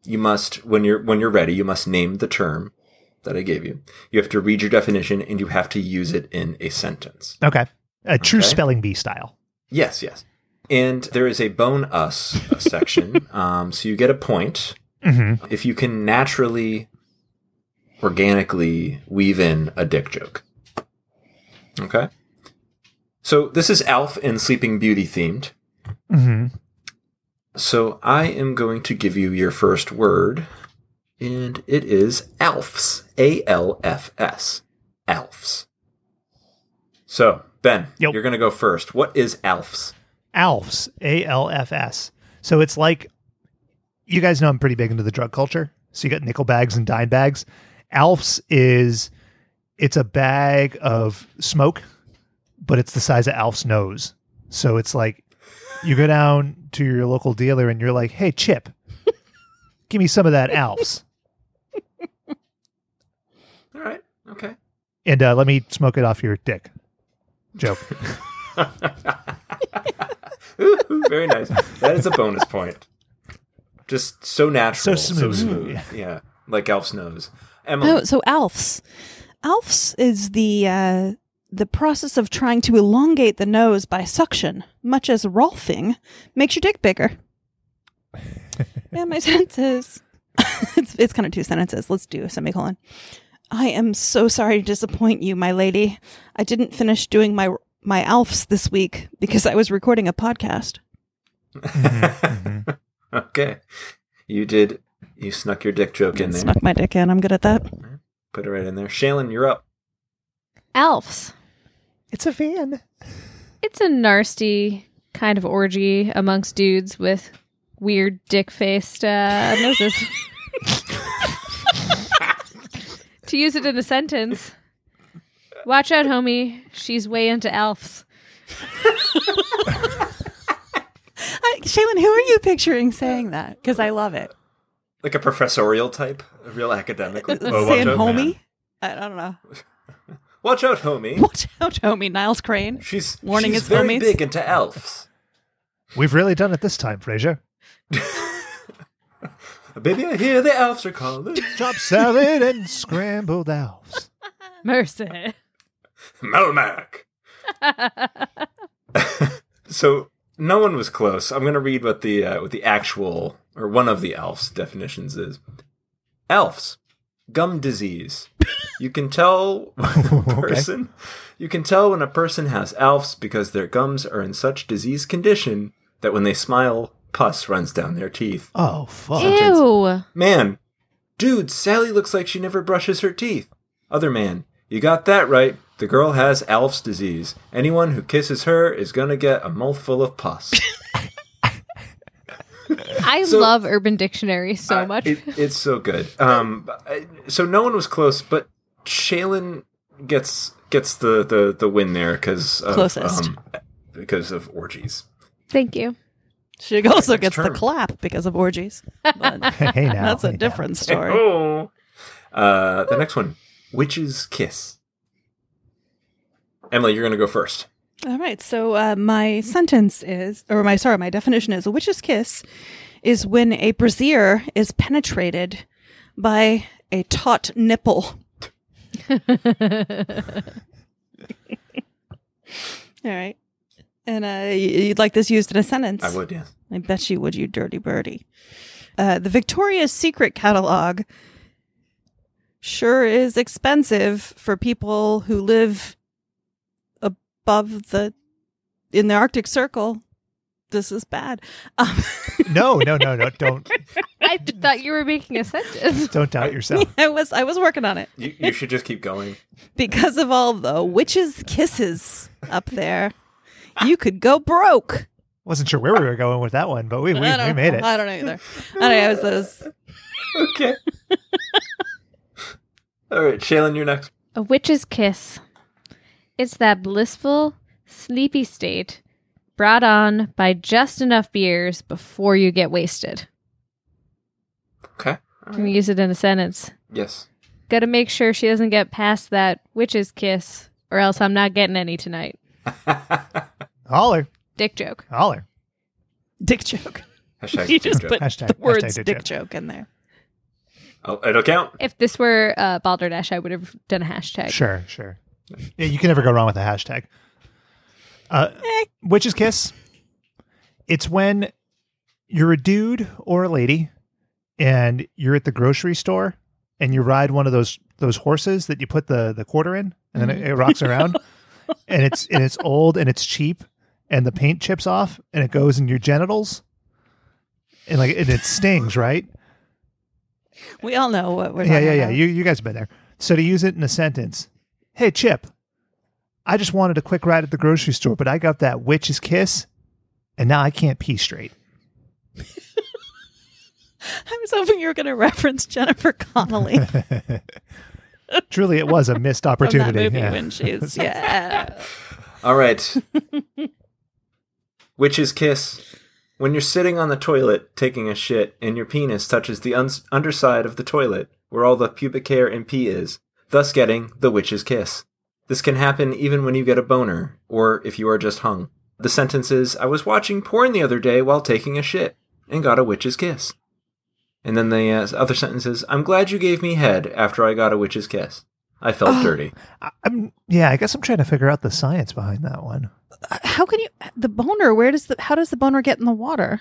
S1: you must when you're when you're ready, you must name the term that I gave you. You have to read your definition and you have to use it in a sentence.
S2: Okay. A true
S1: Okay.
S2: spelling bee style.
S1: Yes, yes. And there is a bone us section. um, so you get a point
S2: Mm-hmm.
S1: if you can naturally organically weave in a dick joke. Okay? So this is Alf and Sleeping Beauty themed.
S2: Mm-hmm.
S1: So I am going to give you your first word, and it is ALFS. A L F S. ALFS. So, Ben,
S2: Yep.
S1: you're going to go first. What is ALFS?
S2: Alfs, A L F S. So it's like, you guys know I'm pretty big into the drug culture. So you got nickel bags and dime bags. Alfs is, it's a bag of smoke, but it's the size of Alf's nose. So it's like, you go down to your local dealer and you're like, hey, Chip, give me some of that Alfs.
S1: All right. Okay.
S2: And uh, let me smoke it off your dick. Joke.
S1: Ooh, very nice. That is a bonus point. Just so natural.
S2: smooth.
S1: smooth. Yeah. Like Alf's nose. Emily.
S4: Oh, so ALFs. ALFs is the uh, the process of trying to elongate the nose by suction, much as Rolfing makes your dick bigger. yeah, my sentences. it's it's kind of two sentences. Let's do a semicolon. I am so sorry to disappoint you, my lady. I didn't finish doing my my ALFs this week because I was recording a podcast.
S1: okay. You did. You snuck your dick joke in there.
S4: Snuck my dick in. I'm good at that.
S1: Put it right in there. Shailen, you're up.
S3: Alfs.
S2: It's a van.
S3: It's a nasty kind of orgy amongst dudes with weird dick faced uh, noses. to use it in a sentence, Watch out, homie. She's way into elves.
S4: I, Shaylin, who are you picturing saying that? Because I love it.
S1: Like a professorial type, a real academic.
S4: Sam
S1: Oh, watch out, man.
S4: Homie? I, I don't know.
S1: Watch out, homie.
S4: Watch out, homie. Niles Crane.
S1: She's
S4: warning
S1: she's
S4: his
S1: very
S4: homies.
S1: big into elves.
S2: We've really done it this time, Frasier.
S1: Baby, I hear the elves are calling.
S2: Chop salad and scrambled elves.
S3: Mercy.
S1: Melmac. So no one was close. I'm going to read what the uh, what the actual or one of the elf's definitions is. Elves, gum disease. You can tell when a person. You can tell when a person has elves because their gums are in such diseased condition that when they smile, pus runs down their teeth.
S2: Oh, fuck.
S3: Ew.
S1: Man, dude, Sally looks like she never brushes her teeth. Other man, you got that right. The girl has elf's disease. Anyone who kisses her is gonna get a mouthful of pus.
S3: I
S1: So-
S3: love Urban Dictionary so
S1: Uh,
S3: much.
S1: it- it's so good. Um, I- so no one was close, but Shaylin gets gets the the, the win there because
S4: Closest.
S1: um, because of orgies.
S3: Thank you.
S4: She also gets
S1: term.
S4: the clap because of orgies. But
S2: hey, now.
S4: that's a
S2: hey now.
S4: different story.
S1: Oh. Uh, the next one, witch's kiss. Emily, you're gonna go first.
S4: All right. So uh, my sentence is, or my sorry, my definition is: a witch's kiss is when a brazier is penetrated by a taut nipple. All right. And uh, y- you'd like this used in a sentence?
S1: I would, yes.
S4: I bet you would, you dirty birdie. Uh, the Victoria's Secret catalog sure is expensive for people who live above the in the Arctic Circle. This is bad. Um,
S2: No, no, no, no. Don't
S3: I thought you were making a sentence.
S2: don't doubt yourself.
S4: I was I was working on it
S1: You, you should just keep going.
S4: because of all the witches' kisses up there. You could go broke.
S2: Wasn't sure where we were going with that one, but we we,
S4: I
S2: we
S4: don't
S2: made
S4: know.
S2: it.
S4: I don't know either. I don't know, I was, I was
S1: Okay. All right, Shaylin, you're next.
S3: A witch's kiss. It's that blissful, sleepy state brought on by just enough beers before you get wasted.
S1: Okay.
S3: Can we use it in a sentence?
S1: Yes.
S3: Gotta make sure she doesn't get past that witch's kiss, or else I'm not getting any tonight.
S2: Holler,
S3: Dick joke.
S2: holler.
S4: dick joke.
S1: Hashtag
S10: You just
S1: joke.
S10: put
S2: Hashtag-
S10: the words
S2: hashtag
S10: dick.
S4: Dick joke in there.
S1: Oh, it'll count.
S3: If this were uh, Balderdash, I would have done a hashtag.
S2: Sure, sure. Yeah, you can never go wrong with a hashtag. Uh, witch's kiss. It's when you're a dude or a lady, and you're at the grocery store, and you ride one of those those horses that you put the the quarter in, and then it, it rocks around, and it's and it's old and it's cheap, and the paint chips off, and it goes in your genitals, and like and it stings, right?
S4: We all know what we're
S2: yeah,
S4: talking
S2: yeah, yeah.
S4: about.
S2: You you guys have been there. So to use it in a sentence, hey Chip, I just wanted a quick ride at the grocery store, but I got that witch's kiss, and now I can't pee straight.
S4: I was hoping you were going to reference Jennifer Connelly from
S2: Truly, it was a missed
S4: that
S2: opportunity.
S4: movie
S2: yeah.
S4: when she's yeah.
S1: All right. Witch's kiss. When you're sitting on the toilet taking a shit and your penis touches the uns underside of the toilet where all the pubic hair and pee is, thus getting the witch's kiss. This can happen even when you get a boner or if you are just hung. The sentence is I was watching porn the other day while taking a shit and got a witch's kiss. And then the uh, other sentence is I'm glad you gave me head after I got a witch's kiss. I felt dirty.
S2: I, am yeah. I guess I'm trying to figure out the science behind that one.
S4: How can you the boner? Where does the how does the boner get in the water?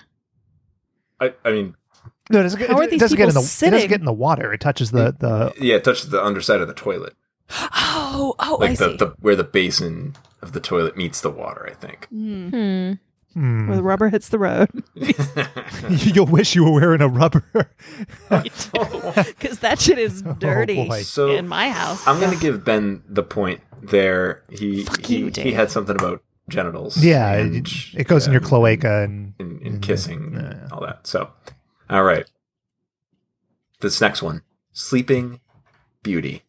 S1: I, I mean,
S2: No, it doesn't, get-
S4: How are
S2: it
S4: these
S2: doesn't get in
S4: people
S2: the it doesn't
S4: sitting?
S2: get in the water. It touches the the
S1: Yeah, it touches the underside of the toilet,
S4: Oh, oh, I
S1: like the,
S4: see.
S1: the where the basin of the toilet meets the water. I think.
S3: Hmm.
S2: hmm.
S4: Where the rubber hits the road,
S2: You'll wish you were wearing a rubber.
S4: because that shit is dirty
S2: Oh, boy.
S1: So-
S4: in my house.
S1: I'm gonna give Ben the point there. He he,
S4: you,
S1: he
S4: Dave.
S1: had something about genitals.
S2: yeah,
S1: and-
S2: it, it goes Mm-hmm. in
S1: yeah,
S2: your cloaca and
S1: and, and kissing and all that. So, all right. This next one, sleeping beauty.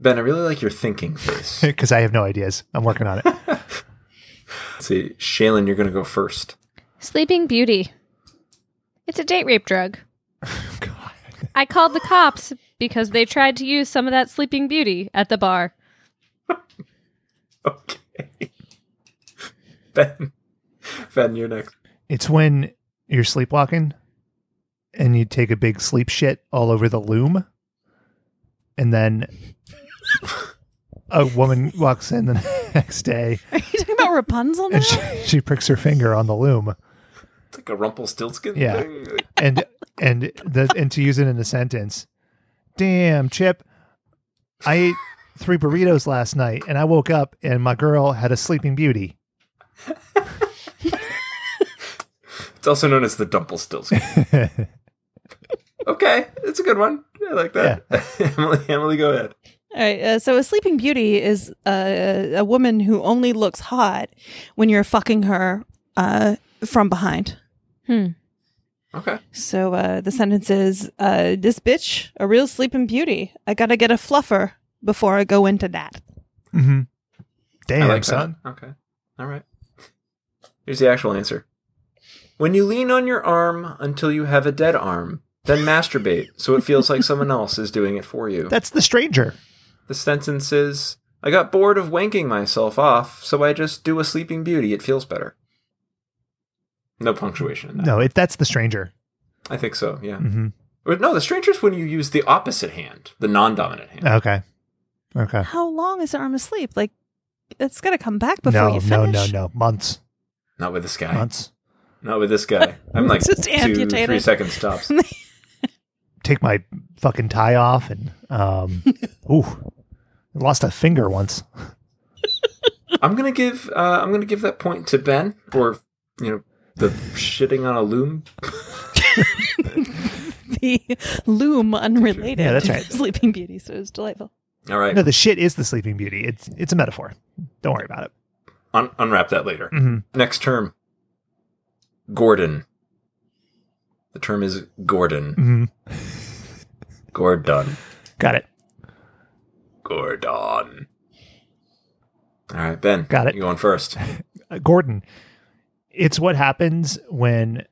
S1: Ben, I really like your thinking face.
S2: because I have no ideas. I'm working on it.
S1: Let's see, Shaylin, you're going to go first.
S3: Sleeping Beauty. It's a date rape drug. I called the cops because they tried to use some of that Sleeping Beauty at the bar.
S1: Ben, Ben, you're next.
S2: It's when you're sleepwalking and you take a big sleep shit all over the loom. And then a woman walks in the next day
S4: Are you talking about Rapunzel now?
S2: and she, she pricks her finger on the loom.
S1: It's like a Rumpelstiltskin
S2: Yeah.
S1: thing.
S2: And and the and to use it in a sentence. Damn, Chip. I ate three burritos last night and I woke up and my girl had a sleeping beauty.
S1: It's also known as the Dumpelstiltskin. okay, it's a good one. I like that. Emily, Emily, go ahead.
S4: All right. Uh, so a Sleeping Beauty is uh, a woman who only looks hot when you're fucking her uh, from behind.
S3: Hmm.
S1: Okay.
S4: So uh, the sentence is uh, This bitch, a real Sleeping Beauty. I gotta get a fluffer before I go into that.
S2: Mm-hmm. Damn,
S1: I like
S2: son.
S1: that. Okay. All right. Here's the actual answer. When you lean on your arm until you have a dead arm, then masturbate so it feels like someone else is doing it for you.
S2: That's the stranger.
S1: The sentence is I got bored of wanking myself off, so I just do a sleeping beauty. It feels better. No punctuation in that.
S2: No, it, that's the stranger.
S1: I think so, yeah.
S2: hmm
S1: Or, no, the stranger's when you use the opposite hand, the non dominant hand.
S2: Okay. Okay.
S4: How long is the arm asleep? Like, it's gotta come back before
S2: no,
S4: you
S2: no,
S4: finish.
S2: no, no. Months.
S1: Not with this guy.
S2: Months.
S1: Not with this guy. I'm like
S4: Just
S1: two,
S4: amputated.
S1: three second stops.
S2: Take my fucking tie off and um ooh. I Lost a finger once.
S1: I'm gonna give uh, I'm gonna give that point to Ben for you know the shitting on a loom.
S4: The loom unrelated.
S2: Yeah, that's right.
S4: to Sleeping Beauty. So it was delightful.
S1: All right,
S2: No, the shit is the sleeping beauty. It's it's a metaphor. Don't worry about it.
S1: Un- unwrap that later.
S2: hmm
S1: Next term, Gordon. The term is Gordon.
S2: hmm
S1: Gordon.
S2: Got it.
S1: Gordon. All right, Ben.
S2: Got it.
S1: You going first?
S2: Uh, Gordon, it's what happens when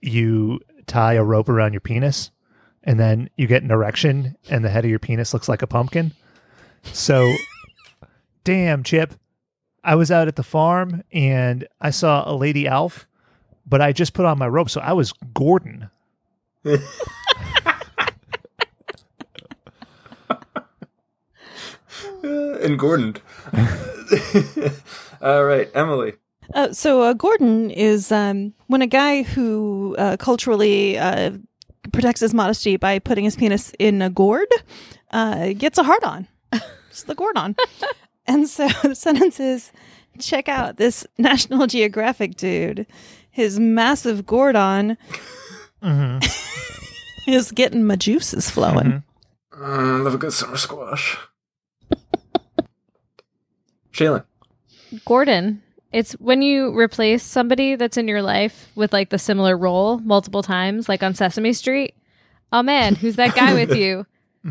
S2: you tie a rope around your penis and then you get an erection and the head of your penis looks like a pumpkin. So, damn, Chip, I was out at the farm and I saw a lady elf, but I just put on my rope. So I was Gordon.
S1: Uh, and Gordon. All right, Emily.
S4: Uh, so uh, Gordon is um, when a guy who uh, culturally uh, protects his modesty by putting his penis in a gourd uh, gets a hard on. it's the gourd on. and so the sentence is check out this National Geographic dude. His massive gourd on is getting my juices flowing.
S1: Mm, love a good summer squash. Shaylin.
S3: Gordon. It's when you replace somebody that's in your life with like the similar role multiple times, like on Sesame Street. Oh man, who's that guy with you?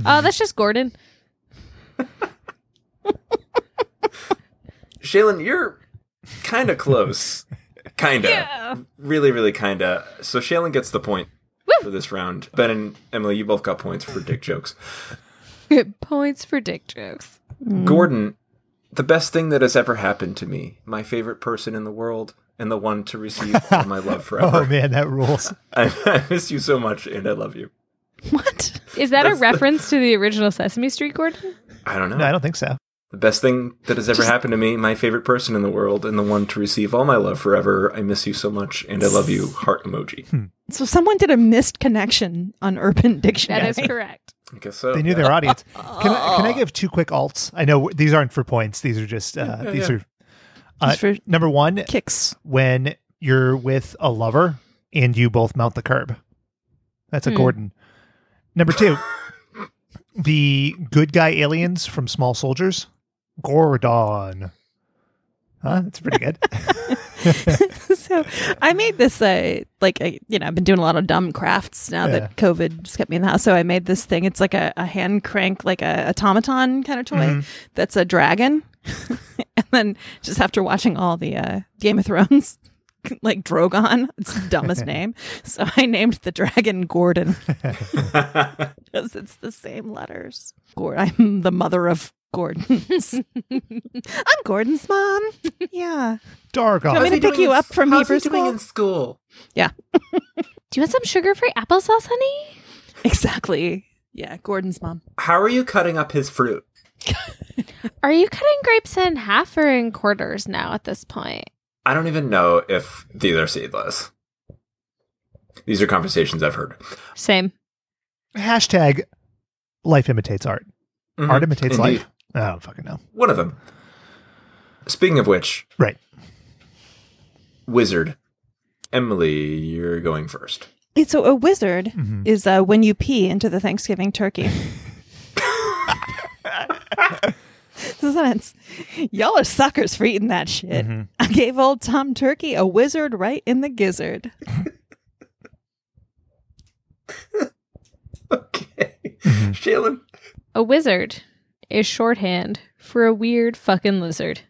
S3: Oh, that's just Gordon.
S1: Shaylin, you're kind of close. Kind of. Really, really kind of. So Shaylin gets the point for this round. Ben and Emily, you both got points for dick jokes.
S3: Points for dick jokes.
S1: Gordon, the best thing that has ever happened to me, my favorite person in the world, and the one to receive all my love forever.
S2: Oh, man, that rules.
S1: I, I miss you so much, and I love you.
S4: What?
S3: Is that
S1: That's
S3: a
S1: the-
S3: reference to the original Sesame Street, Gordon?
S1: I don't know.
S2: No, I don't think so.
S1: The best thing that has ever happened to me, my favorite person in the world, and the one to receive all my love forever. I miss you so much, and I love you. Heart emoji.
S4: So someone did a missed connection on Urban Dictionary.
S3: That is correct.
S1: I guess so.
S2: They knew
S1: yeah.
S2: their audience. Can I, can I give two quick alts? I know these aren't for points. These are just, uh, these are. Uh,
S4: Just for-
S2: number one,
S4: Kicks.
S2: when you're with a lover and you both mount the curb. That's a Gordon. Number two, the good guy aliens from Small Soldiers, Gordon. Huh? That's pretty good.
S4: so
S10: know.
S4: I made this uh, like I, you know I've been doing a lot of dumb crafts now
S10: Yeah.
S4: that COVID just kept me in the house. So I made this thing. It's like a, a hand crank, like a automaton kind of toy
S10: Mhm.
S4: that's a dragon. and then just after watching all the uh, Game of Thrones, like Drogon, it's the dumbest name. So I named the dragon Gordon because it's the same letters. Gord. I'm the mother of Gordons. I'm Gordon's mom. Yeah.
S2: Dark.
S4: I'm gonna pick you up from Hebrew school.
S1: school?
S4: Yeah.
S3: Do you want some sugar-free applesauce, honey?
S4: Exactly. Yeah, Gordon's mom.
S1: How are you cutting up his fruit?
S3: Are you cutting grapes in half or in quarters now at this point?
S1: I don't even know if these are seedless. These are conversations I've heard.
S3: Same.
S2: Hashtag life imitates art.
S3: Mm-hmm.
S1: Mhm.
S2: Art imitates
S1: Indeed.
S2: life. I don't fucking know.
S1: One of them. Speaking of which,
S2: right.
S1: Wizard, Emily, you're going first.
S4: And so a wizard
S2: Mm-hmm.
S1: Mhm.
S4: is uh, when you pee into the Thanksgiving turkey. So that's- Y'all are suckers for eating that shit.
S2: Mhm.
S4: I gave old Tom Turkey a wizard right in the gizzard. Mm-hmm.
S1: Shailen.
S3: A wizard is shorthand for a weird fucking lizard.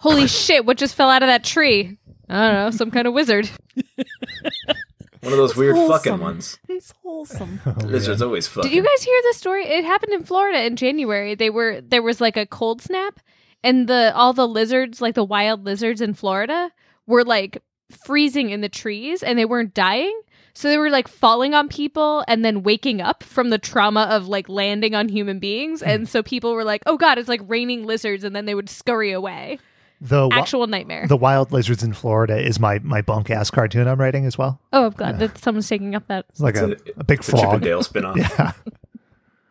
S3: Holy shit, what just fell out of that tree? I don't know, some kind of wizard.
S1: One of those weird
S3: wholesome.
S1: fucking ones.
S4: It's wholesome.
S1: Lizards always fuck.
S3: Did you guys hear this story? It happened in Florida in January. They were there was like a cold snap and the all the lizards, like the wild lizards in Florida, were like freezing in the trees and they weren't dying. So they were like falling on people and then waking up from the trauma of like landing on human beings. And so people were like, "Oh god, it's like raining lizards." And then they would scurry away.
S2: The wi-
S3: Actual nightmare.
S2: The Wild Lizards in Florida is my my bunk ass cartoon I'm writing as well.
S3: Oh, I'm glad that someone's taking up that.
S2: It's like a, a big
S1: it's a Chip
S2: frog.
S1: and Dale spin-off.
S2: yeah,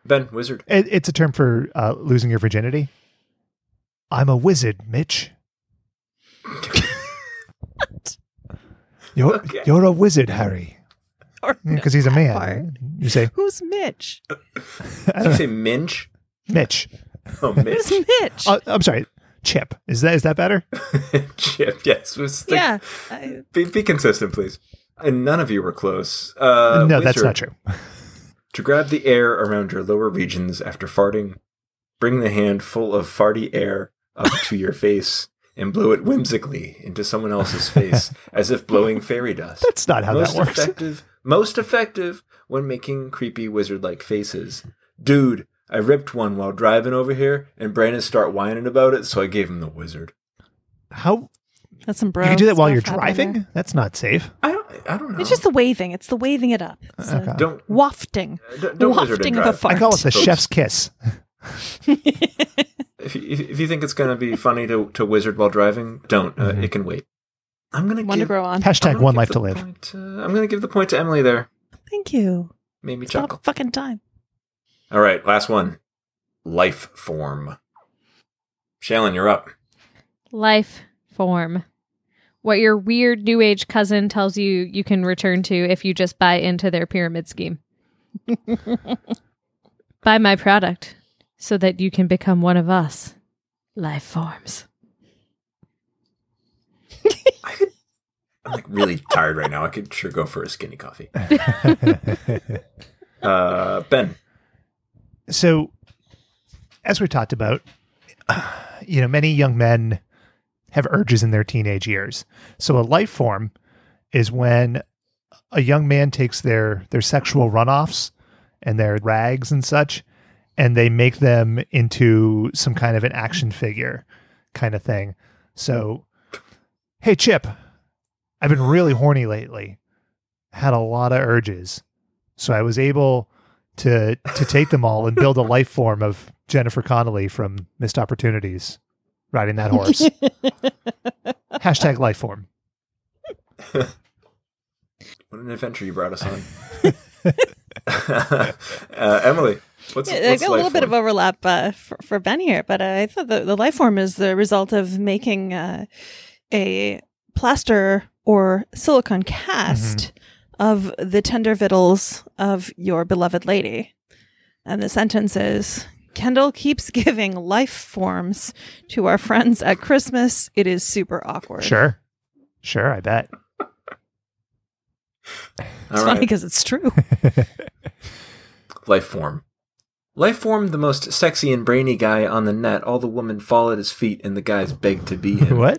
S1: Ben, wizard.
S2: it, it's a term for uh, losing your virginity. I'm a wizard, Mitch. You're
S1: Okay.
S2: you're a wizard, Harry, because he's a man. You say
S4: Who's Mitch?
S1: Did you say Minch?
S2: Mitch.
S1: Oh, Mitch.
S4: Who's Mitch?
S2: Uh, I'm sorry, Chip. Is that is that better?
S1: Chip, yes. We'll stick-
S4: yeah. I-
S1: Be, be consistent, please. And none of you were close. Uh,
S2: no, that's not
S1: wizard,
S2: true.
S1: To grab the air around your lower regions after farting, bring the hand full of farty air up to your face and blow it whimsically into someone else's face as if blowing fairy dust.
S2: That's not how that
S1: most
S2: works.
S1: Effective, most effective when making creepy wizard like faces. Dude, I ripped one while driving over here, and Brandon start whining about it, so I gave him the wizard.
S2: How
S4: That's some bro.
S2: you can do that while you're
S4: stuff happening there.
S2: driving? That's not safe.
S1: I don't. I don't know.
S4: It's just the waving. It's the waving it up. It's the
S1: Don't
S4: wafting.
S1: don't- don't wizard
S4: wafting
S1: and
S4: of a
S1: drive.
S4: fart.
S2: I call it the
S1: Folks.
S2: chef's kiss.
S1: if you, if if you think it's going to be funny to, to wizard while driving, don't. Uh, It can wait. I'm gonna
S4: One to
S1: give,
S4: grow on.
S1: I'm
S2: Mm-hmm. Hashtag
S1: gonna
S2: one
S1: give
S2: life
S1: the
S2: to live.
S1: point, uh, I'm gonna give the point to Emily there.
S4: Thank you.
S1: Made me
S4: It's about
S1: chuckle.
S4: fucking time.
S1: All right, last one. Life form. Shailen, you're up.
S3: Life form. What your weird new age cousin tells you you can return to if you just buy into their pyramid scheme. buy my product so that you can become one of us. Life forms.
S1: I'm like really tired right now. I could sure go for a skinny coffee. uh, ben,
S2: so as we talked about you know many young men have urges in their teenage years so a life form is when a young man takes their their sexual runoffs and their rags and such and they make them into some kind of an action figure kind of thing so hey chip i've been really horny lately had a lot of urges so i was able to to take them all and build a life form of jennifer connolly from missed opportunities riding that horse hashtag life form
S1: what an adventure you brought us on. uh, Emily, what's,
S4: Yeah, I
S1: what's
S4: got a little
S1: life
S4: bit of
S1: form?
S4: overlap uh, for, for Ben here, but uh, I thought the, the life form is the result of making uh, a plaster or silicone cast
S1: Mm-hmm.
S4: of the tender victuals of your beloved lady. And the sentence is Kendall keeps giving life forms to our friends at Christmas. It is super awkward.
S2: sure Sure, I bet.
S10: It's funny because it's true.
S1: Life form. Life form, the most sexy and brainy guy on the net. All the women fall at his feet, and the guys beg to be him.
S2: what?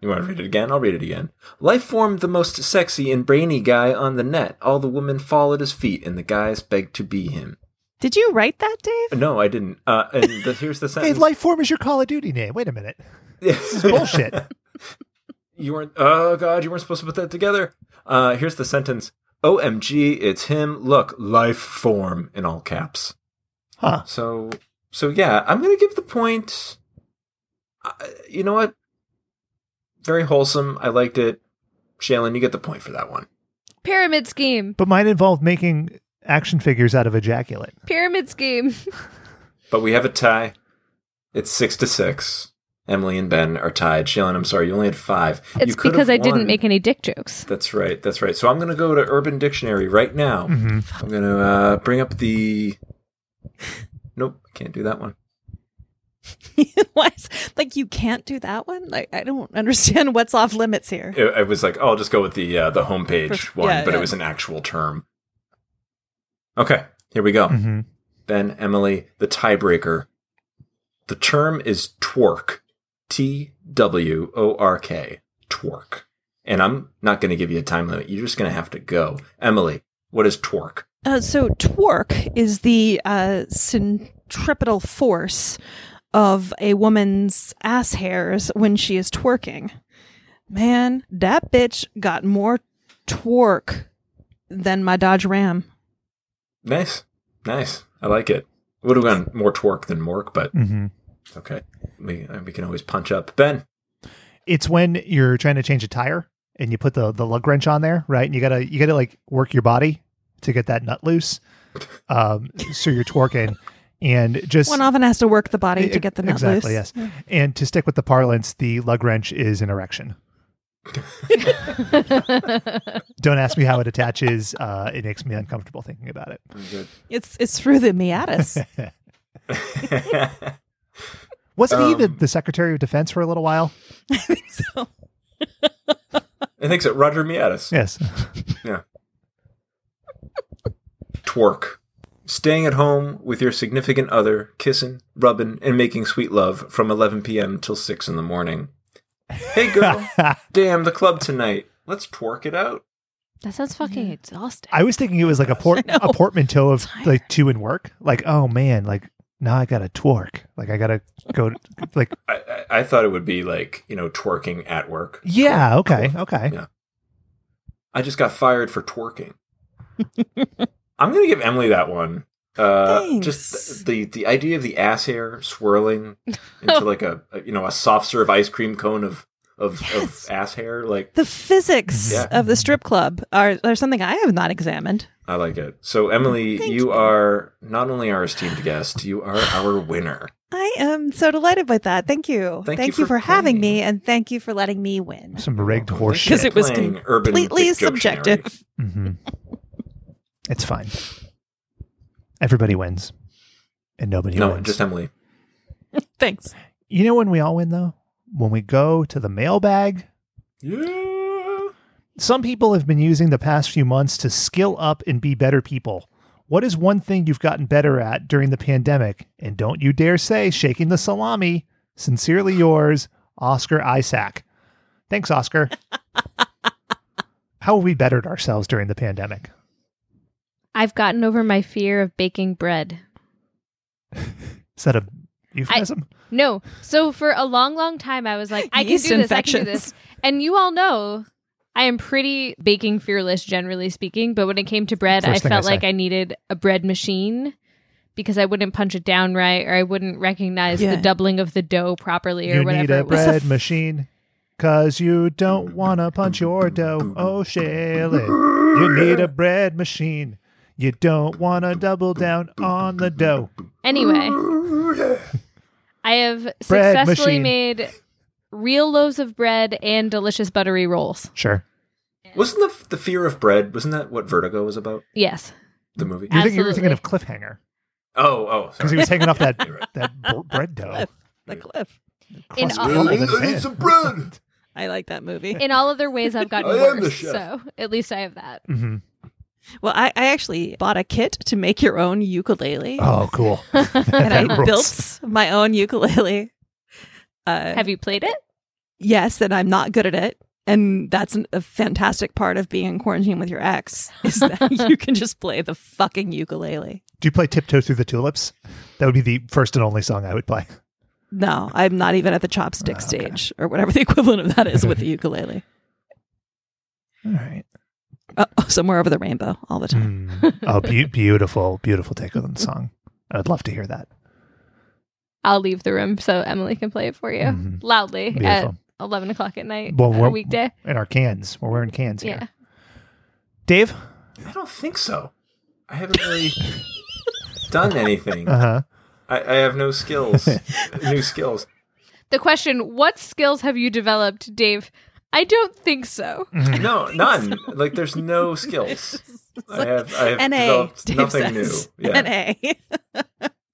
S1: You want to read it again? I'll read it again. Life form, the most sexy and brainy guy on the net. All the women fall at his feet, and the guys beg to be him.
S4: Did you write that, Dave?
S1: No, I didn't. Uh, and the, here's the
S2: Hey,
S1: sentence.
S2: life form is your Call of Duty name. Wait a minute.
S1: this
S2: is bullshit.
S1: You weren't. Oh God, you weren't supposed to put that together. Uh, here's the sentence. OMG, it's him. Look, life form in all caps.
S2: Huh.
S1: So, so yeah, I'm gonna give the point. Uh, you know what? Very wholesome. I liked it. Shailen, you get the point for that one.
S3: Pyramid scheme.
S2: But mine involved making action figures out of ejaculate.
S3: Pyramid scheme.
S1: But we have a tie. It's six to six. Emily and Ben are tied. Shailen, I'm sorry, you only had five.
S3: It's
S1: You could
S3: because I
S1: have
S3: didn't
S1: won.
S3: make any dick jokes.
S1: That's right. That's right. So I'm going to go to Urban Dictionary right now.
S2: Mhm.
S1: I'm going to uh, bring up the. Nope, I can't do that one.
S10: Why is-
S4: Like you can't do that one. Like I don't understand what's off limits here.
S1: It, it was like, oh, I'll just go with the uh, the homepage
S4: Perf-
S1: one,
S4: yeah,
S1: but
S4: yeah.
S1: it was an actual term. Okay, here we go.
S2: Mhm.
S1: Ben, Emily, the tiebreaker. The term is twerk. T W O R K. Twerk. And I'm not going to give you a time limit. You're just going to have to go. Emily, what is twerk?
S4: Uh, so twerk is the uh, centripetal force of a woman's ass hairs when she is twerking. Man, that bitch got more twerk than my Dodge Ram.
S1: Nice. Nice. I like it. Would have gone more twerk than mork, but
S2: Mhm.
S1: okay. We uh, we can always punch up. Ben.
S2: It's when you're trying to change a tire and you put the the lug wrench on there, right? And you gotta you gotta like work your body to get that nut loose. Um, so you're twerking and just
S4: One often has to work the body to get the nut
S2: E, exactly
S4: loose.
S2: yes. And to stick with the parlance, the lug wrench is an erection. Don't ask me how it attaches. Uh, it makes me uncomfortable thinking about it.
S4: It's it's through the meatus.
S2: Wasn't he the,
S1: Um,
S2: the Secretary of Defense for a little while?
S1: I think so. Roger Miatis.
S2: Yes.
S1: Yeah. Twerk. Staying at home with your significant other, kissing, rubbing, and making sweet love from 11 p.m. till 6 in the morning. Hey, girl. damn, the club tonight. Let's twerk it out.
S3: That sounds fucking exhausting.
S2: I was thinking it was like a port a portmanteau of like two and work. Like, oh man, like now I gotta twerk. Like I gotta go to, like
S1: I, I, I thought it would be like, you know, twerking at work.
S2: yeah, okay, okay.
S1: Yeah. I just got fired for twerking. I'm going to give Emily that one. Uh, just the, the idea of the ass hair swirling into like a, a, you know a soft serve ice cream cone of of, of ass hair like
S4: the physics
S1: Yeah.
S4: of the strip club are, are something I have not examined.
S1: I like it. So Emily, you are not only our esteemed guest, you are our winner.
S4: I am so delighted with that. Thank you.
S1: Thank
S4: Thank,
S1: you
S4: you,
S1: for
S4: for, having me and thank you for letting me win.
S2: Some rigged horse
S4: Because
S2: shit.
S4: it was
S1: Playing Urban
S4: completely
S1: Dic- Dictionary.
S4: subjective.
S2: Mhm. It's fine. Everybody wins, and nobody
S1: No,
S2: wins.
S1: just Emily.
S4: Thanks.
S2: you know when we all win though, when we go to the mailbag.
S1: Yeah.
S2: Some people have been using the past few months to skill up and be better people. What is one thing you've gotten better at during the pandemic? And don't you dare say shaking the salami. Sincerely yours, Oscar Isaac. Thanks, Oscar. How have we bettered ourselves during the pandemic?
S3: I've gotten over my fear of baking bread.
S2: Is that a euphemism?
S3: No. So for a long, long time, I was like, I can
S4: Yeast
S3: do this. I can do
S4: infections.
S3: this. And you all know I am pretty baking fearless, generally speaking. But when it came to bread,
S2: First
S3: I
S2: thing I
S3: felt like
S2: say.
S3: I needed a bread machine because I wouldn't punch it down right or I wouldn't recognize
S4: Yeah.
S3: the doubling of the dough properly or
S2: you
S3: whatever.
S2: need a
S3: it was.
S2: bread machine because you don't want to punch your dough. Oh, Shailen. You need a bread machine. You don't want to double down on the dough.
S3: Anyway, I have
S2: Bread
S3: successfully
S2: machine.
S3: made real loaves of bread and delicious buttery rolls.
S2: Sure.
S1: Wasn't the the fear of bread? Wasn't that what Vertigo was about?
S3: Yes.
S1: The movie.
S2: You're thinking, you're thinking of Cliffhanger
S1: Oh, oh,
S2: because
S1: sorry.
S2: he was hanging off that that br- bread dough.
S4: The cliff.
S3: In
S2: Crust
S3: all-
S2: crumbled in his hand.
S1: bread.
S4: I like that movie.
S3: In all other ways, I've gotten
S4: I am the
S3: worse.
S4: chef.
S3: So at least I have that.
S2: Mm-hmm.
S4: Well, I, I actually bought a kit to make your own ukulele.
S2: Oh, cool.
S4: and I
S2: That rules.
S4: built my own ukulele. Uh,
S3: Have you played it?
S4: Yes, and I'm not good at it. And that's an, a fantastic part of being in quarantine with your ex is that you can just play the fucking ukulele.
S2: Do you play Tiptoe Through the Tulips? That would be the first and only song I would play.
S4: No, I'm not even at the chopstick stage or whatever the equivalent of that is with the ukulele.
S2: All right.
S4: Uh, somewhere over the rainbow all the time.
S2: Oh, be- beautiful, beautiful take on the song. I'd love to hear that.
S3: I'll leave the room so Emily can play it for you
S2: Mhm.
S3: loudly at
S2: Beautiful.
S3: 11 o'clock at night
S2: Well,
S3: on a
S2: we're-
S3: weekday.
S2: In our cans. We're wearing cans
S3: Yeah.
S2: here. Dave?
S1: I don't think so. I haven't really done anything.
S2: Uh huh.
S1: I, I have no skills, new skills.
S3: The question, what skills have you developed, Dave? I don't think so.
S2: Mm.
S1: No, none. Like there's no skills. I have, I have
S4: NA,
S1: developed
S4: Dave
S1: nothing
S4: says.
S1: new. Yeah.
S4: NA.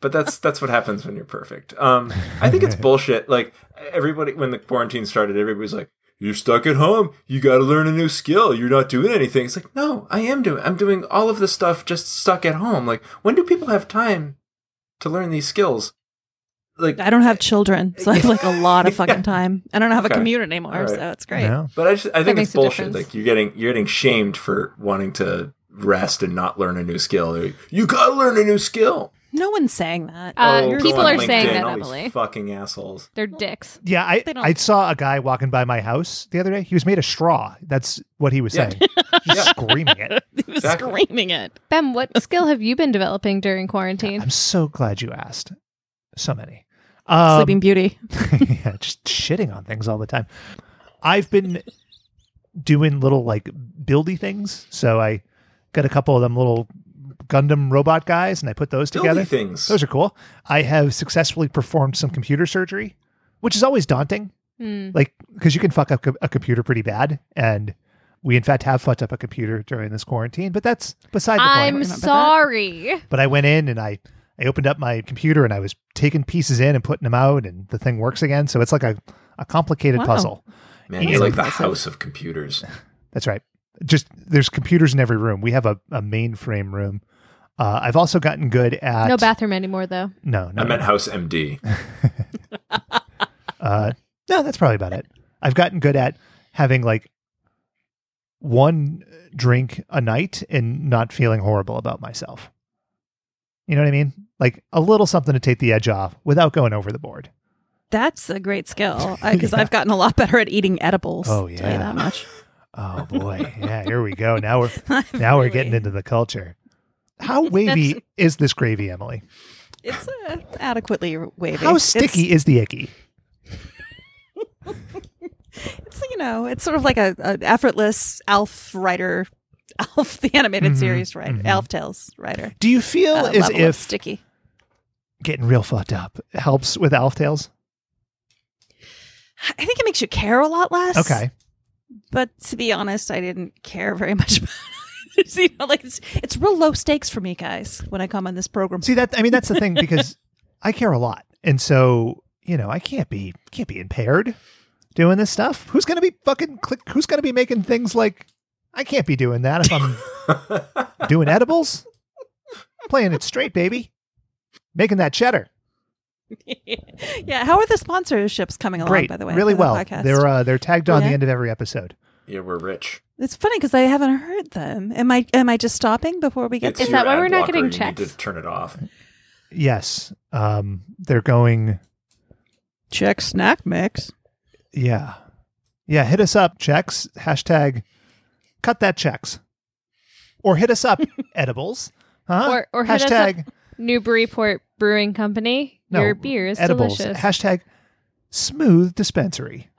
S1: but that's that's what happens when you're perfect. Um, I think it's bullshit. Like everybody, when the quarantine started, everybody's like, "You're stuck at home. You got to learn a new skill. You're not doing anything." It's like, no, I am doing. I'm doing all of this stuff just stuck at home. Like, when do people have time to learn these skills? Like,
S4: I don't have children, so I have like a lot of fucking time. I don't have a
S1: Okay.
S4: commute anymore,
S1: All right.
S4: so it's great.
S1: But I, just, I
S3: That
S1: think
S3: makes
S1: it's
S3: a
S1: bullshit.
S3: difference.
S1: Like you're getting you're getting shamed for wanting to rest and not learn a new skill. They're like, You gotta learn a new skill.
S4: No one's saying that.
S3: Uh,
S1: Oh, go
S3: people
S1: on
S3: are saying
S1: LinkedIn,
S3: that,
S1: all these
S3: Emily.
S1: Fucking assholes.
S3: They're dicks.
S2: Yeah, I,
S3: They don't-
S2: I saw a guy walking by my house the other day. He was made of straw. That's what he was
S1: Yeah.
S2: saying. Just screaming it.
S4: He was
S1: Exactly.
S4: screaming it.
S3: Ben, what skill have you been developing during quarantine?
S2: I'm so glad you asked. So many. Um,
S4: Sleeping Beauty.
S2: yeah, just shitting on things all the time. I've been doing little like buildy things. So I got a couple of them little Gundam robot guys and I put those
S1: Buildy
S2: together.
S1: things.
S2: Those are cool. I have successfully performed some computer surgery, which is always daunting.
S3: Hmm.
S2: Like, because you can fuck up co- a computer pretty bad. And we, in fact, have fucked up a computer during this quarantine, but that's beside the point.
S3: I'm sorry.
S2: But I went in and I I opened up my computer and I was taking pieces in and putting them out and the thing works again. So it's like a, a complicated
S4: Wow.
S2: puzzle.
S1: Man,
S2: Yeah.
S1: you're like the
S4: Impressive.
S1: house of computers.
S2: That's right. Just there's computers in every room. We have a, a mainframe room. Uh, I've also gotten good at
S3: No bathroom anymore, though.
S2: No, no,
S1: I'm
S2: no.
S1: at House MD.
S2: Uh, no, that's probably about it. I've gotten good at having like one drink a night and not feeling horrible about myself. You know what I mean? Like a little something to take the edge off without going over the board.
S4: That's a great skill because I've gotten a lot better at eating edibles.
S2: Oh,
S4: I'll tell you
S2: yeah.
S4: that much.
S2: Oh boy, yeah, here we go. Now we're now we're getting into the culture. How wavy is this gravy, Emily?
S4: It's uh, adequately wavy.
S2: How sticky is the icky?
S4: It's, it's, you know, it's sort of like a, a effortless Alf writer, Alf the animated
S2: Mhm,
S4: series writer,
S2: mhm.
S4: Alf Tales writer.
S2: Do you feel
S4: uh,
S2: as
S4: level of
S2: if
S4: sticky.
S2: getting real fucked up helps with Alf Tales?
S4: I think it makes you care a lot less.
S2: Okay,
S4: but to be honest, I didn't care very much. about it. you know, like it's, it's real low stakes for me, guys, when I come on this program.
S2: see that. I mean, that's the thing because I care a lot, and so you know, I can't be can't be impaired doing this stuff. Who's gonna be fucking click? Who's gonna be making things like I can't be doing that if I'm doing edibles, playing it straight, baby, making that cheddar.
S4: yeah, how are the sponsorships coming along?
S2: Great,
S4: by the way,
S2: really
S4: for the
S2: well.
S4: podcast?
S2: They're uh, they're tagged on
S4: Yeah.
S2: the end of every episode.
S1: yeah, we're rich.
S4: It's funny because I haven't heard them. Am I am I just stopping before we get
S1: It's
S4: to
S3: Is that
S1: your
S3: why
S1: ad
S3: we're not
S1: blocker.
S3: getting
S1: You need
S3: checks?
S1: to turn it off.
S2: Yes, um, they're going.
S4: check snack mix?
S2: Yeah, yeah. Hit us up, checks hashtag. Cut that checks, or hit us up edibles. Huh?
S3: Or- or hit us
S2: hashtag
S3: New Newburyport Brewing Company.
S2: no,
S3: Your beer is
S2: edibles.
S3: delicious.
S2: Hashtag smooth dispensary.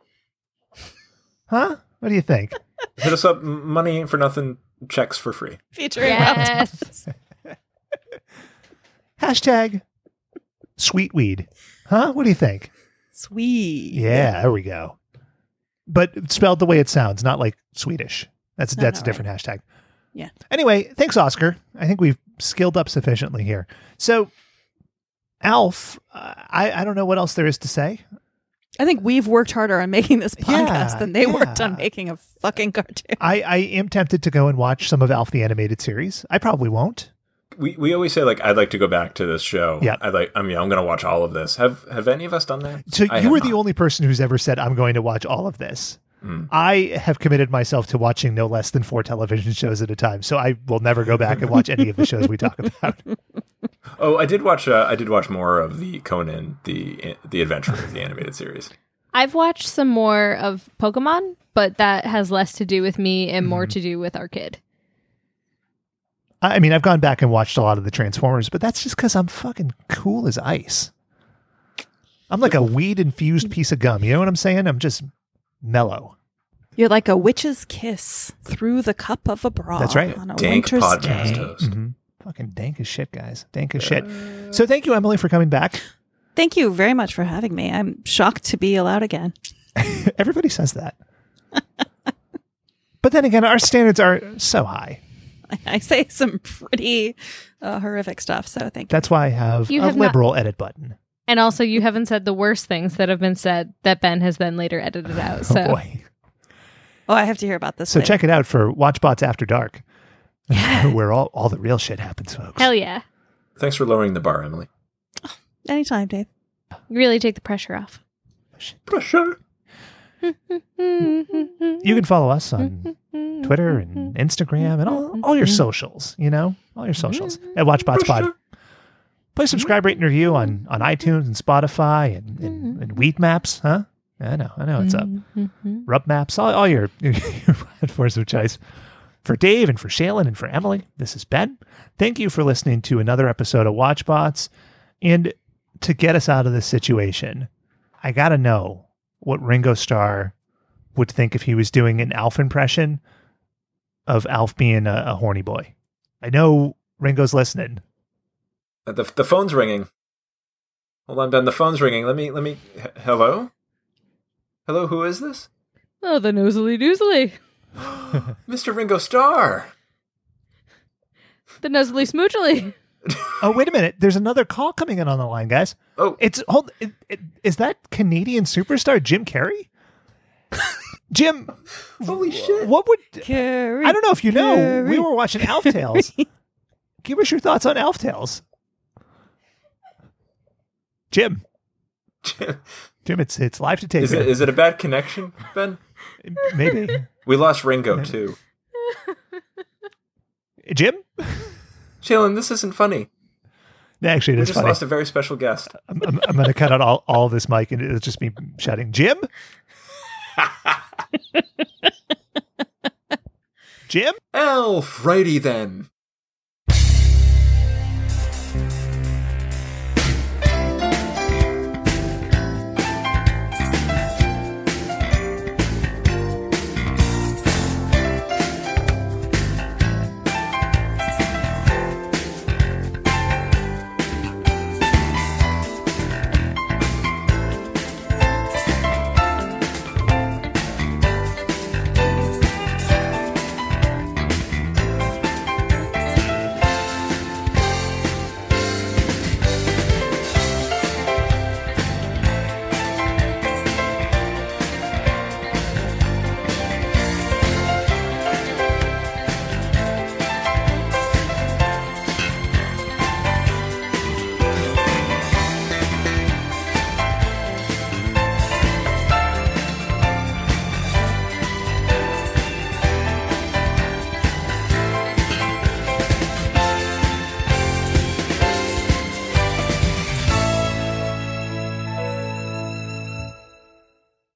S2: Huh? What do you think?
S1: Hit us up. M- Money ain't for nothing. Checks for free.
S4: Featuring
S3: yes.
S2: Hashtag sweet weed. Huh? What do you think?
S4: sweet.
S2: Yeah, there we go. But spelled the way it sounds, not like Swedish. That's
S4: No,
S2: that's
S4: no,
S2: a different hashtag.
S4: Yeah.
S2: Anyway, thanks, Oscar. I think we've skilled up sufficiently here. So, Alf, uh, I I don't know what else there is to say.
S4: I think we've worked harder on making this podcast
S2: Yeah,
S4: than they worked on making a fucking cartoon.
S2: I, I am tempted to go and watch some of Alf the Animated Series. I probably won't.
S1: We, we always say like I'd like to go back to this show.
S2: Yeah.
S1: I like I mean I'm gonna watch all of this. Have have any of us done that?
S2: So
S1: I
S2: you
S1: have
S2: were
S1: not. Hmm.
S2: the only person who's ever said, I'm going to watch all of this. I have committed myself to watching no less than four television shows at a time, so I will never go back and watch any of the shows we talk about.
S1: Oh, I did watch. Uh, I did watch more of the Conan, the the Adventure of the animated series.
S3: I've watched some more of Pokemon, but that has less to do with me and
S2: Mm-hmm.
S3: more to do with our kid.
S2: I I mean, I've gone back and watched a lot of the Transformers, but that's just because I'm fucking cool as ice. I'm like a weed
S3: Mm.
S2: infused piece of gum. You know what I'm saying? I'm just mellow.
S4: You're like a witch's kiss through the cup of a bra.
S2: That's right.
S4: On a
S1: Dank
S4: winter's
S1: podcast
S4: day.
S1: host.
S2: Mhm. Fucking dank as shit, guys. Dank as shit. So thank you, Emily, for coming back.
S4: Thank you very much for having me. I'm shocked to be allowed again.
S2: Everybody says that. but then again, our standards are so high.
S4: I say some pretty uh, horrific stuff, so thank you.
S2: That's why I have
S3: You
S2: a
S3: have not-
S2: liberal edit button.
S3: And also, you haven't said the worst things that have been said that Ben has then later edited out.
S2: Oh
S3: So
S2: boy.
S4: Oh, I have to hear about this.
S2: So
S4: later.
S2: check it out for Watchbots After Dark, where all, all the real shit happens, folks.
S3: hell yeah,
S1: Thanks for lowering the bar, Emily.
S4: anytime, Dave.
S3: really take the pressure off.
S1: Pressure.
S3: Mm-hmm.
S2: You can follow us on Twitter and Instagram and all, all your socials, you know, all your socials at Watchbots Pod. Please subscribe, rate, and review on, on iTunes and Spotify and, and, and Wheat Maps, huh? I know, I know it's up. Rub Maps, all, all your, your platforms of choice. For Dave and for Shailen and for Emily, this is Ben. Thank you for listening to another episode of Watchbots. And to get us out of this situation, I got to know what Ringo Starr would think if he was doing an Alf impression of Alf being a, a horny boy. I know Ringo's listening.
S1: Uh, The the phone's ringing. Hold on, Ben. The phone's ringing. Let me let me. he- hello. Hello. Who is this?
S3: Oh, the nosily doozily,
S1: Mr. Ringo Starr.
S3: the nosily smoochily.
S2: Oh, wait a minute. There's another call coming in on the line, guys.
S1: Oh.
S2: It's hold. It, it, is that Canadian superstar Jim Carrey? Jim,
S1: Holy shit.
S2: what would
S4: Carrie.
S2: I don't know if you know? We were watching Alf Tales. Give us your thoughts on Alf Tales, Jim.
S1: Jim,
S2: Jim, it's it's live to tape.
S1: Is it is it a bad connection, Ben?
S2: Maybe
S1: We lost Ringo too.
S2: Jim.
S1: Shailen, this isn't funny.
S2: No, actually, it
S1: We
S2: is
S1: just
S2: funny.
S1: lost a very special guest.
S2: I'm, I'm, I'm going to cut out all, all this mic and it'll just be shouting, Jim? Jim?
S1: Alrighty then.